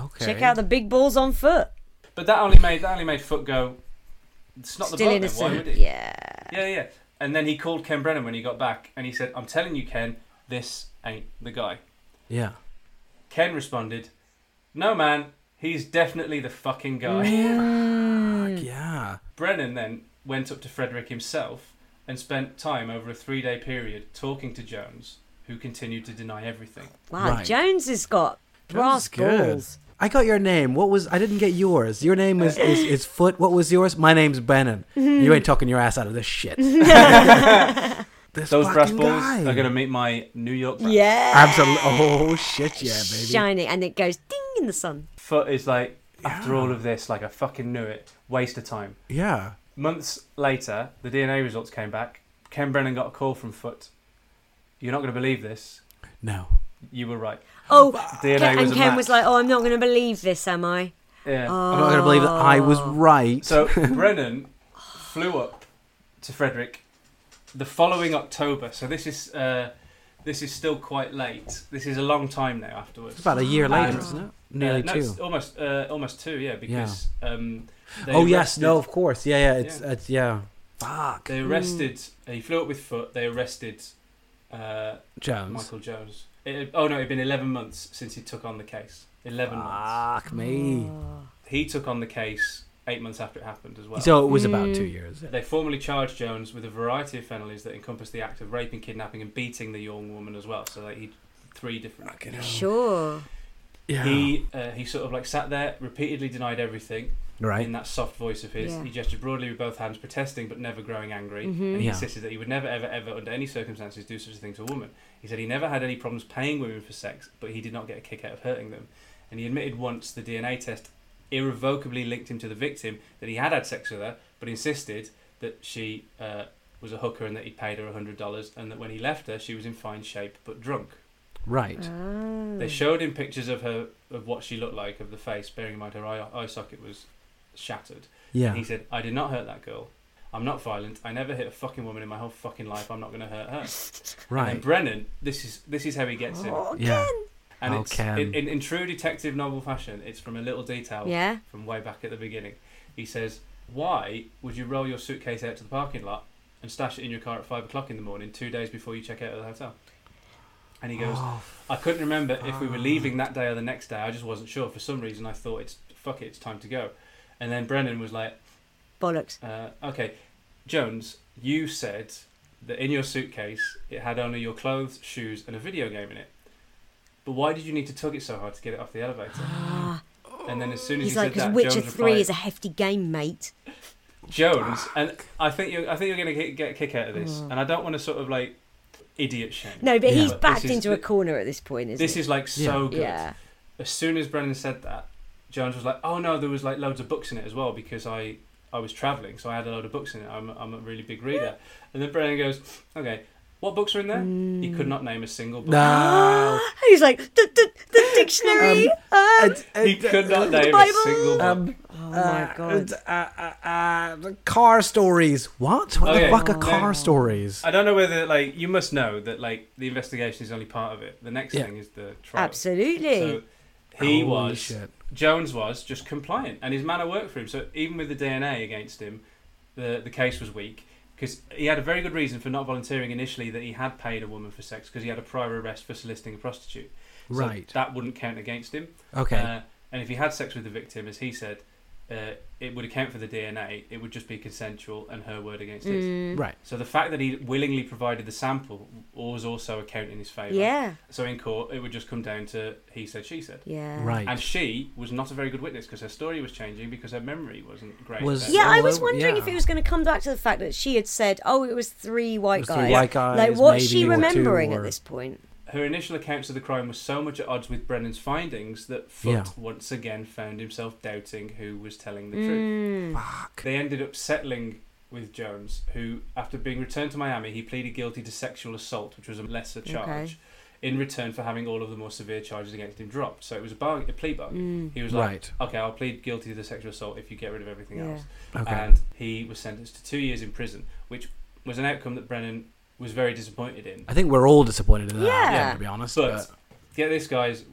[SPEAKER 3] okay.
[SPEAKER 4] Check out the big balls on foot.
[SPEAKER 5] But that only made that only made Foot go. It's not the
[SPEAKER 4] Still
[SPEAKER 5] bloke. Then. Why
[SPEAKER 4] innocent.
[SPEAKER 5] would it?
[SPEAKER 4] Yeah.
[SPEAKER 5] yeah, yeah. And then he called Ken Brennan when he got back, and he said, "I'm telling you, Ken, this ain't the guy."
[SPEAKER 3] Yeah.
[SPEAKER 5] Ken responded, "No, man, he's definitely the fucking guy."
[SPEAKER 4] Hmm.
[SPEAKER 3] Yeah.
[SPEAKER 5] Brennan then went up to Frederick himself and spent time over a three-day period talking to Jones, who continued to deny everything.
[SPEAKER 4] Wow.
[SPEAKER 3] Right.
[SPEAKER 4] Jones has got brass
[SPEAKER 3] That's good.
[SPEAKER 4] balls.
[SPEAKER 3] I got your name. What was I didn't get yours. Your name is is, is Foot. What was yours? My name's Brennan. You ain't talking your ass out of this shit. this
[SPEAKER 5] Those brass
[SPEAKER 3] fucking
[SPEAKER 5] balls
[SPEAKER 3] guy.
[SPEAKER 5] are going to meet my New York. brass.
[SPEAKER 4] Yeah.
[SPEAKER 3] Absolutely. Oh shit, yeah, baby.
[SPEAKER 4] Shining, and it goes ding in the sun.
[SPEAKER 5] Foot is like, after all of this, like I fucking knew it. Waste of time.
[SPEAKER 3] Yeah.
[SPEAKER 5] Months later, the DNA results came back. Ken Brennan got a call from Foot. You're not going to believe this.
[SPEAKER 3] No.
[SPEAKER 5] You were right.
[SPEAKER 4] Oh,
[SPEAKER 5] DNA
[SPEAKER 4] Ken,
[SPEAKER 5] was
[SPEAKER 4] and
[SPEAKER 5] a
[SPEAKER 4] Ken
[SPEAKER 5] match.
[SPEAKER 4] was like, "Oh, I'm not going to believe this, am I?"
[SPEAKER 5] Yeah.
[SPEAKER 3] I'm not gonna believe that I was right.
[SPEAKER 5] So Brennan flew up to Frederick the following October. So this is uh, this is still quite late. This is a long time now afterwards.
[SPEAKER 3] it's about a year later,
[SPEAKER 5] And,
[SPEAKER 3] isn't it?
[SPEAKER 5] uh,
[SPEAKER 3] Nearly
[SPEAKER 5] no,
[SPEAKER 3] two.
[SPEAKER 5] it's almost uh, almost two. Yeah, because um, they
[SPEAKER 3] Oh yes,
[SPEAKER 5] arrested-
[SPEAKER 3] no, of course. Yeah, yeah. It's
[SPEAKER 5] Yeah.
[SPEAKER 3] it's yeah. Fuck.
[SPEAKER 5] They arrested.
[SPEAKER 4] Mm.
[SPEAKER 5] He flew up with Foot. They arrested. Uh,
[SPEAKER 3] Jones.
[SPEAKER 5] Michael Jones. It, oh no, it'd been 11
[SPEAKER 3] Ah.
[SPEAKER 5] months since he took on the case. 11 months.
[SPEAKER 4] Oh.
[SPEAKER 3] Fuck me.
[SPEAKER 5] He took on the case eight months after it happened as well.
[SPEAKER 3] So it was about two years.
[SPEAKER 5] They formally charged Jones with a variety of felonies that encompassed the act of raping, kidnapping, and beating the young woman as well. So like, he three different.
[SPEAKER 4] Sure.
[SPEAKER 3] Yeah.
[SPEAKER 5] He uh, he sort of like sat there, repeatedly denied everything
[SPEAKER 3] right.
[SPEAKER 5] in that soft voice of his.
[SPEAKER 4] Yeah.
[SPEAKER 5] He gestured broadly with both hands, protesting but never growing angry. And he
[SPEAKER 3] Yeah.
[SPEAKER 5] insisted that he would never, ever, ever, under any circumstances, do such a thing to a woman. He said he never had any problems paying women for sex, but he did not get a kick out of hurting them. And he admitted once the DNA test irrevocably linked him to the victim that he had had sex with her, but insisted that she uh, was a hooker and that he paid her $100 and that when he left her, she was in fine shape but drunk.
[SPEAKER 3] Right.
[SPEAKER 4] Oh. Hmm.
[SPEAKER 5] They showed him pictures of her of what she looked like of the face, bearing in mind her eye, eye socket was shattered.
[SPEAKER 3] Yeah.
[SPEAKER 5] He said, "I did not hurt that girl. I'm not violent. I never hit a fucking woman in my whole fucking life. I'm not going to hurt her." And
[SPEAKER 3] Right.
[SPEAKER 5] Brennan, this is this is how he gets him.
[SPEAKER 4] Oh.
[SPEAKER 3] Yeah.
[SPEAKER 5] And
[SPEAKER 3] Oh,
[SPEAKER 5] it's
[SPEAKER 3] Ken.
[SPEAKER 5] in, in, in true detective novel fashion. It's from a little detail
[SPEAKER 4] Yeah.
[SPEAKER 5] from way back at the beginning. He says, "Why would you roll your suitcase out to the parking lot and stash it in your car at five o'clock in the morning, two days before you check out of the hotel?" And he goes,
[SPEAKER 3] Oh,
[SPEAKER 5] "I couldn't remember if we were leaving that day or the next day. I just wasn't sure. For some reason, I thought it's fuck it, it's time to go." And then Brennan was like,
[SPEAKER 4] Bollocks.
[SPEAKER 5] uh, "Okay, Jones, you said that in your suitcase it had only your clothes, shoes, and a video game in it. But why did you need to tug it so hard to get it off the elevator?" And then as soon as
[SPEAKER 4] Ah, He's
[SPEAKER 5] he
[SPEAKER 4] like,
[SPEAKER 5] said
[SPEAKER 4] because
[SPEAKER 5] that,
[SPEAKER 4] Witcher
[SPEAKER 5] Jones
[SPEAKER 4] 3
[SPEAKER 5] replied,
[SPEAKER 4] is a hefty game, mate.
[SPEAKER 5] Jones, and I think you're, I think you're going to get a kick out of this, and I don't want to sort of like idiot shame.
[SPEAKER 4] Mm. No, but
[SPEAKER 5] Yeah.
[SPEAKER 4] he's
[SPEAKER 5] this
[SPEAKER 4] backed
[SPEAKER 5] is-
[SPEAKER 4] into a corner at this point, isn't
[SPEAKER 5] This
[SPEAKER 4] he?
[SPEAKER 5] is like so good.
[SPEAKER 4] Yeah.
[SPEAKER 5] As soon as Brennan said that, Jones was like, "Oh no, there was like loads of books in it as well because I I was traveling, so I had a load of books in it. I'm I'm a really big reader." And then Brennan goes, "Okay, what books are in there?" He
[SPEAKER 4] Mm.
[SPEAKER 5] could not name a single book.
[SPEAKER 3] No.
[SPEAKER 4] He's like, the, the, the dictionary. um,
[SPEAKER 5] He could not name a
[SPEAKER 4] Bible.
[SPEAKER 5] single book.
[SPEAKER 3] Um,
[SPEAKER 4] oh my god.
[SPEAKER 3] Uh, uh, uh, car stories. What? What
[SPEAKER 5] Okay, Uh,
[SPEAKER 3] the fuck are
[SPEAKER 5] then-
[SPEAKER 3] car stories?
[SPEAKER 5] I don't know whether like you must know that like the investigation is only part of it. The next
[SPEAKER 3] Yeah.
[SPEAKER 5] thing is the trial.
[SPEAKER 4] Absolutely.
[SPEAKER 5] So he
[SPEAKER 3] Holy
[SPEAKER 5] was
[SPEAKER 3] shit.
[SPEAKER 5] Jones was just compliant, and his manner worked for him. So even with the DNA against him, the the case was weak because he had a very good reason for not volunteering initially that he had paid a woman for sex because he had a prior arrest for soliciting a prostitute. So
[SPEAKER 3] Right.
[SPEAKER 5] that wouldn't count against him.
[SPEAKER 3] Okay.
[SPEAKER 5] Uh, and if he had sex with the victim, as he said, uh, it would account for the DNA. It would just be consensual and her word against his.
[SPEAKER 3] right.
[SPEAKER 5] So the fact that he willingly provided the sample was also a count in his favour.
[SPEAKER 4] Yeah.
[SPEAKER 5] So in court, it would just come down to he said, she said.
[SPEAKER 4] Yeah.
[SPEAKER 3] Right.
[SPEAKER 5] And she was not a very good witness because her story was changing because her memory wasn't great.
[SPEAKER 3] Was-
[SPEAKER 5] then.
[SPEAKER 4] Yeah, I
[SPEAKER 3] all
[SPEAKER 4] was
[SPEAKER 3] over-
[SPEAKER 4] wondering
[SPEAKER 3] yeah.
[SPEAKER 4] if it was going to come back to the fact that she had said, "Oh, it was three white
[SPEAKER 3] It was three
[SPEAKER 4] guys."
[SPEAKER 3] white guys,
[SPEAKER 4] like, what's
[SPEAKER 3] maybe,
[SPEAKER 4] she
[SPEAKER 3] or two,
[SPEAKER 4] remembering
[SPEAKER 3] or-
[SPEAKER 4] at this point?
[SPEAKER 5] Her initial accounts of the crime were so much at odds with Brennan's findings that Foote
[SPEAKER 3] Yeah.
[SPEAKER 5] once again found himself doubting who was telling the truth.
[SPEAKER 3] Fuck.
[SPEAKER 5] They ended up settling with Jones, who, after being returned to Miami, he pleaded guilty to sexual assault, which was a lesser charge, in return for having all of the more severe charges against him dropped. So it was a, bar- a plea
[SPEAKER 4] Mm.
[SPEAKER 5] bargain. He was like,
[SPEAKER 3] Right.
[SPEAKER 5] okay, I'll plead guilty to the sexual assault if you get rid of everything
[SPEAKER 4] Yeah.
[SPEAKER 5] else.
[SPEAKER 3] Okay.
[SPEAKER 5] And he was sentenced to two years in prison, which was an outcome that Brennan was very disappointed in.
[SPEAKER 3] I think we're all disappointed in that.
[SPEAKER 4] Yeah.
[SPEAKER 3] To be honest.
[SPEAKER 5] But
[SPEAKER 3] but-
[SPEAKER 5] get this, guys.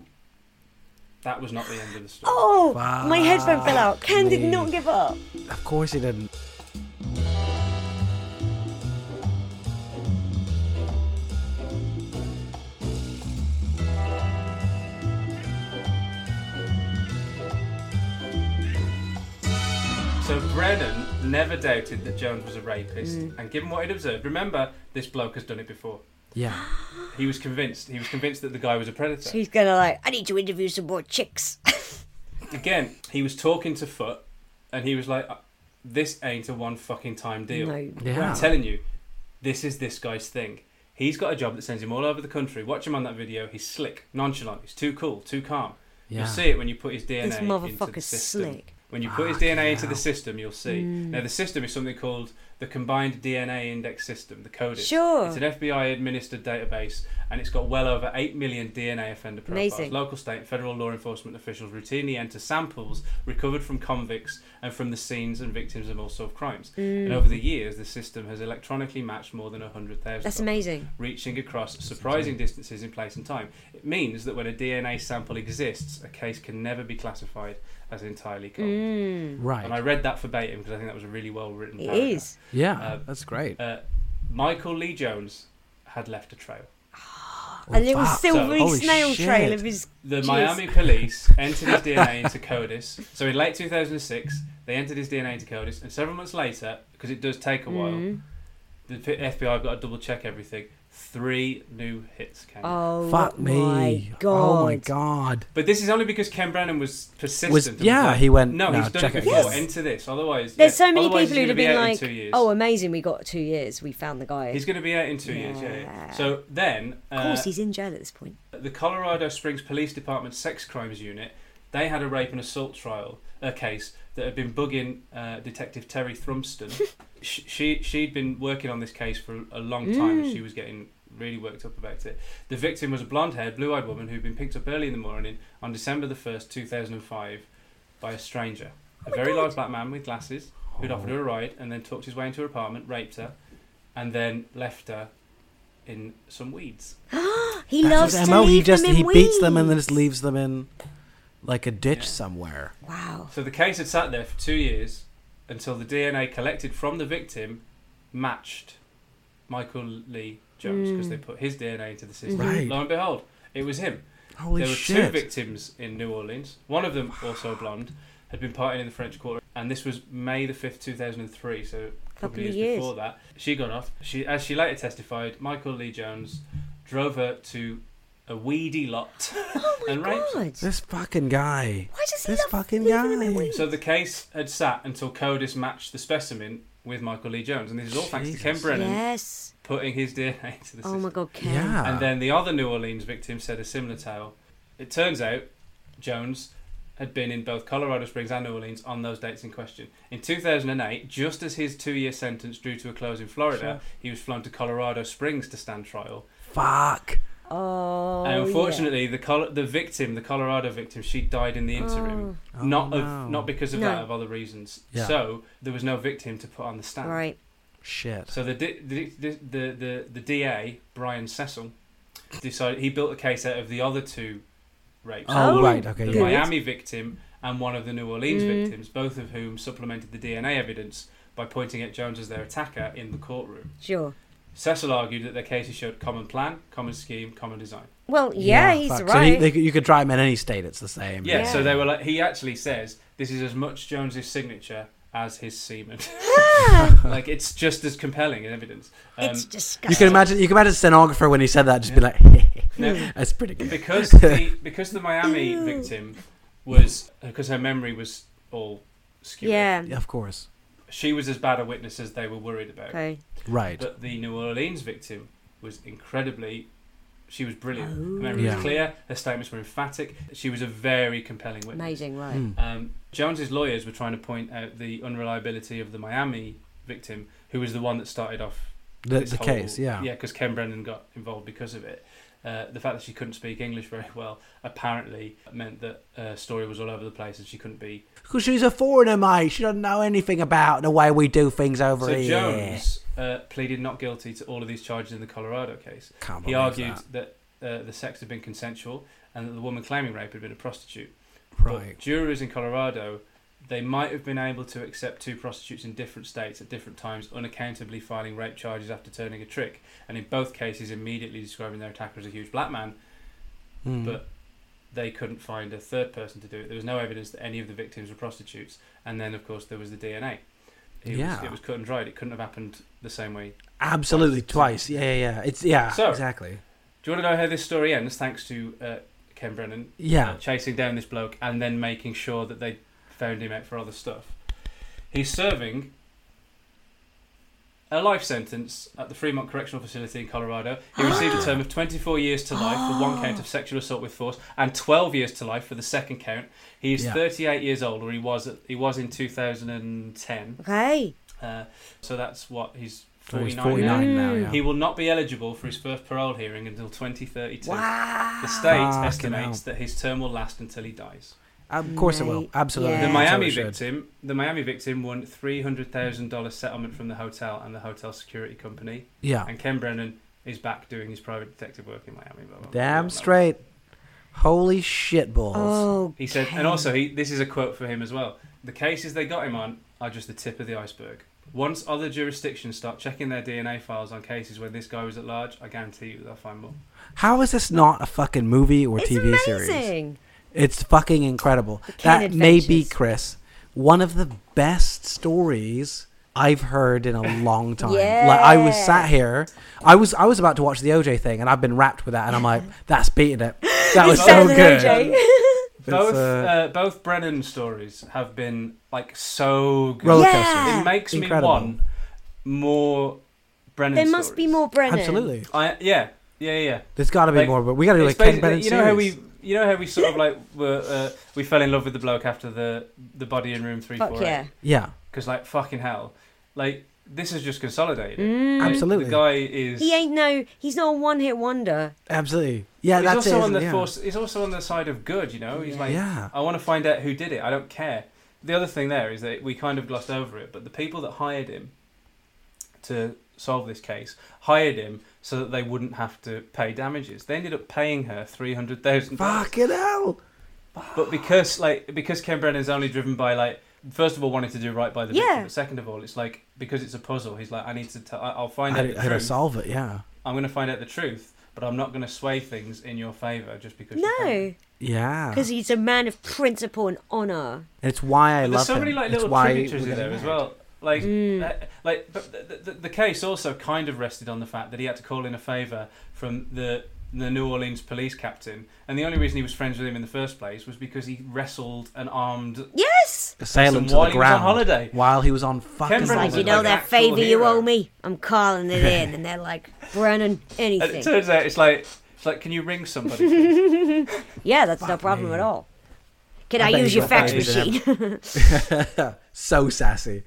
[SPEAKER 5] That was not the end of the story.
[SPEAKER 4] Oh, my headphone fell out. Ken did not
[SPEAKER 3] me.
[SPEAKER 4] give up.
[SPEAKER 3] of course he didn't.
[SPEAKER 5] So Brennan never doubted that Jones was a rapist, and given what he'd observed, remember this bloke has done it before.
[SPEAKER 3] Yeah.
[SPEAKER 5] He was convinced. He was convinced that the guy was a predator.
[SPEAKER 4] She's gonna like, I need to interview some more chicks.
[SPEAKER 5] Again, he was talking to Foot, and he was like, "Uh, "This ain't a one fucking time deal."
[SPEAKER 4] no,
[SPEAKER 3] Yeah.
[SPEAKER 5] I'm telling you, this is this guy's thing. He's got a job that sends him all over the country. Watch him on that video. He's slick, nonchalant. He's too cool, too calm.
[SPEAKER 3] Yeah.
[SPEAKER 5] You'll see it when you put his DNA
[SPEAKER 4] This
[SPEAKER 5] into the
[SPEAKER 4] motherfucker's
[SPEAKER 5] system.
[SPEAKER 4] slick. Mm.
[SPEAKER 5] When you put his DNA into the system, you'll see. Now, the system is something called the Combined DNA Index System, the CODIS.
[SPEAKER 4] Sure.
[SPEAKER 5] It's an FBI-administered database, and it's got well over 8 million DNA offender profiles.
[SPEAKER 4] Amazing.
[SPEAKER 5] Local, state, and federal law enforcement officials routinely enter samples recovered from convicts and from the scenes and victims of all sorts of crimes. And
[SPEAKER 4] Mm.
[SPEAKER 5] over the years, the system has electronically matched more than 100,000.
[SPEAKER 4] That's
[SPEAKER 5] of them,
[SPEAKER 4] amazing.
[SPEAKER 5] Reaching across surprising distances in place and time. It means that when a DNA sample exists, a case can never be classified as entirely cold. And I
[SPEAKER 3] Right.
[SPEAKER 5] read that verbatim because I think that was a really well written
[SPEAKER 4] Mm. it
[SPEAKER 5] paragraph.
[SPEAKER 4] is.
[SPEAKER 3] Yeah.
[SPEAKER 5] Uh,
[SPEAKER 3] that's great.
[SPEAKER 5] Uh, Michael Lee Jones had left a trail.
[SPEAKER 4] a little
[SPEAKER 3] Oh, fuck.
[SPEAKER 4] silvery
[SPEAKER 3] Holy
[SPEAKER 4] snail
[SPEAKER 3] shit.
[SPEAKER 4] trail of his.
[SPEAKER 5] The
[SPEAKER 4] juice.
[SPEAKER 5] Miami police entered his DNA into CODIS. So in late 2006, they entered his DNA into CODIS, and several months later, because it does take a
[SPEAKER 4] Mm.
[SPEAKER 5] while, the P- FBI got to double check everything. Three new hits came. out.
[SPEAKER 4] Oh
[SPEAKER 3] Fuck me.
[SPEAKER 4] My God.
[SPEAKER 3] Oh my god.
[SPEAKER 5] But this is only because Ken Brennan was persistent.
[SPEAKER 3] Was-
[SPEAKER 5] and
[SPEAKER 3] yeah,
[SPEAKER 5] like,
[SPEAKER 3] he went,
[SPEAKER 5] No,
[SPEAKER 3] "No,
[SPEAKER 5] he's done
[SPEAKER 3] check
[SPEAKER 5] it
[SPEAKER 3] it
[SPEAKER 5] before.
[SPEAKER 3] first."
[SPEAKER 5] Enter this. Otherwise,
[SPEAKER 4] There's
[SPEAKER 5] yeah,
[SPEAKER 4] so many
[SPEAKER 5] otherwise
[SPEAKER 4] people who'd
[SPEAKER 5] he's gonna
[SPEAKER 4] have
[SPEAKER 5] be
[SPEAKER 4] been
[SPEAKER 5] out in
[SPEAKER 4] like,
[SPEAKER 5] two years.
[SPEAKER 4] "Oh, amazing, we got two years. We found the guy."
[SPEAKER 5] He's going to be out in two years, yeah. yeah. So then,
[SPEAKER 4] of
[SPEAKER 5] uh,
[SPEAKER 4] course, he's in jail at this point.
[SPEAKER 5] the Colorado Springs Police Department Sex Crimes Unit, they had a rape and assault trial, a case that had been bugging uh, Detective Terry Thrumston. she, she she'd been working on this case for a long time, and she was getting really worked up about it. The victim was a blonde-haired, blue-eyed woman who'd been picked up early in the morning on December the first, two thousand and five, by a stranger, a very large black man with glasses, who'd offered her a ride and then talked his way into her apartment, raped her, and then left her in some weeds.
[SPEAKER 4] He
[SPEAKER 3] That's
[SPEAKER 4] loves
[SPEAKER 3] his
[SPEAKER 4] to
[SPEAKER 3] MO.
[SPEAKER 4] leave
[SPEAKER 3] He just
[SPEAKER 4] them in
[SPEAKER 3] he beats them and then
[SPEAKER 4] weeds.
[SPEAKER 3] just leaves them in like a ditch somewhere.
[SPEAKER 4] Wow.
[SPEAKER 5] So the case had sat there for two years until the DNA collected from the victim matched Michael Lee Jones because they put his DNA into the system.
[SPEAKER 3] Right.
[SPEAKER 5] Lo and behold, it was him.
[SPEAKER 3] Holy
[SPEAKER 5] there were two
[SPEAKER 3] shit.
[SPEAKER 5] victims in New Orleans. One of them, also blonde, had been partying in the French Quarter, and this was May the fifth, two thousand and three. So a couple
[SPEAKER 4] Couple
[SPEAKER 5] of
[SPEAKER 4] of
[SPEAKER 5] years,
[SPEAKER 4] years.
[SPEAKER 5] before that, she got off. She, as she later testified, Michael Lee Jones drove her to a weedy lot and raped her.
[SPEAKER 4] Oh God.
[SPEAKER 3] This fucking guy.
[SPEAKER 4] Why does he
[SPEAKER 3] this
[SPEAKER 4] love
[SPEAKER 3] fucking
[SPEAKER 4] leaving them in
[SPEAKER 3] guy.
[SPEAKER 4] weeds?
[SPEAKER 5] So the case had sat until CODIS matched the specimen with Michael Lee Jones, and this is all thanks to Ken
[SPEAKER 3] Jesus.
[SPEAKER 5] Brennan
[SPEAKER 4] Yes.
[SPEAKER 5] putting his DNA into the
[SPEAKER 4] Oh
[SPEAKER 5] system.
[SPEAKER 4] my God, Ken.
[SPEAKER 3] Yeah.
[SPEAKER 5] And then the other New Orleans victim said a similar tale. It turns out Jones had been in both Colorado Springs and New Orleans on those dates in question. In 2008, just as his two-year sentence drew to a close in Florida, he was flown to Colorado Springs to stand trial.
[SPEAKER 3] Fuck.
[SPEAKER 4] Oh.
[SPEAKER 5] and
[SPEAKER 4] yeah.
[SPEAKER 5] unfortunately, the Col- the victim, the Colorado victim, she died in the interim, not of not because of
[SPEAKER 4] Oh. No.
[SPEAKER 5] that, of other reasons.
[SPEAKER 3] Oh, Yeah.
[SPEAKER 5] So there was no victim to put on the stand.
[SPEAKER 4] Right.
[SPEAKER 3] Shit.
[SPEAKER 5] So the di- the, the the the the DA Brian Cecil decided he built a case out of the other two rapes,
[SPEAKER 3] Oh,
[SPEAKER 4] Oh,
[SPEAKER 3] right, okay.
[SPEAKER 5] the
[SPEAKER 3] yeah.
[SPEAKER 5] Miami victim and one of the New Orleans
[SPEAKER 4] Mm.
[SPEAKER 5] victims, both of whom supplemented the DNA evidence by pointing at Jones as their attacker in the courtroom.
[SPEAKER 4] Sure.
[SPEAKER 5] Cecil argued that their cases showed common plan, common scheme, common design.
[SPEAKER 4] Well, yeah, he's
[SPEAKER 3] fuck. So he,
[SPEAKER 4] right.
[SPEAKER 3] they, could- you could try him in any state, it's the same.
[SPEAKER 5] Yeah, so
[SPEAKER 4] Yeah.
[SPEAKER 5] they were like, he actually says this is as much Jones's signature as his semen. like it's just as compelling in evidence. Um,
[SPEAKER 4] it's disgusting.
[SPEAKER 3] You can imagine you can imagine the stenographer when he said that just be like
[SPEAKER 5] No.
[SPEAKER 3] that's pretty good.
[SPEAKER 5] because the because the Miami victim was because her memory was all skewed.
[SPEAKER 4] Yeah.
[SPEAKER 3] Yeah, of course.
[SPEAKER 5] she was as bad a witness as they were worried about.
[SPEAKER 4] Okay.
[SPEAKER 3] Right.
[SPEAKER 5] But the New Orleans victim was incredibly. She was brilliant. Her memory
[SPEAKER 3] Yeah.
[SPEAKER 5] was clear. Her statements were emphatic. She was a very compelling witness.
[SPEAKER 4] Amazing, right?
[SPEAKER 3] Hmm.
[SPEAKER 5] Um, Jones's lawyers were trying to point out the unreliability of the Miami victim, who was the one that started off
[SPEAKER 3] The-
[SPEAKER 5] this
[SPEAKER 3] the
[SPEAKER 5] whole-
[SPEAKER 3] case, yeah.
[SPEAKER 5] yeah, because Ken Brennan got involved because of it. Uh, the fact that she couldn't speak English very well apparently meant that her story was all over the place and she couldn't be.
[SPEAKER 3] Because she's a foreigner, mate. She doesn't know anything about the way we do things over
[SPEAKER 5] So
[SPEAKER 3] here.
[SPEAKER 5] Jones uh, pleaded not guilty to all of these charges in the Colorado case.
[SPEAKER 3] Can't
[SPEAKER 5] he
[SPEAKER 3] believe
[SPEAKER 5] argued that, uh, the sex had been consensual and that the woman claiming rape had been a prostitute.
[SPEAKER 3] Right.
[SPEAKER 5] But jurors in Colorado, they might have been able to accept two prostitutes in different states at different times, unaccountably filing rape charges after turning a trick, and in both cases, immediately describing their attacker as a huge black man.
[SPEAKER 3] Hmm.
[SPEAKER 5] But they couldn't find a third person to do it. There was no evidence that any of the victims were prostitutes, and then, of course, there was the DNA. It
[SPEAKER 3] Yeah.
[SPEAKER 5] was, it was cut and dried. It couldn't have happened the same way.
[SPEAKER 3] Absolutely twice. Yeah, yeah, yeah. It's yeah,
[SPEAKER 5] So-
[SPEAKER 3] exactly.
[SPEAKER 5] Do you want to know how this story ends? Thanks to uh, Ken Brennan,
[SPEAKER 3] Yeah.
[SPEAKER 5] uh, chasing down this bloke and then making sure that they found him out for other stuff. He's serving a life sentence at the Fremont Correctional Facility in Colorado. He received a term of 24 years to life for one count of sexual assault with force and 12 years to life for the second count. He is
[SPEAKER 3] Yeah.
[SPEAKER 5] 38 years old, or he was at, he was in 2010.
[SPEAKER 4] Okay.
[SPEAKER 5] Uh, so that's what he's
[SPEAKER 3] So he's
[SPEAKER 5] 49, now.
[SPEAKER 3] 49 now, yeah.
[SPEAKER 5] He will not be eligible for his first parole hearing until 2032.
[SPEAKER 4] Wow.
[SPEAKER 5] The state
[SPEAKER 3] Ah, Fucking
[SPEAKER 5] estimates that his term will last until he dies.
[SPEAKER 3] Of course it will.
[SPEAKER 4] Mate,
[SPEAKER 3] Absolutely.
[SPEAKER 4] yeah.
[SPEAKER 5] The
[SPEAKER 3] That's how
[SPEAKER 5] Miami
[SPEAKER 3] it should.
[SPEAKER 5] victim, the Miami victim won three hundred thousand dollars settlement from the hotel and the hotel security company.
[SPEAKER 3] Yeah.
[SPEAKER 5] And Ken Brennan is back doing his private detective work in Miami. blah, blah, blah,
[SPEAKER 3] Damn
[SPEAKER 5] blah.
[SPEAKER 3] straight. Holy shit balls.
[SPEAKER 4] Oh.
[SPEAKER 5] He said, and also he, this is a quote for him as well. The cases they got him on are just the tip of the iceberg. Once other jurisdictions start checking their DNA files on cases where this guy was at large, I guarantee you they'll find more.
[SPEAKER 3] How is this not a fucking movie or
[SPEAKER 4] It's
[SPEAKER 3] TV series?
[SPEAKER 4] amazing.
[SPEAKER 3] It's fucking incredible.
[SPEAKER 4] Ken
[SPEAKER 3] That may be,
[SPEAKER 4] Adventures.
[SPEAKER 3] Chris, one of the best stories I've heard in a long time.
[SPEAKER 4] Yeah.
[SPEAKER 3] Like I was sat here, I was I was about to watch the OJ thing, and I've been wrapped with that, and I'm like, that's beating it. That was so
[SPEAKER 4] Better than
[SPEAKER 3] good.
[SPEAKER 4] OJ.
[SPEAKER 5] Both
[SPEAKER 3] uh,
[SPEAKER 5] uh, both Brennan stories have been like so good.
[SPEAKER 3] Roller
[SPEAKER 4] Yeah.
[SPEAKER 3] coaster.
[SPEAKER 4] Yeah.
[SPEAKER 5] It makes
[SPEAKER 3] Incredible.
[SPEAKER 5] me want more Brennan.
[SPEAKER 4] There must be
[SPEAKER 5] stories.
[SPEAKER 4] more Brennan.
[SPEAKER 3] Absolutely.
[SPEAKER 5] I yeah yeah yeah.
[SPEAKER 3] There's got to be
[SPEAKER 5] Like,
[SPEAKER 3] more, but we got to do like
[SPEAKER 5] It's
[SPEAKER 3] Ken
[SPEAKER 5] basically-
[SPEAKER 3] Bennett
[SPEAKER 5] you know how
[SPEAKER 3] series.
[SPEAKER 5] we you know how we sort of like were uh, we fell in love with the bloke after the the body in room three
[SPEAKER 4] Fuck yeah.
[SPEAKER 3] Yeah.
[SPEAKER 5] because like fucking hell like this is just consolidated Like,
[SPEAKER 3] Absolutely.
[SPEAKER 5] the guy is
[SPEAKER 4] Mm. He ain't no. He's not a one-hit wonder.
[SPEAKER 3] Absolutely. Yeah,
[SPEAKER 5] he's
[SPEAKER 3] that's
[SPEAKER 5] also
[SPEAKER 3] it.
[SPEAKER 5] on
[SPEAKER 3] isn't
[SPEAKER 5] the
[SPEAKER 3] it? yeah.
[SPEAKER 5] force he's also on the side of good you know he's like
[SPEAKER 3] Yeah.
[SPEAKER 5] I want to find out who did it I don't care the other thing there is that we kind of glossed over it but the people that hired him to solve this case hired him so that they wouldn't have to pay damages they ended up paying her 300,000
[SPEAKER 3] Fucking hell.
[SPEAKER 5] But because like because Ken Brennan's only driven by like first of all wanting to do right by the
[SPEAKER 4] Yeah.
[SPEAKER 5] victim, but second of all it's like because it's a puzzle. He's like I need to tell. I- I'll find
[SPEAKER 3] How
[SPEAKER 5] out
[SPEAKER 3] to,
[SPEAKER 5] the
[SPEAKER 3] how to
[SPEAKER 5] truth.
[SPEAKER 3] solve it? Yeah.
[SPEAKER 5] I'm going to find out the truth, but I'm not going to sway things in your favor just because. you
[SPEAKER 4] No,
[SPEAKER 5] can.
[SPEAKER 3] Yeah.
[SPEAKER 4] because he's a man of principle and honor.
[SPEAKER 3] It's why I love
[SPEAKER 5] There's so many
[SPEAKER 3] him.
[SPEAKER 5] like
[SPEAKER 3] It's
[SPEAKER 5] little
[SPEAKER 3] why
[SPEAKER 5] tributaries
[SPEAKER 3] we're
[SPEAKER 5] in there
[SPEAKER 3] getting
[SPEAKER 5] as well. Like,
[SPEAKER 4] Mm.
[SPEAKER 5] uh, like, but the, the, the case also kind of rested on the fact that he had to call in a favor from the the New Orleans police captain, and the only reason he was friends with him in the first place was because he wrestled an armed
[SPEAKER 4] Yes.
[SPEAKER 3] assailant
[SPEAKER 5] Some
[SPEAKER 3] to the
[SPEAKER 5] while he was on
[SPEAKER 3] ground
[SPEAKER 5] holiday.
[SPEAKER 3] while he was on fucking
[SPEAKER 5] Ken Brennan's
[SPEAKER 4] Like
[SPEAKER 5] Sounds
[SPEAKER 4] you
[SPEAKER 5] like
[SPEAKER 4] know
[SPEAKER 5] an
[SPEAKER 4] that
[SPEAKER 5] actual
[SPEAKER 4] favor you
[SPEAKER 5] hero.
[SPEAKER 4] owe me. I'm calling it in, and they're like, Brennan,
[SPEAKER 5] And it
[SPEAKER 4] anything.
[SPEAKER 5] uh, turns out it's like it's like, can you ring somebody? please?
[SPEAKER 4] Yeah, that's no problem at all. Can I,
[SPEAKER 3] bet
[SPEAKER 4] use
[SPEAKER 3] he's
[SPEAKER 4] your
[SPEAKER 3] got
[SPEAKER 4] fax
[SPEAKER 3] favors in
[SPEAKER 4] machine?
[SPEAKER 3] so sassy.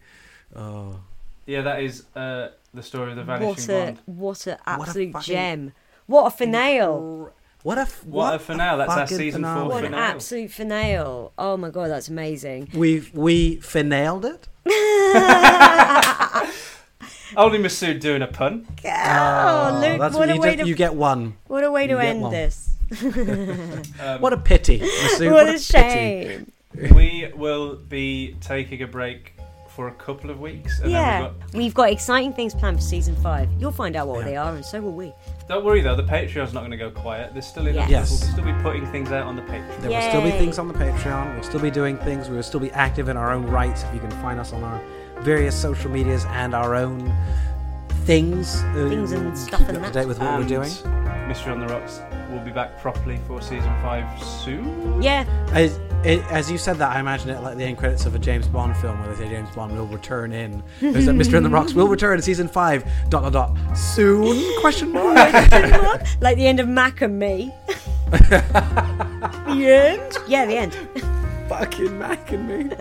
[SPEAKER 5] yeah, that is uh, the story of the vanishing
[SPEAKER 4] what a
[SPEAKER 5] blonde.
[SPEAKER 4] what a absolute
[SPEAKER 3] fucking-
[SPEAKER 4] gem. What a finale.
[SPEAKER 3] What a f-
[SPEAKER 5] What a finale. That's our
[SPEAKER 3] fucking
[SPEAKER 5] season four
[SPEAKER 3] Oh, finale.
[SPEAKER 4] What an
[SPEAKER 5] finale.
[SPEAKER 4] absolute finale. Oh my god, that's amazing.
[SPEAKER 3] We we finailed it.
[SPEAKER 5] Only Masood doing a pun.
[SPEAKER 4] Oh, Luke,
[SPEAKER 3] That's
[SPEAKER 4] what,
[SPEAKER 3] what
[SPEAKER 4] a
[SPEAKER 3] you,
[SPEAKER 4] way
[SPEAKER 3] did-
[SPEAKER 4] to
[SPEAKER 3] you get one.
[SPEAKER 4] what a way to
[SPEAKER 3] you get
[SPEAKER 4] end
[SPEAKER 3] one.
[SPEAKER 4] this.
[SPEAKER 5] Um,
[SPEAKER 3] What a pity. Masood,
[SPEAKER 4] What, a
[SPEAKER 3] pity.
[SPEAKER 4] shame.
[SPEAKER 5] We will be taking a break for a couple of weeks. And
[SPEAKER 4] Yeah,
[SPEAKER 5] Then we've
[SPEAKER 4] we've got exciting things planned for season five. You'll find out what they are, and so will we.
[SPEAKER 5] got, don't worry though, the Patreon's not going to go quiet. There's still enough.
[SPEAKER 3] Yes.
[SPEAKER 4] Yes.
[SPEAKER 5] We'll still be putting things out on the Patreon.
[SPEAKER 3] There will still be
[SPEAKER 4] Yay.
[SPEAKER 3] things on the Patreon. We'll still be doing things. We will still be active in our own rights. If you can find us on our various social medias and our own things, uh,
[SPEAKER 4] Things and stuff
[SPEAKER 3] keep
[SPEAKER 4] and
[SPEAKER 3] up to
[SPEAKER 4] that.
[SPEAKER 3] date with what
[SPEAKER 5] and
[SPEAKER 3] we're doing.
[SPEAKER 5] Mystery on the Rocks will be back properly for season five soon.
[SPEAKER 4] Yeah,
[SPEAKER 3] As, it, as you said that, I imagine it like the end credits of a James Bond film where they say James Bond will return in. There's that Mr. in the Rocks will return in season five. Dot dot dot. Soon? Question mark.
[SPEAKER 4] like the end of Mac and Me. the end? Yeah, the end.
[SPEAKER 3] Fucking Mac and me.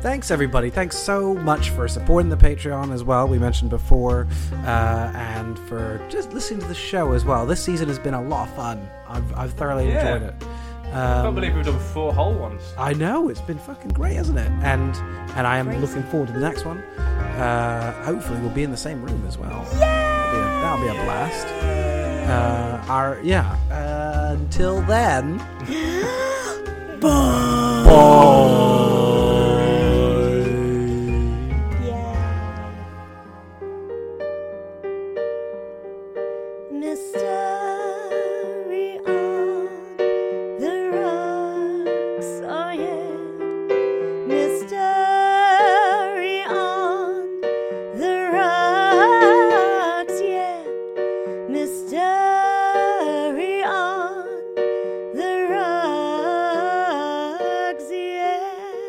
[SPEAKER 3] Thanks everybody. Thanks so much for supporting the Patreon as well. We mentioned before, uh, and for just listening to the show as well. This season has been a lot of fun. I've, I've thoroughly
[SPEAKER 5] Yeah.
[SPEAKER 3] enjoyed it.
[SPEAKER 5] I can't believe we've done four whole ones.
[SPEAKER 3] I know it's been fucking great, hasn't it? And and I am looking forward to the next one. Uh, hopefully, we'll be in the same room as well. That'll be a, that'll be a blast. Uh, our yeah. Uh, until then. Bye.
[SPEAKER 4] Mystery on the rocks, oh yeah. Mystery on the rocks, yeah. Mystery on the rocks, yeah.